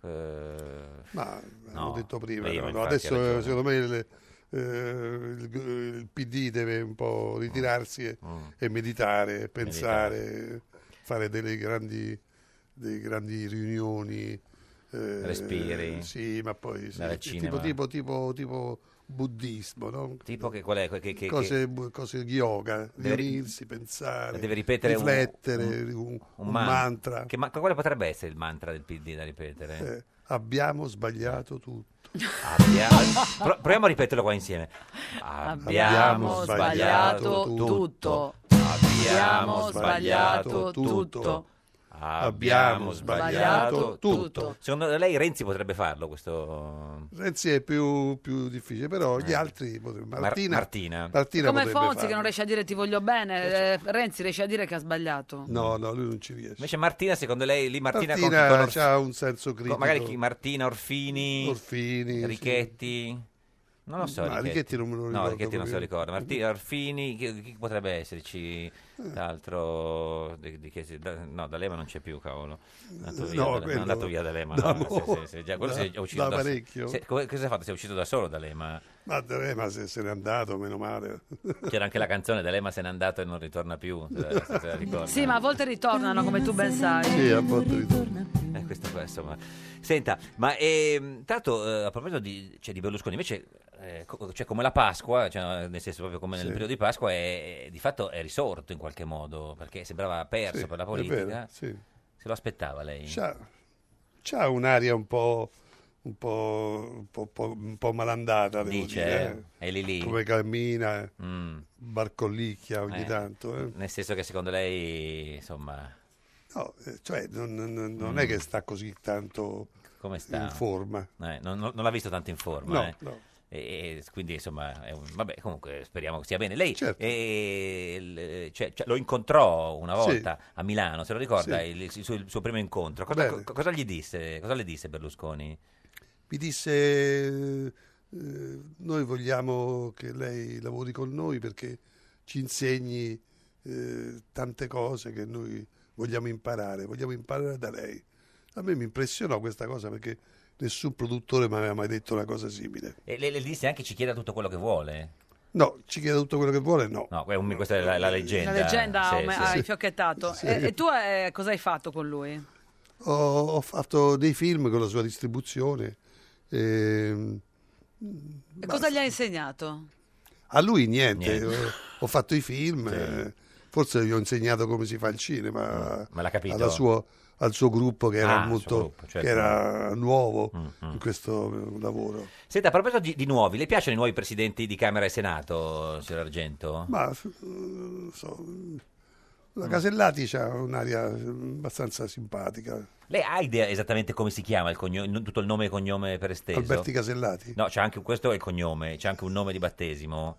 [SPEAKER 6] Ma
[SPEAKER 2] Eh, no,
[SPEAKER 6] l'ho detto prima,
[SPEAKER 2] prima,
[SPEAKER 6] no, no,
[SPEAKER 2] infatti, hai
[SPEAKER 6] adesso
[SPEAKER 2] ragione.
[SPEAKER 6] secondo me il, eh, il- il PD deve un po' ritirarsi e,
[SPEAKER 2] Mm.
[SPEAKER 6] e meditare, e pensare, fare delle grandi, delle grandi riunioni. eh,
[SPEAKER 2] Respiri.
[SPEAKER 6] Sì, ma poi sì,
[SPEAKER 2] Andare al
[SPEAKER 6] tipo,
[SPEAKER 2] cinema.
[SPEAKER 6] tipo, tipo, tipo buddismo, no?
[SPEAKER 2] Tipo che qual è? Che, che-
[SPEAKER 6] cose, bu- cose yoga,
[SPEAKER 2] Deve ri-
[SPEAKER 6] riunirsi, pensare,
[SPEAKER 2] deve ripetere un-
[SPEAKER 6] riflettere,
[SPEAKER 2] un-
[SPEAKER 6] un,
[SPEAKER 2] un
[SPEAKER 6] un
[SPEAKER 2] man-
[SPEAKER 6] mantra.
[SPEAKER 2] che ma- quale potrebbe essere il mantra del PD da ripetere?
[SPEAKER 6] Eh, abbiamo sbagliato tutto.
[SPEAKER 2] Abbia- Pro- proviamo a ripeterlo qua insieme.
[SPEAKER 6] Abbiamo sbagliato tutto.
[SPEAKER 2] Abbiamo sbagliato tutto. Abbiamo sbagliato tutto. Secondo lei Renzi potrebbe farlo questo?
[SPEAKER 6] Renzi è più, più difficile, però gli altri potrebbero.
[SPEAKER 2] Eh. Mar-
[SPEAKER 6] Martina,
[SPEAKER 2] Martina.
[SPEAKER 6] Martina
[SPEAKER 1] Come
[SPEAKER 6] potrebbe
[SPEAKER 1] Fonzi
[SPEAKER 6] farlo.
[SPEAKER 1] che non riesce a dire ti voglio bene, eh,
[SPEAKER 2] cioè.
[SPEAKER 1] Renzi riesce a dire che ha sbagliato.
[SPEAKER 6] No, no, lui non ci riesce.
[SPEAKER 2] Invece Martina, secondo lei lì Martina, con-
[SPEAKER 6] Martina
[SPEAKER 2] con Orf-
[SPEAKER 6] c'ha un senso
[SPEAKER 2] con-
[SPEAKER 6] critico.
[SPEAKER 2] magari chi Martina Orfini,
[SPEAKER 6] Orfini, sì.
[SPEAKER 2] Richetti. Non lo so,
[SPEAKER 6] Ma Richetti non me lo
[SPEAKER 2] No,
[SPEAKER 6] ricordo
[SPEAKER 2] Richetti non se lo
[SPEAKER 6] proprio.
[SPEAKER 2] ricorda. Martina Orfini, chi, chi potrebbe esserci?
[SPEAKER 6] Eh.
[SPEAKER 2] D'altro, di- di che- da- no, D'Alema non c'è più, cavolo. È andato via,
[SPEAKER 6] No,
[SPEAKER 2] D'Alema-
[SPEAKER 6] quello-
[SPEAKER 2] è andato via D'Alema.
[SPEAKER 6] da
[SPEAKER 2] no,
[SPEAKER 6] mo-
[SPEAKER 2] sì, sì, sì, già quello
[SPEAKER 6] da-
[SPEAKER 2] si è ucciso
[SPEAKER 6] da
[SPEAKER 2] da-
[SPEAKER 6] parecchio.
[SPEAKER 2] se- co- cosa ha fatto? Si è ucciso da solo D'Alema.
[SPEAKER 6] Ma D'Alema se, se n'è andato, meno male.
[SPEAKER 2] C'era anche la canzone D'Alema se n'è andato e non ritorna più. se la- se la ricorda.
[SPEAKER 1] Sì, ma a volte ritornano, come tu ben sai.
[SPEAKER 6] Sì, a volte
[SPEAKER 2] Eh, questo qua, insomma. Senta, ma ehm, tanto eh, a proposito di, cioè, di Berlusconi, invece, eh, co- cioè, come la Pasqua, cioè, nel senso proprio come nel
[SPEAKER 6] Sì.
[SPEAKER 2] periodo di Pasqua, è, è- di fatto è risorto in qualche modo, perché sembrava perso
[SPEAKER 6] Sì,
[SPEAKER 2] per la
[SPEAKER 6] è vero,
[SPEAKER 2] politica.
[SPEAKER 6] sì.
[SPEAKER 2] Se lo aspettava lei?
[SPEAKER 6] C'ha, c'ha un'aria un po', un po', un po', un po' malandata, devo
[SPEAKER 2] Dice,
[SPEAKER 6] dire.
[SPEAKER 2] eh? È lì lì?
[SPEAKER 6] Come cammina,
[SPEAKER 2] Mm.
[SPEAKER 6] barcollicchia ogni
[SPEAKER 2] Eh,
[SPEAKER 6] tanto. eh.
[SPEAKER 2] Nel senso che secondo lei, insomma,
[SPEAKER 6] No, eh, cioè, non, non- non è
[SPEAKER 2] Mm.
[SPEAKER 6] che sta così tanto
[SPEAKER 2] come sta?
[SPEAKER 6] in forma.
[SPEAKER 2] Eh, non, non- non l'ha visto tanto in forma.
[SPEAKER 6] No,
[SPEAKER 2] eh.
[SPEAKER 6] no.
[SPEAKER 2] E- e quindi insomma, è un- vabbè, comunque speriamo che sia bene. Lei
[SPEAKER 6] Certo.
[SPEAKER 2] eh, l- cioè, cioè, lo incontrò una
[SPEAKER 6] Sì.
[SPEAKER 2] volta a Milano, se lo ricorda
[SPEAKER 6] Sì.
[SPEAKER 2] il, il suo, il suo primo incontro. Cosa,
[SPEAKER 6] Bene.
[SPEAKER 2] co- cosa gli disse? Cosa le disse Berlusconi?
[SPEAKER 6] Mi disse eh, eh, noi vogliamo che lei lavori con noi perché ci insegni eh, tante cose che noi vogliamo imparare, vogliamo imparare da lei. A me mi impressionò questa cosa perché nessun produttore mi aveva mai detto una cosa simile.
[SPEAKER 2] E le, le disse anche ci chieda tutto quello che vuole.
[SPEAKER 6] No, ci chiede tutto quello che vuole, no.
[SPEAKER 2] No, que- questa è la, la leggenda.
[SPEAKER 1] La leggenda
[SPEAKER 2] Sì,
[SPEAKER 1] ha
[SPEAKER 2] sì.
[SPEAKER 1] ha infiocchettato.
[SPEAKER 6] Sì.
[SPEAKER 1] E, e tu eh, cosa hai fatto con lui?
[SPEAKER 6] Ho, ho fatto dei film con la sua distribuzione. ehm,
[SPEAKER 1] E cosa gli hai insegnato?
[SPEAKER 6] A lui niente,
[SPEAKER 2] Niente.
[SPEAKER 6] Ho, ho fatto i film, eh, forse gli ho insegnato come si fa il cinema
[SPEAKER 2] ma Mm, l'ha capito?
[SPEAKER 6] alla suo- al suo gruppo
[SPEAKER 2] Ah,
[SPEAKER 6] che era,
[SPEAKER 2] al suo
[SPEAKER 6] molto,
[SPEAKER 2] gruppo, certo. Mm,
[SPEAKER 6] che era nuovo in questo eh, lavoro.
[SPEAKER 2] Senta, a proposito di, di nuovi, le piacciono i nuovi presidenti di Camera e Senato, signor Argento?
[SPEAKER 6] Ma eh, so, la Casellati ha un'aria eh, abbastanza simpatica.
[SPEAKER 2] Lei ha idea esattamente come si chiama il cogno- n- tutto il nome e cognome per esteso?
[SPEAKER 6] Alberti Casellati?
[SPEAKER 2] No, c'è anche questo è il cognome, c'è anche un nome di battesimo.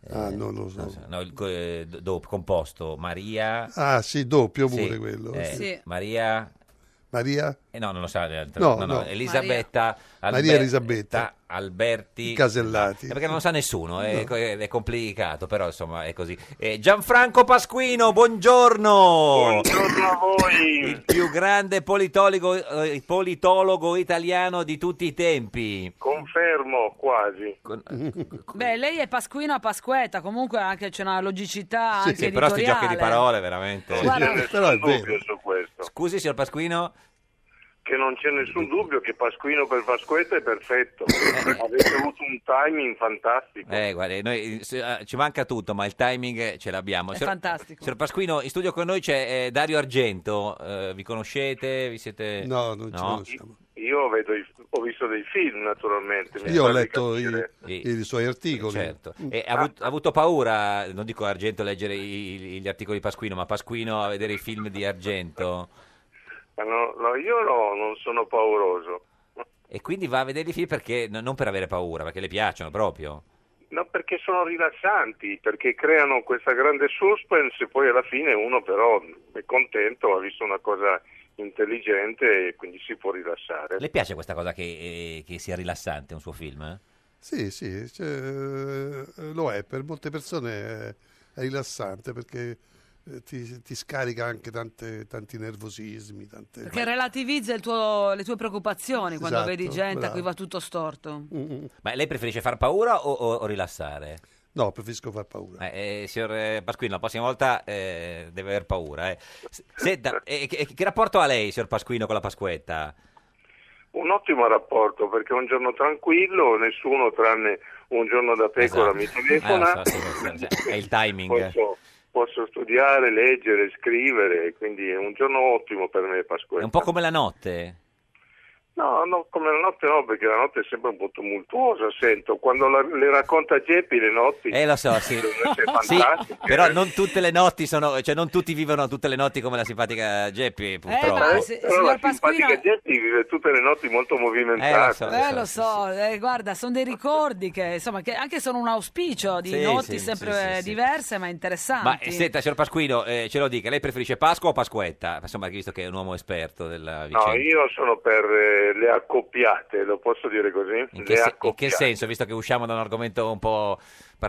[SPEAKER 2] Eh,
[SPEAKER 6] Ah, non lo so.
[SPEAKER 2] non so, No, il co- eh, do- do- composto Maria.
[SPEAKER 6] Ah, sì, doppio pure
[SPEAKER 2] Sì,
[SPEAKER 6] quello.
[SPEAKER 2] eh,
[SPEAKER 6] Sì.
[SPEAKER 2] Maria.
[SPEAKER 6] Maria?
[SPEAKER 2] Eh, no, non lo sa. le altre-
[SPEAKER 6] No,
[SPEAKER 2] no, no,
[SPEAKER 6] no.
[SPEAKER 2] Elisabetta.
[SPEAKER 6] Maria
[SPEAKER 2] Alberta,
[SPEAKER 6] Elisabetta.
[SPEAKER 2] Alberti.
[SPEAKER 6] Casellati.
[SPEAKER 2] Eh, Perché non lo sa nessuno, è,
[SPEAKER 6] No.
[SPEAKER 2] co- è complicato, però insomma è così. Eh, Gianfranco Pasquino, buongiorno. Buongiorno
[SPEAKER 13] a voi.
[SPEAKER 2] Il più grande politologo, eh, politologo italiano di tutti i tempi.
[SPEAKER 13] Confermo quasi.
[SPEAKER 1] Beh, lei è Pasquino a Pasquetta, comunque anche c'è una logicità
[SPEAKER 6] Ah,
[SPEAKER 1] anche
[SPEAKER 2] Sì, però sti giochi di
[SPEAKER 1] editoriale.
[SPEAKER 2] parole veramente.
[SPEAKER 13] Non c'è nessun dubbio su questo.
[SPEAKER 2] Scusi signor Pasquino?
[SPEAKER 13] Che non c'è nessun dubbio che Pasquino per Pasquetta è perfetto. Avete avuto un timing fantastico.
[SPEAKER 2] Eh, guarda, noi, eh, s- eh, ci manca tutto, ma il timing eh, ce l'abbiamo.
[SPEAKER 1] È
[SPEAKER 2] Signor-
[SPEAKER 1] fantastico.
[SPEAKER 2] Signor Pasquino, in studio con noi c'è eh, Dario Argento. eh, vi conoscete? Vi siete...
[SPEAKER 6] No, non ci
[SPEAKER 13] Io vedo i- ho visto dei film naturalmente. mi
[SPEAKER 6] Io ho
[SPEAKER 13] pare di
[SPEAKER 6] letto i,
[SPEAKER 13] capire.
[SPEAKER 6] i suoi articoli.
[SPEAKER 2] Certo.
[SPEAKER 1] Mm.
[SPEAKER 2] E ha, avut- ha avuto paura, non dico Argento a leggere i- i- gli articoli di Pasquino, ma Pasquino a vedere i film di Argento.
[SPEAKER 13] Ma no- no, io no, non sono pauroso.
[SPEAKER 2] E quindi va a vedere i film perché, no- non per avere paura, perché le piacciono proprio.
[SPEAKER 13] No, perché sono rilassanti, perché creano questa grande suspense e poi alla fine uno però è contento, ha visto una cosa intelligente e quindi si può rilassare.
[SPEAKER 2] Le piace questa cosa che, eh, che sia rilassante un suo film? eh?
[SPEAKER 6] Sì, sì, cioè, eh, lo è, per molte persone è, è rilassante perché eh, ti, ti scarica anche tante- tanti nervosismi, tante...
[SPEAKER 1] Perché relativizza il tuo- le tue preoccupazioni quando
[SPEAKER 6] Esatto,
[SPEAKER 1] vedi gente a
[SPEAKER 6] bravo.
[SPEAKER 1] cui va tutto storto.
[SPEAKER 2] Mm, Ma lei preferisce far paura o, o- o rilassare?
[SPEAKER 6] No, preferisco far paura.
[SPEAKER 2] Eh, eh, signor eh, Pasquino, la prossima volta eh, deve aver paura. eh. S- senta, eh, che, che rapporto ha lei, signor Pasquino, con la Pasquetta?
[SPEAKER 13] Un ottimo rapporto perché è un giorno tranquillo, nessuno tranne un giorno da pecora mi telefona,
[SPEAKER 2] Eh, lo so, sì, sì, sì, è il timing.
[SPEAKER 13] posso, posso studiare, leggere, scrivere, quindi è un giorno ottimo per me
[SPEAKER 2] È
[SPEAKER 13] Pasquale.
[SPEAKER 2] un po' come la notte.
[SPEAKER 13] No, no, come la notte no, perché la notte è sempre un po' tumultuosa, sento, quando la- le racconta Geppi le notti.
[SPEAKER 2] Eh, lo so, sì. Sì, però non tutte le notti sono, cioè non tutti vivono tutte le notti come la simpatica Geppi, purtroppo.
[SPEAKER 1] Eh, ma se-
[SPEAKER 13] Però la simpatica Geppi vive tutte le notti molto
[SPEAKER 2] Eh, lo
[SPEAKER 13] movimentate.
[SPEAKER 2] so,
[SPEAKER 1] Eh, lo so, eh, guarda, sono dei ricordi che, insomma, che anche sono un auspicio di
[SPEAKER 2] Sì, sì,
[SPEAKER 1] notti sempre
[SPEAKER 2] sì, sì,
[SPEAKER 1] eh,
[SPEAKER 2] sì.
[SPEAKER 1] diverse ma interessanti.
[SPEAKER 2] Ma eh, senta, signor Pasquino, eh, ce lo dica, lei preferisce Pasqua o Pasquetta? Insomma, visto che è un uomo esperto della vicenda.
[SPEAKER 13] No, io sono per eh, le accoppiate, lo posso dire così?
[SPEAKER 2] In
[SPEAKER 13] le
[SPEAKER 2] che, se- in
[SPEAKER 13] accoppiate.
[SPEAKER 2] che senso, visto che usciamo da un argomento un po'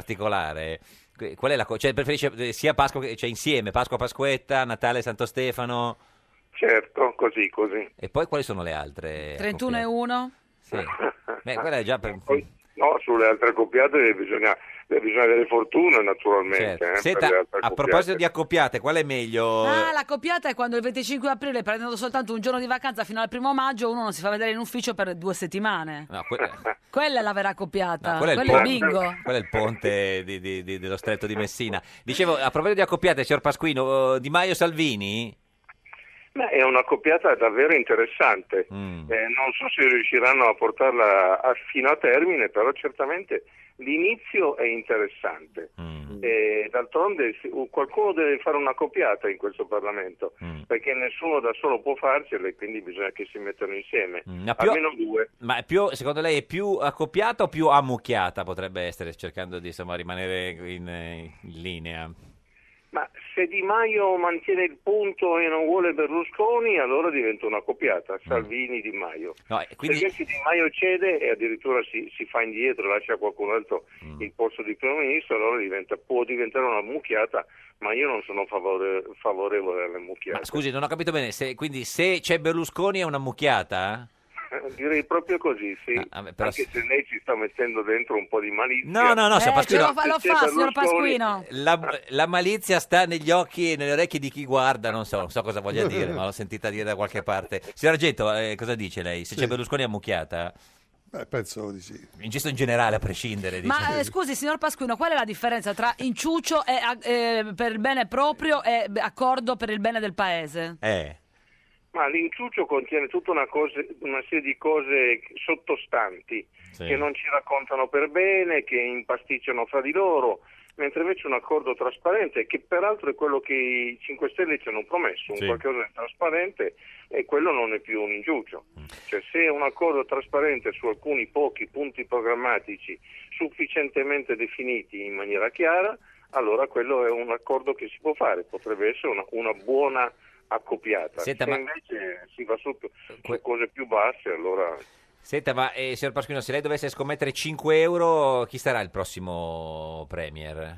[SPEAKER 2] particolare? Que- Qual è la co- cioè preferisce eh, sia Pasqua che cioè insieme, Pasqua Pasquetta, Natale Santo Stefano
[SPEAKER 13] Certo, così, così.
[SPEAKER 2] e poi quali sono le altre?
[SPEAKER 1] 31 e 1?
[SPEAKER 2] Sì. Beh, quella è già per...
[SPEAKER 13] No, sulle altre accoppiate bisogna, bisogna avere fortuna naturalmente. eh, per
[SPEAKER 2] Certo. Senta,
[SPEAKER 13] le altre
[SPEAKER 2] a
[SPEAKER 13] accoppiate.
[SPEAKER 2] proposito di accoppiate, qual è meglio?
[SPEAKER 1] Ah, la coppiata è quando il 25 aprile, prendendo soltanto un giorno di vacanza fino al primo maggio, uno non si fa vedere in ufficio per due settimane.
[SPEAKER 2] No, que-
[SPEAKER 1] Quella è la vera coppiata,
[SPEAKER 2] no,
[SPEAKER 1] quello
[SPEAKER 2] quello,
[SPEAKER 1] Ah, è
[SPEAKER 2] è il
[SPEAKER 1] il
[SPEAKER 2] ponte,
[SPEAKER 1] bingo.
[SPEAKER 2] quello è il ponte di- di- di- dello stretto di Messina. Dicevo, a proposito di accoppiate, signor Pasquino, eh, Di Maio Salvini?
[SPEAKER 13] Beh, è una coppiata davvero interessante.
[SPEAKER 2] Mm.
[SPEAKER 13] Eh, non so se riusciranno a portarla a- fino a termine, però certamente l'inizio è interessante.
[SPEAKER 2] Mm.
[SPEAKER 13] Eh, d'altronde se- u- qualcuno deve fare una coppiata in questo Parlamento,
[SPEAKER 2] Mm.
[SPEAKER 13] perché nessuno da solo può farcela e quindi bisogna che si mettano insieme.
[SPEAKER 2] Mm. ma più-
[SPEAKER 13] Almeno due.
[SPEAKER 2] Ma è più, secondo lei è più accoppiata o più ammucchiata potrebbe essere, cercando di insomma, rimanere in, eh, in linea?
[SPEAKER 13] Ma se Di Maio mantiene il punto e non vuole Berlusconi, allora diventa una coppiata, Salvini-Di Maio.
[SPEAKER 2] No, Mm. e quindi-
[SPEAKER 13] Perché se Di Maio cede e addirittura si, si fa indietro, lascia a qualcun altro
[SPEAKER 2] Mm.
[SPEAKER 13] il posto di primo ministro, allora diventa- può diventare una mucchiata, ma io non sono favore- favorevole alle mucchiate.
[SPEAKER 2] Scusi, non ho capito bene. se- quindi, se c'è Berlusconi, è una mucchiata?
[SPEAKER 13] Eh, Direi proprio così, sì.
[SPEAKER 2] Ah, però-
[SPEAKER 13] Anche se lei ci sta mettendo dentro un po' di malizia.
[SPEAKER 2] No, no, no, signor Pasquino.
[SPEAKER 13] Se c'è Berlusconi-
[SPEAKER 2] La, la malizia sta negli occhi e nelle orecchie di chi guarda, non so, non so cosa voglia dire, ma l'ho sentita dire da qualche parte. Signor Argento, eh, cosa dice lei? Se c'è Berlusconi è ammucchiata?
[SPEAKER 6] Beh, penso di sì.
[SPEAKER 2] In gesto in generale, a prescindere.
[SPEAKER 1] Ma
[SPEAKER 2] dice.
[SPEAKER 1] eh, scusi, signor Pasquino, qual è la differenza tra inciucio e, a- eh, per il bene proprio e beh, accordo per il bene del paese?
[SPEAKER 2] Eh.
[SPEAKER 13] Ma l'inciuccio contiene tutta una, cose- una serie di cose sottostanti
[SPEAKER 14] Sì.
[SPEAKER 13] che non ci raccontano per bene, che impasticciano fra di loro, mentre invece un accordo trasparente, che peraltro è quello che i 5 Stelle ci hanno promesso, un
[SPEAKER 14] Sì.
[SPEAKER 13] qualcosa di trasparente, e quello non è più un inciuccio.
[SPEAKER 2] Mm.
[SPEAKER 13] Cioè se un accordo trasparente su alcuni pochi punti programmatici sufficientemente definiti in maniera chiara, allora quello è un accordo che si può fare, potrebbe essere una, una buona accoppiata.
[SPEAKER 2] Senta,
[SPEAKER 13] Se
[SPEAKER 2] ma-
[SPEAKER 13] invece si va su, su cose più basse, allora
[SPEAKER 2] Senta, ma eh, signor Pasquino, se lei dovesse scommettere 5 euro, chi sarà il prossimo Premier?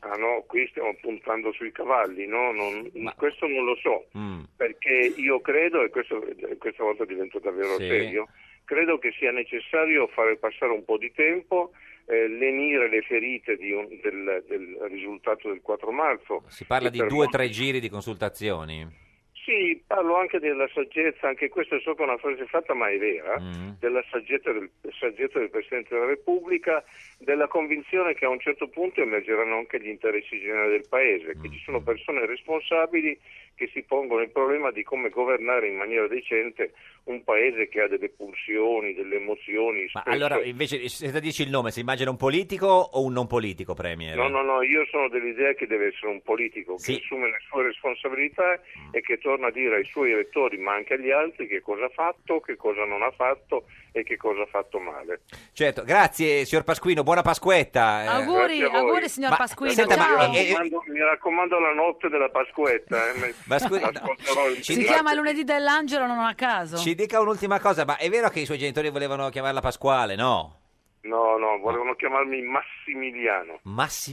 [SPEAKER 13] ah no, qui stiamo puntando sui cavalli, no? Non- questo non lo so,
[SPEAKER 2] Mm.
[SPEAKER 13] perché io credo, e questo, e questa volta divento davvero
[SPEAKER 14] Sì.
[SPEAKER 13] serio, credo che sia necessario fare passare un po' di tempo, eh, lenire le ferite di un- del, del risultato del 4 marzo.
[SPEAKER 2] Si parla di
[SPEAKER 13] Per
[SPEAKER 2] 2-3 giri di consultazioni.
[SPEAKER 13] Sì, parlo anche della saggezza, anche questa è solo una frase fatta ma è vera,
[SPEAKER 2] Mm.
[SPEAKER 13] della saggezza del, saggezza del Presidente della Repubblica, della convinzione che a un certo punto emergeranno anche gli interessi generali del Paese, che ci sono persone responsabili che si pongono il problema di come governare in maniera decente un Paese che ha delle pulsioni, delle emozioni.
[SPEAKER 2] Ma
[SPEAKER 13] spesso-
[SPEAKER 2] allora, invece, se dici il nome, si immagina un politico o un non politico Premier?
[SPEAKER 13] No, no, no, io sono dell'idea che deve essere un politico
[SPEAKER 2] Sì. Mm.
[SPEAKER 13] che assume le sue responsabilità e che torna a dire ai suoi elettori, ma anche agli altri, che cosa ha fatto, che cosa non ha fatto e che cosa ha fatto male.
[SPEAKER 2] Certo, grazie signor Pasquino, buona Pasquetta. eh.
[SPEAKER 1] auguri, auguri signor
[SPEAKER 2] Ma-
[SPEAKER 1] Ah, Pasquino.
[SPEAKER 2] senta, ma- eh,
[SPEAKER 1] ciao.
[SPEAKER 13] Mi raccomando, mi raccomando la notte della Pasquetta. eh, me-
[SPEAKER 2] Ma scusi,
[SPEAKER 13] ascolterò il-
[SPEAKER 1] Si chiama lunedì dell'angelo non a caso.
[SPEAKER 2] eh, Ci dica un'ultima cosa, ma è vero che i suoi genitori volevano chiamarla Pasquale, no?
[SPEAKER 13] No, no, volevano chiamarmi Massimiliano.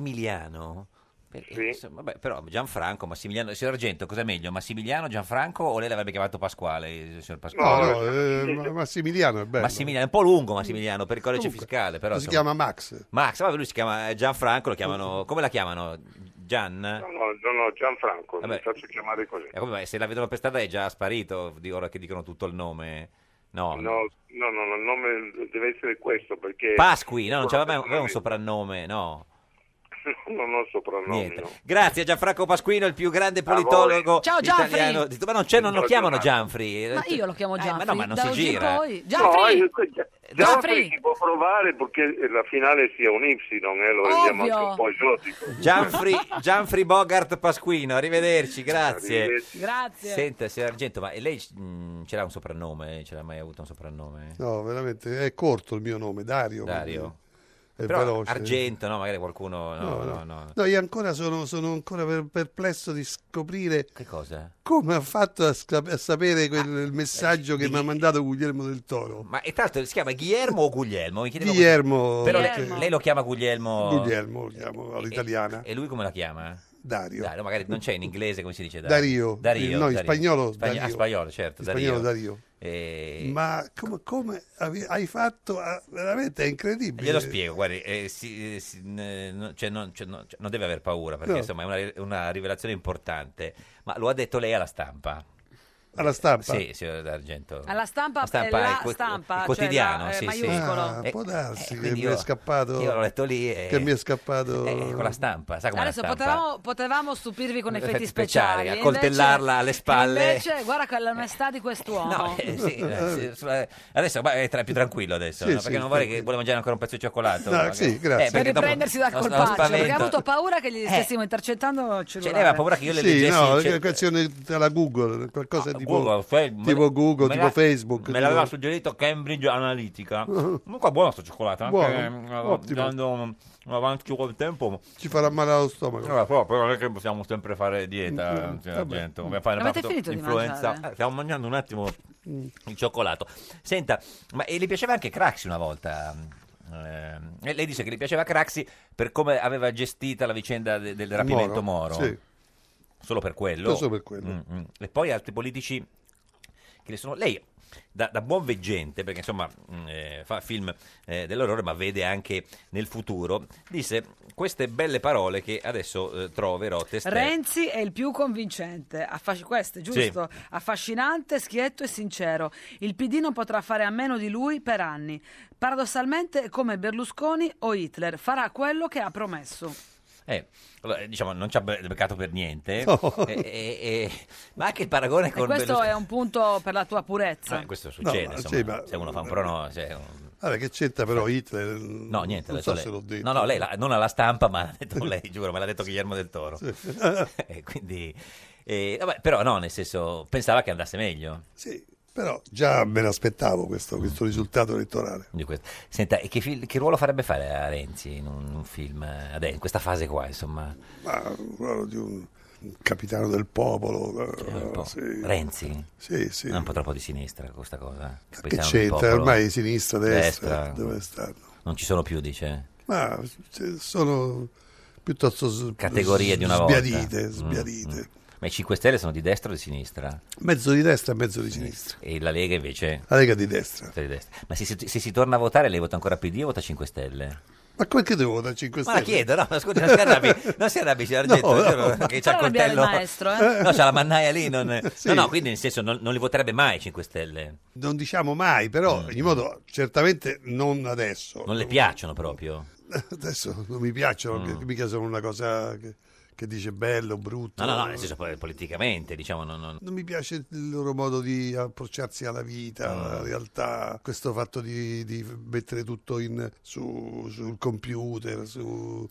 [SPEAKER 2] Massimiliano? Perché, insomma, vabbè, però Gianfranco, Massimiliano, signor Argento, cosa è meglio? Massimiliano, Gianfranco o lei l'avrebbe chiamato Pasquale, signor
[SPEAKER 6] No,
[SPEAKER 2] Pasquale?
[SPEAKER 6] no, eh, Ma- Massimiliano è bello.
[SPEAKER 2] Massimiliano, è un po' lungo Massimiliano per il codice
[SPEAKER 6] Comunque,
[SPEAKER 2] fiscale, però...
[SPEAKER 6] si
[SPEAKER 2] insomma.
[SPEAKER 6] chiama Max.
[SPEAKER 2] Max, vabbè, lui si chiama eh, Gianfranco, lo chiamano... come la chiamano? Gian?
[SPEAKER 13] No, no, no, Gianfranco,
[SPEAKER 2] Vabbè.
[SPEAKER 13] mi faccio chiamare così.
[SPEAKER 2] Eh, come mai? se la vedono per strada è già sparito, di ora che dicono tutto il nome. Oh, No,
[SPEAKER 13] No, eh, no, no, no, il nome deve essere questo perché...
[SPEAKER 2] Pasqui, no, non c'aveva mai aveva un soprannome, no.
[SPEAKER 13] Non ho soprannome.
[SPEAKER 2] Niente. Grazie a Gianfranco Pasquino, il più grande politologo
[SPEAKER 1] Ciao, Gianfri.
[SPEAKER 2] italiano. Di- Ma non, c'è, non lo chiamano Gianfri.
[SPEAKER 1] Ma io lo chiamo Gianfri.
[SPEAKER 2] eh, ma no, ma non
[SPEAKER 1] da
[SPEAKER 2] si
[SPEAKER 1] oggi in
[SPEAKER 2] gira. eh.
[SPEAKER 1] poi.
[SPEAKER 13] No,
[SPEAKER 1] Gianfri!
[SPEAKER 13] io-
[SPEAKER 1] Ah,
[SPEAKER 13] Gianfri si può provare perché la finale sia un Y, eh, lo rendiamo
[SPEAKER 1] Ovvio.
[SPEAKER 13] anche un po' esotico.
[SPEAKER 2] Gianfri, Gianfri Bogart Pasquino, arrivederci, grazie.
[SPEAKER 13] Arrivederci.
[SPEAKER 1] Grazie.
[SPEAKER 2] Senta, signor Argento, ma lei mm, ce l'ha un soprannome? Ce l'ha mai avuto un soprannome?
[SPEAKER 6] No, veramente, è corto il mio nome, Dario.
[SPEAKER 2] Dario.
[SPEAKER 6] quindi È
[SPEAKER 2] Però
[SPEAKER 6] veloce.
[SPEAKER 2] Argento, no? Magari qualcuno... No,
[SPEAKER 6] No,
[SPEAKER 2] no, no.
[SPEAKER 6] No, io ancora sono, sono ancora per- perplesso di scoprire
[SPEAKER 2] Che cosa? Ah,
[SPEAKER 6] come ha fatto a, sca- a sapere quel il
[SPEAKER 2] eh,
[SPEAKER 6] messaggio che mi ha mandato Guglielmo del Toro.
[SPEAKER 2] Ma e tra l'altro si chiama Guillermo o Guglielmo? Mi chiedevo-
[SPEAKER 6] Guillermo.
[SPEAKER 2] Però lei,
[SPEAKER 6] Guillermo.
[SPEAKER 2] lei lo chiama Guglielmo.
[SPEAKER 6] Guglielmo, lo chiamo all'italiana.
[SPEAKER 2] E lui come la chiama?
[SPEAKER 6] Dario.
[SPEAKER 2] Dario, magari non c'è in inglese come si dice
[SPEAKER 6] Dario.
[SPEAKER 2] Dario.
[SPEAKER 6] No, in
[SPEAKER 2] Dario.
[SPEAKER 6] spagnolo,
[SPEAKER 2] Spagno- ah,
[SPEAKER 6] Dario.
[SPEAKER 2] spagnolo, certo.
[SPEAKER 6] In spagnolo, Dario.
[SPEAKER 2] Eh,
[SPEAKER 6] Ma come, come ave- hai fatto? a- veramente è incredibile.
[SPEAKER 2] Glielo spiego, guardi, eh, si- eh, si- eh, no, cioè, non, cioè, no, cioè, non deve aver paura perché
[SPEAKER 6] No.
[SPEAKER 2] insomma è una, è una rivelazione importante. Ma lo ha detto lei alla stampa?
[SPEAKER 6] Alla stampa?
[SPEAKER 2] Sì, signor D'Argento.
[SPEAKER 1] Alla stampa, eh, la
[SPEAKER 2] il co-
[SPEAKER 1] stampa,
[SPEAKER 2] il
[SPEAKER 1] cioè
[SPEAKER 2] quotidiano,
[SPEAKER 1] la, eh,
[SPEAKER 2] sì, sì.
[SPEAKER 1] maiuscolo.
[SPEAKER 6] Ah,
[SPEAKER 2] Eh,
[SPEAKER 6] può darsi che
[SPEAKER 2] quindi
[SPEAKER 6] mi
[SPEAKER 2] io-
[SPEAKER 6] è scappato.
[SPEAKER 2] io l'ho letto lì e-
[SPEAKER 6] Che mi è scappato.
[SPEAKER 2] eh, con la stampa, sa come
[SPEAKER 1] Adesso
[SPEAKER 2] la stampa?
[SPEAKER 1] potevamo, potevamo stupirvi con effetti,
[SPEAKER 2] Effetti speciali,
[SPEAKER 1] speciali,
[SPEAKER 2] accoltellarla
[SPEAKER 1] invece-
[SPEAKER 2] alle spalle.
[SPEAKER 1] Invece, guarda che l'onestà di quest'uomo.
[SPEAKER 2] No, eh, sì, eh, sì, sulla- adesso ma è tra- più tranquillo adesso,
[SPEAKER 6] Sì,
[SPEAKER 2] no? perché
[SPEAKER 6] sì,
[SPEAKER 2] non vuole che vuole mangiare ancora un pezzo di cioccolato.
[SPEAKER 6] No,
[SPEAKER 2] magari.
[SPEAKER 6] sì, grazie.
[SPEAKER 2] perché
[SPEAKER 1] per
[SPEAKER 2] dopo-
[SPEAKER 1] riprendersi dal
[SPEAKER 2] lo- lo
[SPEAKER 1] colpaccio, perché ha
[SPEAKER 2] spavento. Eh.
[SPEAKER 1] avuto paura che gli stessimo intercettando
[SPEAKER 2] Cioè,
[SPEAKER 1] il cellulare.
[SPEAKER 2] lei aveva paura che io le
[SPEAKER 6] sì,
[SPEAKER 2] leggessi.
[SPEAKER 6] no,
[SPEAKER 2] cioè- Ah,
[SPEAKER 6] l'equazione della Google, qualcosa tipo
[SPEAKER 2] Google, fe- me-
[SPEAKER 6] tipo Google,
[SPEAKER 2] me
[SPEAKER 6] tipo
[SPEAKER 2] la-
[SPEAKER 6] Facebook,
[SPEAKER 2] Me
[SPEAKER 6] tipo-
[SPEAKER 2] l'aveva suggerito Cambridge Analytica. Comunque buono sto cioccolato, anche
[SPEAKER 6] Buono,
[SPEAKER 2] eh,
[SPEAKER 6] ottimo.
[SPEAKER 2] andando avanti col tempo.
[SPEAKER 6] Ci farà male allo stomaco.
[SPEAKER 2] Allora, però, però non è che possiamo sempre fare dieta,
[SPEAKER 6] Mm,
[SPEAKER 2] cioè,
[SPEAKER 6] vabbè.
[SPEAKER 2] gente, come fare
[SPEAKER 6] Avete
[SPEAKER 2] fatto
[SPEAKER 6] finito di
[SPEAKER 2] influenza.
[SPEAKER 6] mangiare?
[SPEAKER 2] Eh, stiamo mangiando un attimo
[SPEAKER 6] Mm.
[SPEAKER 2] il cioccolato. Senta, ma e le piaceva anche Craxi una volta? Ehm, e lei dice che le piaceva Craxi per come aveva gestita la vicenda de- del rapimento Moro.
[SPEAKER 6] Moro, sì.
[SPEAKER 2] Solo per quello.
[SPEAKER 6] Solo per quello.
[SPEAKER 2] Mm, mm. E poi altri politici che le sono... Lei, da, da buon veggente, perché insomma mm, eh, fa film eh, dell'orrore ma vede anche nel futuro, disse queste belle parole che adesso eh, troverò testé.
[SPEAKER 1] Renzi è il più convincente, affasc- questo è giusto, affascinante, schietto e sincero. Il PD non potrà fare a meno di lui per anni. Paradossalmente è come Berlusconi o Hitler, farà quello che ha promesso.
[SPEAKER 2] Eh, allora, diciamo, non ci ha be- beccato per niente.
[SPEAKER 6] No.
[SPEAKER 2] Eh, eh, eh, ma anche il paragone
[SPEAKER 1] E
[SPEAKER 2] con
[SPEAKER 1] questo
[SPEAKER 2] Berlusconi-
[SPEAKER 1] è un punto per la tua purezza.
[SPEAKER 2] Eh, questo succede,
[SPEAKER 6] ma
[SPEAKER 2] insomma,
[SPEAKER 6] sì, ma-
[SPEAKER 2] se uno fa un prono... se un-
[SPEAKER 6] Vabbè, che c'entra però Hitler?
[SPEAKER 2] No, niente,
[SPEAKER 6] non
[SPEAKER 2] adesso
[SPEAKER 6] so
[SPEAKER 2] lei-
[SPEAKER 6] se l'ho detto.
[SPEAKER 2] No, no, lei l'ha- non alla stampa, ma l'ha detto lei, giuro, me l'ha detto Guillermo del Toro.
[SPEAKER 6] Sì.
[SPEAKER 2] Eh, quindi... eh, vabbè, però no, nel senso, pensava che andasse meglio.
[SPEAKER 6] Sì, però già me l'aspettavo questo, questo risultato elettorale.
[SPEAKER 2] Di questo. Senta, e che, fil- che ruolo farebbe fare a Renzi in un, un film, eh, adesso, in questa fase qua, insomma?
[SPEAKER 6] Ma quello di un, un capitano del popolo. eh, sì.
[SPEAKER 2] Renzi?
[SPEAKER 6] Sì, sì.
[SPEAKER 2] È un po' troppo di sinistra questa cosa.
[SPEAKER 6] Che
[SPEAKER 2] Capitano del
[SPEAKER 6] c'entra?
[SPEAKER 2] popolo.
[SPEAKER 6] Ormai sinistra, destra,
[SPEAKER 2] Destra.
[SPEAKER 6] dove stanno?
[SPEAKER 2] Non ci sono più, dice.
[SPEAKER 6] Ma c- sono piuttosto s-
[SPEAKER 2] Categorie di una
[SPEAKER 6] sbiadite,
[SPEAKER 2] volta. Mm,
[SPEAKER 6] Sbiadite,
[SPEAKER 2] mm. Ma i 5 Stelle sono di destra o di sinistra?
[SPEAKER 6] Mezzo di destra e mezzo di sinistra.
[SPEAKER 2] E la Lega invece?
[SPEAKER 6] La Lega di destra.
[SPEAKER 2] Di destra. Ma se, si- se si torna a votare, lei vota ancora PD o vota 5 Stelle?
[SPEAKER 6] Ma quel che devo da 5
[SPEAKER 2] Ma la
[SPEAKER 6] Stelle?
[SPEAKER 2] chiedo, no, ma scusi, non si arrabbi, non si arrabbi, signor Argento,
[SPEAKER 6] No, no,
[SPEAKER 2] giuro,
[SPEAKER 6] ma-
[SPEAKER 2] che c'ha il
[SPEAKER 1] Però arrabbiare il
[SPEAKER 2] coltello.
[SPEAKER 1] maestro, eh.
[SPEAKER 2] No, c'ha la mannaia lì. non-
[SPEAKER 6] Sì.
[SPEAKER 2] No, no, quindi nel senso non, non li voterebbe mai 5 Stelle.
[SPEAKER 6] Non diciamo mai,
[SPEAKER 2] Mm.
[SPEAKER 6] però, in ogni modo, certamente non adesso.
[SPEAKER 2] Non le piacciono proprio.
[SPEAKER 6] Adesso non mi piacciono,
[SPEAKER 2] Mm.
[SPEAKER 6] che- mica sono una cosa che, che dice bello, brutto.
[SPEAKER 2] No, no, no, nel senso poi politicamente, diciamo, non- non-
[SPEAKER 6] Non mi piace il loro modo di approcciarsi alla vita,
[SPEAKER 2] Ah.
[SPEAKER 6] alla realtà, questo fatto di, di mettere tutto in- su- sul computer, su...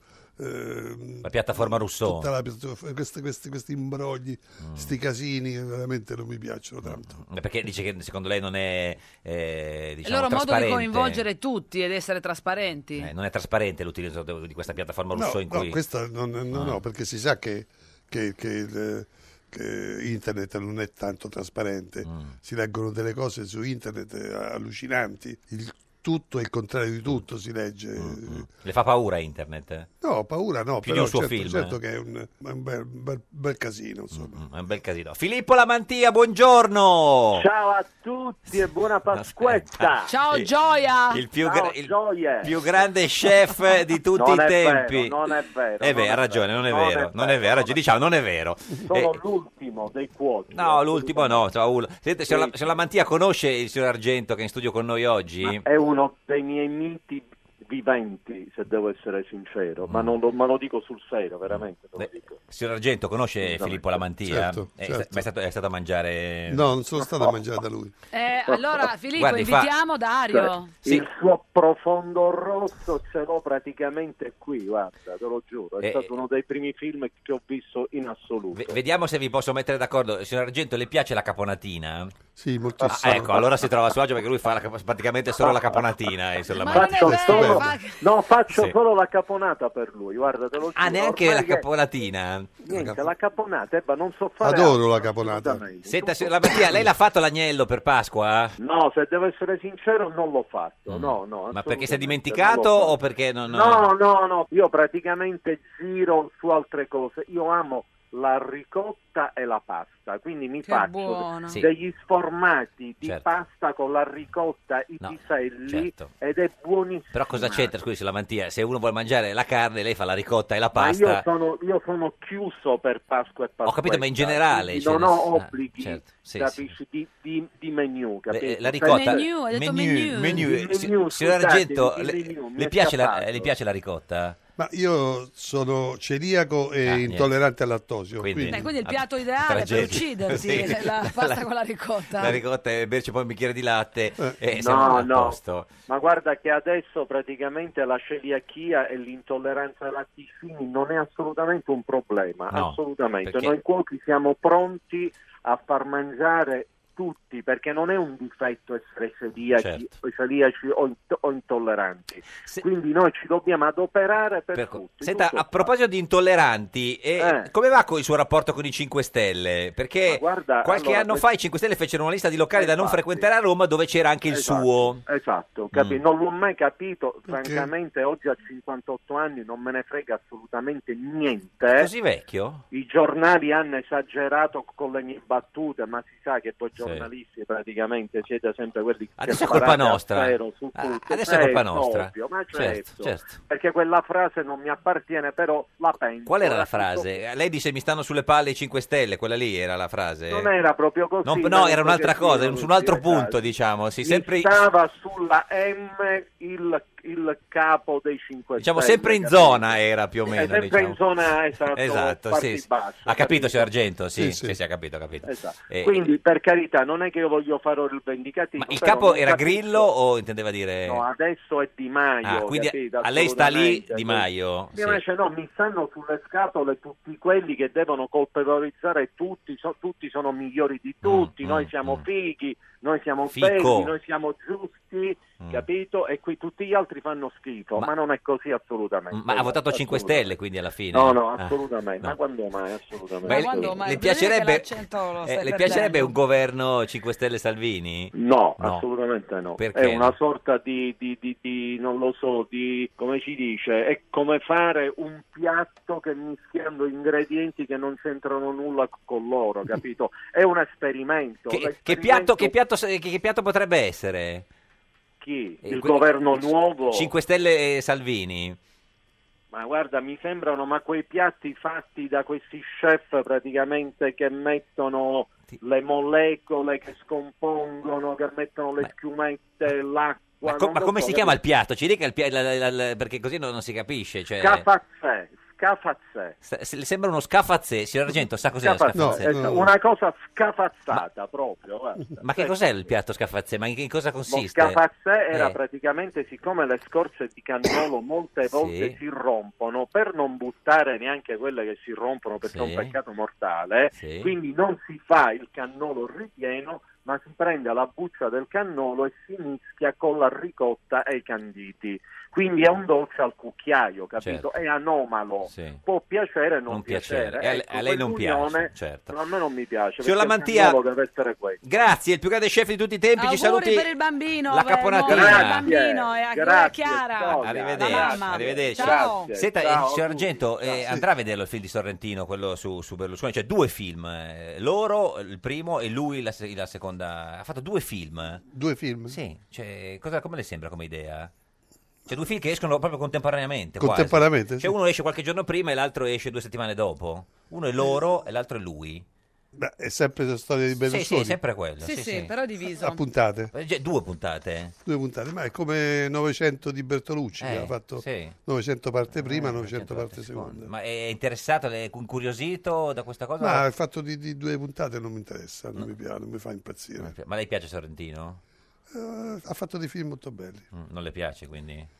[SPEAKER 6] ehm,
[SPEAKER 2] La piattaforma Rousseau. Mm.
[SPEAKER 6] tutta la piattaforma- questi, questi- questi imbrogli, sti casini, veramente non mi piacciono tanto.
[SPEAKER 2] Perché dice che secondo lei non è eh,
[SPEAKER 1] Il
[SPEAKER 2] diciamo,
[SPEAKER 1] loro modo di
[SPEAKER 2] trasparente.
[SPEAKER 1] coinvolgere tutti ed essere trasparenti.
[SPEAKER 2] Eh, non è trasparente l'utilizzo de- di questa piattaforma
[SPEAKER 6] No,
[SPEAKER 2] russo in
[SPEAKER 6] no,
[SPEAKER 2] cui
[SPEAKER 6] questa non, no,
[SPEAKER 2] Ah.
[SPEAKER 6] no, perché si sa che, che- che il- che internet non è tanto trasparente,
[SPEAKER 2] Mm.
[SPEAKER 6] si leggono delle cose su internet eh, allucinanti, il tutto è il contrario di tutto si legge.
[SPEAKER 2] le fa paura internet. eh?
[SPEAKER 6] No, paura no,
[SPEAKER 2] Più di
[SPEAKER 6] però
[SPEAKER 2] un suo
[SPEAKER 6] certo,
[SPEAKER 2] film,
[SPEAKER 6] certo
[SPEAKER 2] eh.
[SPEAKER 6] che è un, è un bel, bel- bel casino. Insomma.
[SPEAKER 2] Mm, È un bel casino. Filippo Lamantia, buongiorno.
[SPEAKER 14] Ciao a tutti e buona Pasquetta.
[SPEAKER 1] Ciao,
[SPEAKER 2] Sì.
[SPEAKER 1] Gioia!
[SPEAKER 2] Il più,
[SPEAKER 14] Ciao,
[SPEAKER 2] gra- il
[SPEAKER 14] gioie.
[SPEAKER 2] più grande chef di tutti
[SPEAKER 14] Non
[SPEAKER 2] i
[SPEAKER 14] è
[SPEAKER 2] tempi.
[SPEAKER 14] vero, non è vero,
[SPEAKER 2] Eh beh,
[SPEAKER 14] non
[SPEAKER 2] ha
[SPEAKER 14] è
[SPEAKER 2] ragione,
[SPEAKER 14] vero,
[SPEAKER 2] non è
[SPEAKER 14] non è
[SPEAKER 2] vero. Non è vero, ha ragione, diciamo, non è vero.
[SPEAKER 14] Sono
[SPEAKER 2] Eh,
[SPEAKER 14] l'ultimo dei cuochi.
[SPEAKER 2] no, l'ultimo no. Saul. Senta, signor, La- signor Lamantia, conosce il signor Argento che è in studio con noi oggi?
[SPEAKER 14] È uno dei miei miti viventi, se devo essere sincero,
[SPEAKER 2] Mm.
[SPEAKER 14] ma, non lo, ma lo dico sul serio, veramente. lo dico.
[SPEAKER 2] Signor Argento, conosce Filippo Lamantia?
[SPEAKER 6] Certo,
[SPEAKER 2] È,
[SPEAKER 6] certo.
[SPEAKER 2] ma è stato, è stato a mangiare...
[SPEAKER 6] No, non sono stato a mangiare da lui.
[SPEAKER 1] Eh, allora, Filippo,
[SPEAKER 2] Oh, Guardi, fa-
[SPEAKER 1] invitiamo Dario.
[SPEAKER 14] eh. Il suo profondo rosso ce l'ho praticamente qui, guarda, te lo giuro. È
[SPEAKER 2] Eh,
[SPEAKER 14] stato uno dei primi film che ho visto in assoluto.
[SPEAKER 2] Ve- Vediamo se vi posso mettere d'accordo. Signor Argento, le piace la caponatina?
[SPEAKER 6] Sì,
[SPEAKER 2] Ah,
[SPEAKER 6] moltissimo.
[SPEAKER 2] ecco, allora si trova a suo agio perché lui fa la cap- praticamente solo la caponatina. eh, sulla
[SPEAKER 14] Faccio
[SPEAKER 2] mangiare.
[SPEAKER 14] solo- no, faccio
[SPEAKER 2] Sì.
[SPEAKER 14] solo la caponata per lui, guarda, te lo giuro.
[SPEAKER 2] Ah, neanche la
[SPEAKER 14] ormai è-
[SPEAKER 2] caponatina?
[SPEAKER 14] Niente, la caponata, eh, ma non so fare
[SPEAKER 6] Adoro la
[SPEAKER 14] altro,
[SPEAKER 6] caponata.
[SPEAKER 14] assolutamente.
[SPEAKER 2] Senta, signor Mattia, lei l'ha fatto l'agnello per Pasqua?
[SPEAKER 14] No, se devo essere sincero, non l'ho fatto. No, no.
[SPEAKER 2] Ma perché si è
[SPEAKER 14] assolutamente
[SPEAKER 2] dimenticato
[SPEAKER 14] non l'ho
[SPEAKER 2] o perché non...
[SPEAKER 14] fatto. No, no, no. Io praticamente giro su altre cose. Io amo la ricotta e la pasta, quindi mi
[SPEAKER 1] Che
[SPEAKER 14] faccio
[SPEAKER 1] buona. Sì.
[SPEAKER 14] degli sformati di
[SPEAKER 2] Certo.
[SPEAKER 14] pasta con la ricotta, i
[SPEAKER 2] No,
[SPEAKER 14] piselli
[SPEAKER 2] certo.
[SPEAKER 14] ed è buonissimo.
[SPEAKER 2] Però cosa c'entra, scusi, signor Lamantia? Se uno vuole mangiare la carne, lei fa la ricotta e la
[SPEAKER 14] Ma
[SPEAKER 2] pasta.
[SPEAKER 14] io sono, io sono chiuso per Pasqua e Pasqua.
[SPEAKER 2] Ho capito, ma in generale, cioè,
[SPEAKER 14] non ho
[SPEAKER 2] nel- ah,
[SPEAKER 14] obblighi,
[SPEAKER 2] certo, sì,
[SPEAKER 14] capisci, Di, di, di menu,
[SPEAKER 2] Le-
[SPEAKER 14] capisci?
[SPEAKER 2] Eh, la ricotta
[SPEAKER 1] Menu, ha detto menu.
[SPEAKER 2] menu.
[SPEAKER 14] cioè, Menu,
[SPEAKER 2] Si- signor
[SPEAKER 14] scusate,
[SPEAKER 2] Argento
[SPEAKER 14] il
[SPEAKER 2] le,
[SPEAKER 14] menu, mi
[SPEAKER 2] le
[SPEAKER 14] è
[SPEAKER 2] piace la,
[SPEAKER 14] scappato.
[SPEAKER 2] le piace la ricotta?
[SPEAKER 6] Ma io sono celiaco
[SPEAKER 2] Ah,
[SPEAKER 6] e intollerante al lattosio. Quindi,
[SPEAKER 1] Beh, Eh, quindi il piatto ideale per
[SPEAKER 2] tragedia.
[SPEAKER 1] ucciderti
[SPEAKER 2] Sì.
[SPEAKER 1] è la pasta con la ricotta.
[SPEAKER 2] La ricotta e berci poi un bicchiere di latte e
[SPEAKER 6] Eh.
[SPEAKER 14] No,
[SPEAKER 2] Eh, siamo a
[SPEAKER 14] no.
[SPEAKER 2] posto.
[SPEAKER 14] Ma guarda che adesso praticamente la celiachia e l'intolleranza ai latticini non è assolutamente un problema,
[SPEAKER 2] No,
[SPEAKER 14] assolutamente.
[SPEAKER 2] perché-
[SPEAKER 14] Noi cuochi siamo pronti a far mangiare tutti perché non è un difetto essere celiaci,
[SPEAKER 2] Certo.
[SPEAKER 14] celiaci o, int- o intolleranti. Quindi noi ci dobbiamo adoperare per,
[SPEAKER 2] Per-
[SPEAKER 14] tutti.
[SPEAKER 2] Senta,
[SPEAKER 14] tutto
[SPEAKER 2] a proposito di intolleranti, eh, come va con il suo rapporto con i 5 Stelle? Perché qualche
[SPEAKER 14] allora,
[SPEAKER 2] anno
[SPEAKER 14] quest-
[SPEAKER 2] fa i 5 Stelle fecero una lista di locali da non
[SPEAKER 14] Infatti.
[SPEAKER 2] frequentare a Roma dove c'era anche il
[SPEAKER 14] Esatto,
[SPEAKER 2] suo.
[SPEAKER 14] Esatto,
[SPEAKER 2] Mm.
[SPEAKER 14] capi- non l'ho mai capito, francamente oggi a 58 anni non me ne frega assolutamente niente.
[SPEAKER 2] Così vecchio?
[SPEAKER 14] I giornali hanno esagerato con le mie battute, ma si sa che voi giornalisti praticamente siete sempre quelli che
[SPEAKER 2] Adesso è
[SPEAKER 14] sparate
[SPEAKER 2] colpa
[SPEAKER 14] a
[SPEAKER 2] nostra.
[SPEAKER 14] zero su
[SPEAKER 2] Ah,
[SPEAKER 14] tutto.
[SPEAKER 2] adesso è
[SPEAKER 14] Eh,
[SPEAKER 2] colpa nostra.
[SPEAKER 14] ovvio, ma
[SPEAKER 2] Certo,
[SPEAKER 14] certo,
[SPEAKER 2] certo.
[SPEAKER 14] Perché quella frase non mi appartiene, però la penso.
[SPEAKER 2] Qual era la
[SPEAKER 14] tutto-
[SPEAKER 2] frase? Lei dice mi stanno sulle palle i 5 Stelle, quella lì era la frase.
[SPEAKER 14] Non era proprio così.
[SPEAKER 2] Non-
[SPEAKER 14] ma
[SPEAKER 2] no,
[SPEAKER 14] un
[SPEAKER 2] era un'altra
[SPEAKER 14] pochettino
[SPEAKER 2] cosa, su un
[SPEAKER 14] così,
[SPEAKER 2] altro
[SPEAKER 14] esatto.
[SPEAKER 2] punto, diciamo. Sì,
[SPEAKER 14] Gli
[SPEAKER 2] sempre,
[SPEAKER 14] stava sulla M il, il capo dei 5
[SPEAKER 2] diciamo,
[SPEAKER 14] Stelle,
[SPEAKER 2] sempre in
[SPEAKER 14] capito?
[SPEAKER 2] zona era più o
[SPEAKER 14] Eh,
[SPEAKER 2] meno.
[SPEAKER 14] sempre
[SPEAKER 2] diciamo.
[SPEAKER 14] in zona esatto,
[SPEAKER 2] Esatto,
[SPEAKER 14] parti
[SPEAKER 2] sì, sì.
[SPEAKER 14] basse,
[SPEAKER 2] Ha capito,
[SPEAKER 14] capito?
[SPEAKER 2] signor Argento? Sì,
[SPEAKER 14] Sì,
[SPEAKER 2] sì, sì, ha capito, ha capito.
[SPEAKER 14] Esatto.
[SPEAKER 2] Eh,
[SPEAKER 14] quindi per carità non è che io voglio fare il vendicativo
[SPEAKER 2] il
[SPEAKER 14] però
[SPEAKER 2] capo
[SPEAKER 14] non
[SPEAKER 2] era
[SPEAKER 14] capisco-
[SPEAKER 2] Grillo o intendeva dire...
[SPEAKER 14] no adesso è Di Maio
[SPEAKER 2] Eh. Ah, quindi
[SPEAKER 14] capito?
[SPEAKER 2] a lei sta lì
[SPEAKER 14] Assolutamente,
[SPEAKER 2] Di
[SPEAKER 14] sì.
[SPEAKER 2] Maio.
[SPEAKER 14] Di Maio
[SPEAKER 2] sì.
[SPEAKER 14] dice, no, mi stanno sulle scatole tutti quelli che devono colpevolizzare tutti, so- tutti sono migliori di tutti, noi siamo fighi, noi siamo
[SPEAKER 2] Mm, Fico.
[SPEAKER 14] belli, noi siamo giusti,
[SPEAKER 2] Mm.
[SPEAKER 14] capito? E qui tutti gli altri fanno schifo, ma, non è così assolutamente.
[SPEAKER 2] Ma ha votato 5
[SPEAKER 14] Assolutamente.
[SPEAKER 2] Stelle, quindi alla fine.
[SPEAKER 14] No, no,
[SPEAKER 2] Ah.
[SPEAKER 14] assolutamente,
[SPEAKER 2] no.
[SPEAKER 14] ma quando mai,
[SPEAKER 2] Ma
[SPEAKER 14] assolutamente.
[SPEAKER 2] le- quando mai? le piacerebbe- Eh, le piacerebbe un governo 5 Stelle Salvini?
[SPEAKER 14] No, assolutamente no.
[SPEAKER 2] Perché?
[SPEAKER 14] È una sorta di, di- di- di- non lo so, di, come si dice, è come fare un piatto che mischiando ingredienti che non c'entrano nulla con loro, capito? È un esperimento.
[SPEAKER 2] Che, che
[SPEAKER 14] L'esperimento-
[SPEAKER 2] piatto, che piatto se- che- che piatto potrebbe essere?
[SPEAKER 14] Chi?
[SPEAKER 2] Eh,
[SPEAKER 14] Il
[SPEAKER 2] quello-
[SPEAKER 14] governo nuovo?
[SPEAKER 2] 5 Stelle e Salvini.
[SPEAKER 14] Ma guarda, mi sembrano ma quei piatti fatti da questi chef praticamente che mettono le molecole che scompongono, che mettono le schiumette, l'acqua.
[SPEAKER 2] Ma, co-
[SPEAKER 14] non
[SPEAKER 2] ma
[SPEAKER 14] lo
[SPEAKER 2] come
[SPEAKER 14] so, eh.
[SPEAKER 2] si chiama il
[SPEAKER 14] capito?
[SPEAKER 2] piatto? Ci dica il pia- la- la- la- perché così non, non si capisce. Cioè,
[SPEAKER 14] Scafazzè, scafazzè.
[SPEAKER 2] sa- se- le sembra uno scafazzè. Signor Argento sa cos'è lo
[SPEAKER 14] Scafazzè,
[SPEAKER 2] scafazzè?
[SPEAKER 14] esatto, Una cosa scafazzata proprio. guarda. Cioè,
[SPEAKER 2] Ma che cos'è il piatto scafazzè? Ma in, in cosa
[SPEAKER 14] Lo
[SPEAKER 2] consiste?
[SPEAKER 14] scafazzè era
[SPEAKER 2] Eh,
[SPEAKER 14] praticamente, siccome le scorze di cannolo molte volte
[SPEAKER 2] Sì.
[SPEAKER 14] si rompono, per non buttare neanche quelle che si rompono perché è
[SPEAKER 2] Sì.
[SPEAKER 14] un peccato mortale,
[SPEAKER 2] Sì.
[SPEAKER 14] quindi non si fa il cannolo ripieno, ma si prende la buccia del cannolo e si mischia con la ricotta e i canditi. Quindi è un dolce al cucchiaio, capito?
[SPEAKER 2] Certo.
[SPEAKER 14] È anomalo.
[SPEAKER 2] Sì.
[SPEAKER 14] Può piacere o non,
[SPEAKER 2] Non piacere.
[SPEAKER 14] piacere. Ecco,
[SPEAKER 2] E a le- a lei non
[SPEAKER 14] quell'unione,
[SPEAKER 2] piace, certo.
[SPEAKER 14] no, A me non mi piace.
[SPEAKER 2] Signor
[SPEAKER 14] perché il
[SPEAKER 2] Lamantia-
[SPEAKER 14] cannolo deve essere questo.
[SPEAKER 2] Grazie, il più grande chef di tutti i tempi.
[SPEAKER 1] Auguri
[SPEAKER 2] Ci saluti.
[SPEAKER 1] per il bambino,
[SPEAKER 2] la
[SPEAKER 1] per
[SPEAKER 2] caponatina.
[SPEAKER 1] Moro, per il
[SPEAKER 2] Grazie,
[SPEAKER 1] bambino eh, e a
[SPEAKER 2] grazie,
[SPEAKER 1] Chiara.
[SPEAKER 2] Arrivederci,
[SPEAKER 1] La mamma.
[SPEAKER 2] arrivederci.
[SPEAKER 1] Ciao.
[SPEAKER 2] Senta,
[SPEAKER 1] Ciao
[SPEAKER 2] eh,
[SPEAKER 1] a
[SPEAKER 2] signor Argento, eh, andrà a vederlo il film di Sorrentino, quello su, su Berlusconi? Cioè, due film, eh, loro il primo e lui la, se- la seconda. Ha fatto due film.
[SPEAKER 6] Due film?
[SPEAKER 2] Sì, cioè, cosa- come le sembra come idea? Cioè, due film che escono proprio contemporaneamente. quasi.
[SPEAKER 6] Contemporaneamente, sì.
[SPEAKER 2] Cioè, uno esce qualche giorno prima e l'altro esce due settimane dopo. Uno è loro e l'altro è lui.
[SPEAKER 6] Beh, è sempre la storia di
[SPEAKER 2] Sì,
[SPEAKER 6] Berlusconi.
[SPEAKER 2] sì, sempre quello.
[SPEAKER 1] Sì,
[SPEAKER 2] sì,
[SPEAKER 1] sì,
[SPEAKER 2] sì.
[SPEAKER 1] però diviso.
[SPEAKER 6] A puntate.
[SPEAKER 2] Eh, già, Due puntate.
[SPEAKER 6] Due puntate, ma è come 900 di Bertolucci,
[SPEAKER 2] Eh,
[SPEAKER 6] che ha fatto
[SPEAKER 2] sì. Eh,
[SPEAKER 6] 900 parte prima, 900 parte seconda.
[SPEAKER 2] Ma è interessato, è incuriosito da questa cosa?
[SPEAKER 6] Ma il fatto di, di due puntate non mi interessa, non, mi, piace, non mi fa impazzire.
[SPEAKER 2] Ma lei piace Sorrentino?
[SPEAKER 6] Eh, ha fatto dei film molto belli.
[SPEAKER 2] Mm, Non le piace quindi?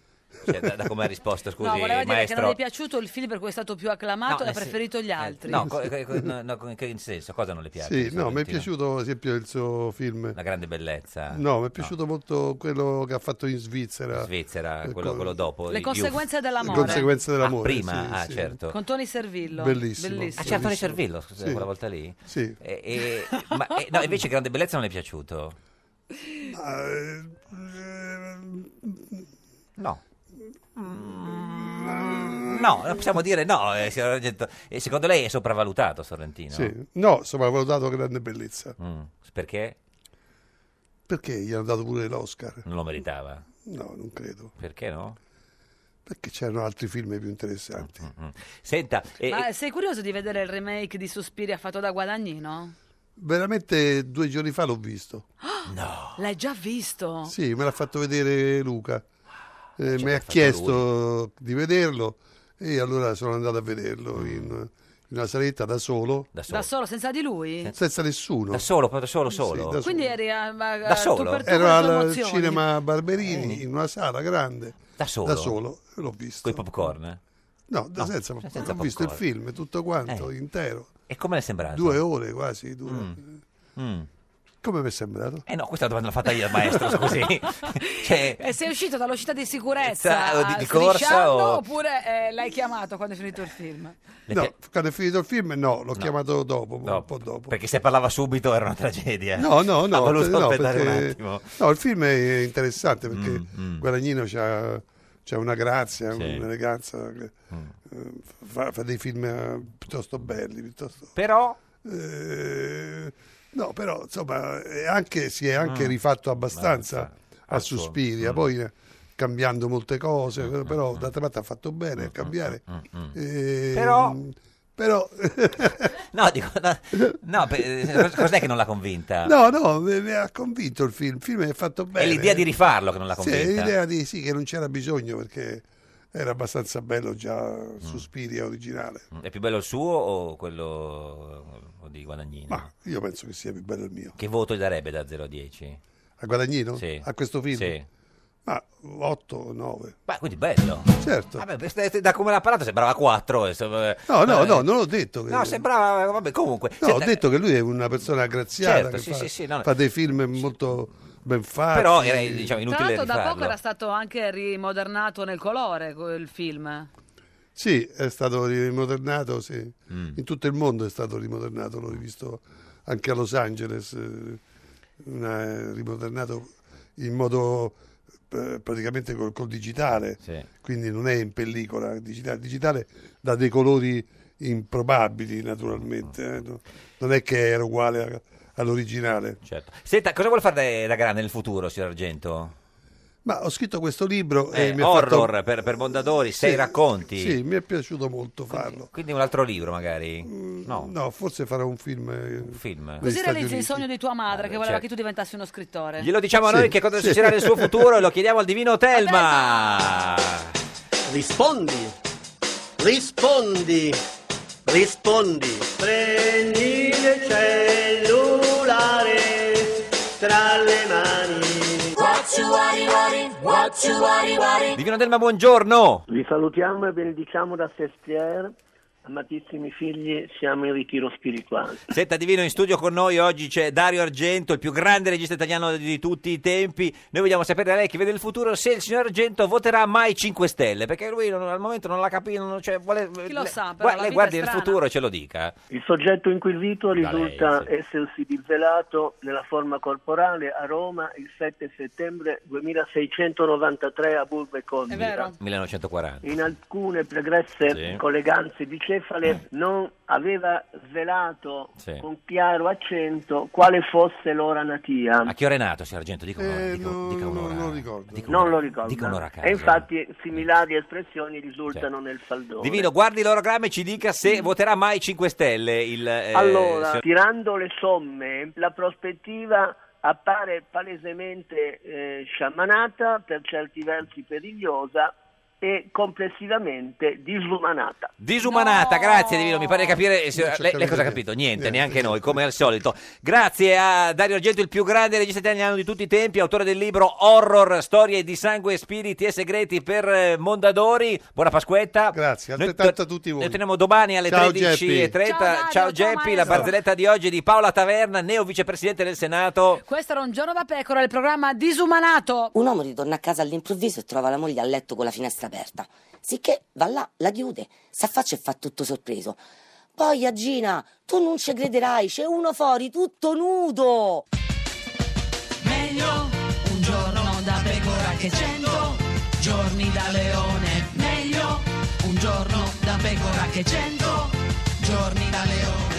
[SPEAKER 2] Cioè, da, da come ha risposto, scusi,
[SPEAKER 1] no, voleva dire che
[SPEAKER 2] maestro?
[SPEAKER 1] non le è piaciuto il film per cui è stato più acclamato
[SPEAKER 2] No,
[SPEAKER 1] e ha
[SPEAKER 2] nel sen-
[SPEAKER 1] preferito gli altri.
[SPEAKER 2] No, co- co- co- no, no, co- in che senso? Cosa non le piace? di
[SPEAKER 6] sì, no, mi è
[SPEAKER 2] Sorrentino?
[SPEAKER 6] piaciuto ad esempio il suo film.
[SPEAKER 2] La grande bellezza.
[SPEAKER 6] No, mi è piaciuto molto quello che ha fatto in Svizzera.
[SPEAKER 2] Svizzera,
[SPEAKER 6] Eh,
[SPEAKER 2] quello,
[SPEAKER 6] con-
[SPEAKER 2] quello dopo.
[SPEAKER 1] Le
[SPEAKER 2] Youth.
[SPEAKER 1] conseguenze dell'amore.
[SPEAKER 6] Le conseguenze dell'amore,
[SPEAKER 2] Ah, prima,
[SPEAKER 6] sì,
[SPEAKER 2] ah,
[SPEAKER 6] sì.
[SPEAKER 2] certo.
[SPEAKER 1] Con Tony Servillo.
[SPEAKER 6] Bellissimo.
[SPEAKER 2] Ah, c'era Tony Servillo, scusa,
[SPEAKER 6] Sì.
[SPEAKER 2] quella volta lì?
[SPEAKER 6] Sì.
[SPEAKER 2] E- e- ma, e- no, invece Grande Bellezza non le è piaciuto?
[SPEAKER 6] Ah, eh,
[SPEAKER 2] No. No, non possiamo dire no, eh, signor Argento. E secondo lei è sopravvalutato Sorrentino?
[SPEAKER 6] Sì. No, sopravvalutato grande bellezza.
[SPEAKER 2] Mm, Perché?
[SPEAKER 6] Perché gli hanno dato pure l'Oscar?
[SPEAKER 2] Non lo meritava.
[SPEAKER 6] No, non credo.
[SPEAKER 2] Perché no?
[SPEAKER 6] Perché c'erano altri film più interessanti.
[SPEAKER 2] Mm, Senta, eh,
[SPEAKER 1] Ma sei curioso di vedere il remake di Sospiria fatto da Guadagnino?
[SPEAKER 6] veramente due giorni fa l'ho visto.
[SPEAKER 1] L'hai già visto?
[SPEAKER 2] Ah,
[SPEAKER 6] Sì, me l'ha fatto vedere Luca. Eh, mi ha
[SPEAKER 2] fatto
[SPEAKER 6] chiesto di vederlo E allora sono andato a
[SPEAKER 2] Mm.
[SPEAKER 6] vederlo in, in una saletta da solo,
[SPEAKER 1] Da solo, senza di lui?
[SPEAKER 6] senza nessuno. Da
[SPEAKER 2] solo, proprio solo,
[SPEAKER 6] solo.
[SPEAKER 1] Quindi eri a, a,
[SPEAKER 6] Da
[SPEAKER 1] tu per tu
[SPEAKER 6] Ero
[SPEAKER 1] con le tue
[SPEAKER 6] al
[SPEAKER 1] emozioni.
[SPEAKER 6] cinema Barberini in una sala grande.
[SPEAKER 2] Eh. Da solo?
[SPEAKER 6] Da solo, e l'ho
[SPEAKER 2] Con
[SPEAKER 6] visto.
[SPEAKER 2] i popcorn? eh?
[SPEAKER 6] No, da-
[SPEAKER 2] No,
[SPEAKER 6] senza,
[SPEAKER 2] senza
[SPEAKER 6] ho visto il
[SPEAKER 2] popcorn. Eh.
[SPEAKER 6] film tutto quanto, intero.
[SPEAKER 2] E come le è sembrato?
[SPEAKER 6] Due ore quasi. due.
[SPEAKER 2] Mm.
[SPEAKER 6] Come mi è sembrato?
[SPEAKER 2] Eh no, questa è una domanda l'ho fatta io al maestro, scusi. cioè,
[SPEAKER 1] E sei uscito dall'uscita di sicurezza
[SPEAKER 2] Sa- o di- di
[SPEAKER 1] eh,
[SPEAKER 2] corsa
[SPEAKER 1] strisciando,
[SPEAKER 2] o-
[SPEAKER 1] oppure eh, l'hai chiamato quando è finito il film?
[SPEAKER 6] No, quando è finito il film, no, l'ho chiamato dopo, un po' dopo.
[SPEAKER 2] perché se parlava subito era una tragedia.
[SPEAKER 6] No, no, no.
[SPEAKER 2] Eh, Ha voluto
[SPEAKER 6] no,
[SPEAKER 2] aspettare
[SPEAKER 6] perché-
[SPEAKER 2] un attimo. Mm,
[SPEAKER 6] no, il film è interessante perché Guadagnino c'ha, c'ha una grazia, un'eleganza. che,
[SPEAKER 2] Mm.
[SPEAKER 6] eh, Fa, fa dei film eh, piuttosto belli, piuttosto... Eh,
[SPEAKER 2] Però...
[SPEAKER 6] no, però insomma, è anche, si è anche
[SPEAKER 2] Mm.
[SPEAKER 6] rifatto abbastanza a
[SPEAKER 2] suo- Mm.
[SPEAKER 6] Suspiria, poi eh, cambiando molte cose, però d'altra parte ha fatto bene
[SPEAKER 2] Mm,
[SPEAKER 6] a cambiare. Eh,
[SPEAKER 2] Però-
[SPEAKER 6] però
[SPEAKER 2] No, dico, no, no, per- cos'è che non l'ha convinta?
[SPEAKER 6] No, no, mi, mi ha convinto il film. Il film è fatto bene.
[SPEAKER 2] l'idea di rifarlo che non l'ha
[SPEAKER 6] Sì, è
[SPEAKER 2] convinta.
[SPEAKER 6] l'idea di sì, che non c'era bisogno perché era abbastanza bello già
[SPEAKER 2] Mm.
[SPEAKER 6] Suspiria originale.
[SPEAKER 2] È più bello il suo o quello eh, di Guadagnino?
[SPEAKER 6] Io penso che sia più bello il mio.
[SPEAKER 2] Che voto gli darebbe da 0 a 10?
[SPEAKER 6] A Guadagnino?
[SPEAKER 2] Sì.
[SPEAKER 6] A questo film?
[SPEAKER 2] Sì.
[SPEAKER 6] Ma 8 o 9.
[SPEAKER 2] Ma quindi bello.
[SPEAKER 6] Certo.
[SPEAKER 2] Vabbè, per- da come l'ha parlato sembrava 4.
[SPEAKER 6] No, no, no, non l'ho detto. che-
[SPEAKER 2] eh. No, sembrava, vabbè, comunque.
[SPEAKER 6] No, ho
[SPEAKER 2] Senta,
[SPEAKER 6] detto che lui è una persona graziata,
[SPEAKER 2] Certo,
[SPEAKER 6] che
[SPEAKER 2] sì,
[SPEAKER 6] fa,
[SPEAKER 2] sì, sì, no,
[SPEAKER 6] fa dei film molto ben fatti.
[SPEAKER 2] Però era, diciamo,
[SPEAKER 1] Tra
[SPEAKER 2] inutile
[SPEAKER 1] l'altro da poco
[SPEAKER 2] rifarlo.
[SPEAKER 1] era stato anche rimodernato nel colore il
[SPEAKER 2] Eh.
[SPEAKER 1] film.
[SPEAKER 6] Sì, è stato rimodernato, sì.
[SPEAKER 2] Mm.
[SPEAKER 6] In tutto il mondo è stato rimodernato, l'ho rivisto anche a Los Angeles, eh, una- eh, rimodernato in modo eh, praticamente col, col digitale,
[SPEAKER 2] Sì.
[SPEAKER 6] quindi non è in pellicola, è digitale, Il digitale dà dei colori improbabili
[SPEAKER 2] Mm.
[SPEAKER 6] naturalmente, eh, no- non è che era uguale a- all'originale.
[SPEAKER 2] Certo. Senta, cosa vuole fare da grande nel futuro, signor Argento?
[SPEAKER 6] Ma ho scritto questo libro e
[SPEAKER 2] Eh,
[SPEAKER 6] mi ha fatto-
[SPEAKER 2] horror per, per Mondadori, sei
[SPEAKER 6] Sì,
[SPEAKER 2] racconti.
[SPEAKER 6] Sì, mi è piaciuto molto farlo.
[SPEAKER 2] Quindi un altro libro magari?
[SPEAKER 6] Mm,
[SPEAKER 2] No.
[SPEAKER 6] No, forse farà un film. eh, Un
[SPEAKER 2] film.
[SPEAKER 1] Così realizzi il sogno di tua madre che voleva
[SPEAKER 2] certo.
[SPEAKER 1] che tu diventassi uno scrittore.
[SPEAKER 2] Glielo diciamo a noi
[SPEAKER 1] Sì,
[SPEAKER 2] che cosa
[SPEAKER 1] sì.
[SPEAKER 2] succederà nel suo futuro e lo chiediamo al divino Telma.
[SPEAKER 15] Rispondi, rispondi, rispondi. Prendi il cellulare tra le mani.
[SPEAKER 8] What you worry, worry, what you worry, worry.
[SPEAKER 2] Divino Telma, buongiorno.
[SPEAKER 15] Vi salutiamo e benediciamo da Sestier. Amatissimi figli, siamo in ritiro spirituale.
[SPEAKER 2] Senta Divino, in studio con noi oggi c'è Dario Argento, il più grande regista italiano di tutti i tempi. Noi vogliamo sapere da lei che vede il futuro se il signor Argento voterà mai 5 Stelle, perché lui non- al momento non la capisce, non- cioè, vuole...
[SPEAKER 1] Chi lo
[SPEAKER 2] le-
[SPEAKER 1] sa,
[SPEAKER 2] gua-
[SPEAKER 1] però la
[SPEAKER 2] lei
[SPEAKER 1] vita
[SPEAKER 2] guardi
[SPEAKER 1] è
[SPEAKER 2] il
[SPEAKER 1] strana.
[SPEAKER 2] futuro e ce lo dica. eh.
[SPEAKER 15] Il soggetto in cui invito
[SPEAKER 2] Da lei,
[SPEAKER 15] risulta essersi disvelato nella forma corporale a Roma il 7 settembre 2693 a Burbe Condita.
[SPEAKER 2] 1940.
[SPEAKER 15] in alcune pregresse
[SPEAKER 2] Sì. Eh.
[SPEAKER 15] colleganze bicefale non aveva svelato
[SPEAKER 2] Sì.
[SPEAKER 15] con chiaro accento quale fosse l'ora natia.
[SPEAKER 2] A che ora è nato, signor Argento? Dica un'ora. dica- dica un'ora.
[SPEAKER 15] Eh, non lo ricordo.
[SPEAKER 2] dica un'ora a caso.
[SPEAKER 15] E infatti similari espressioni risultano nel faldone.
[SPEAKER 2] Divino, guardi l'orogramma e ci dica
[SPEAKER 6] Mm.
[SPEAKER 2] se voterà mai 5 Stelle il... eh,
[SPEAKER 15] allora,
[SPEAKER 2] signor-
[SPEAKER 15] tirando le somme, la prospettiva appare palesemente eh, sciamanata, per certi versi perigliosa e complessivamente disumanata.
[SPEAKER 2] Disumanata, grazie Divino, mi pare di capire. eh, signor-
[SPEAKER 15] Non ci ho
[SPEAKER 2] lei, lei cosa ha
[SPEAKER 15] capito
[SPEAKER 2] capito? Niente, neanche noi, come al solito. Grazie a Dario Argento, il più grande regista italiano di tutti i tempi, autore del libro Horror, Storie di sangue, spiriti e segreti per eh, Mondadori. Buona Pasquetta. Grazie,
[SPEAKER 6] altrettanto a tutti voi.
[SPEAKER 2] Noi torniamo domani alle
[SPEAKER 6] Ciao,
[SPEAKER 2] 13.30. Ciao,
[SPEAKER 1] Geppi. Ciao, Dario,
[SPEAKER 2] Geppi,
[SPEAKER 1] ciao,
[SPEAKER 2] la
[SPEAKER 1] maestro.
[SPEAKER 2] barzelletta di oggi è di Paola Taverna, neo vicepresidente del Senato.
[SPEAKER 1] Questo era un giorno da pecora, il programma disumanato.
[SPEAKER 16] Un uomo ritorna a casa all'improvviso e trova la moglie a letto con la finestra aperta. Sicché va là, la chiude, s'affaccia e fa tutto sorpreso. Poi, a Gina, tu non ci crederai, c'è uno fuori tutto nudo!
[SPEAKER 17] Meglio un giorno da pecora che cento giorni da leone. Meglio un giorno da pecora che cento giorni da leone.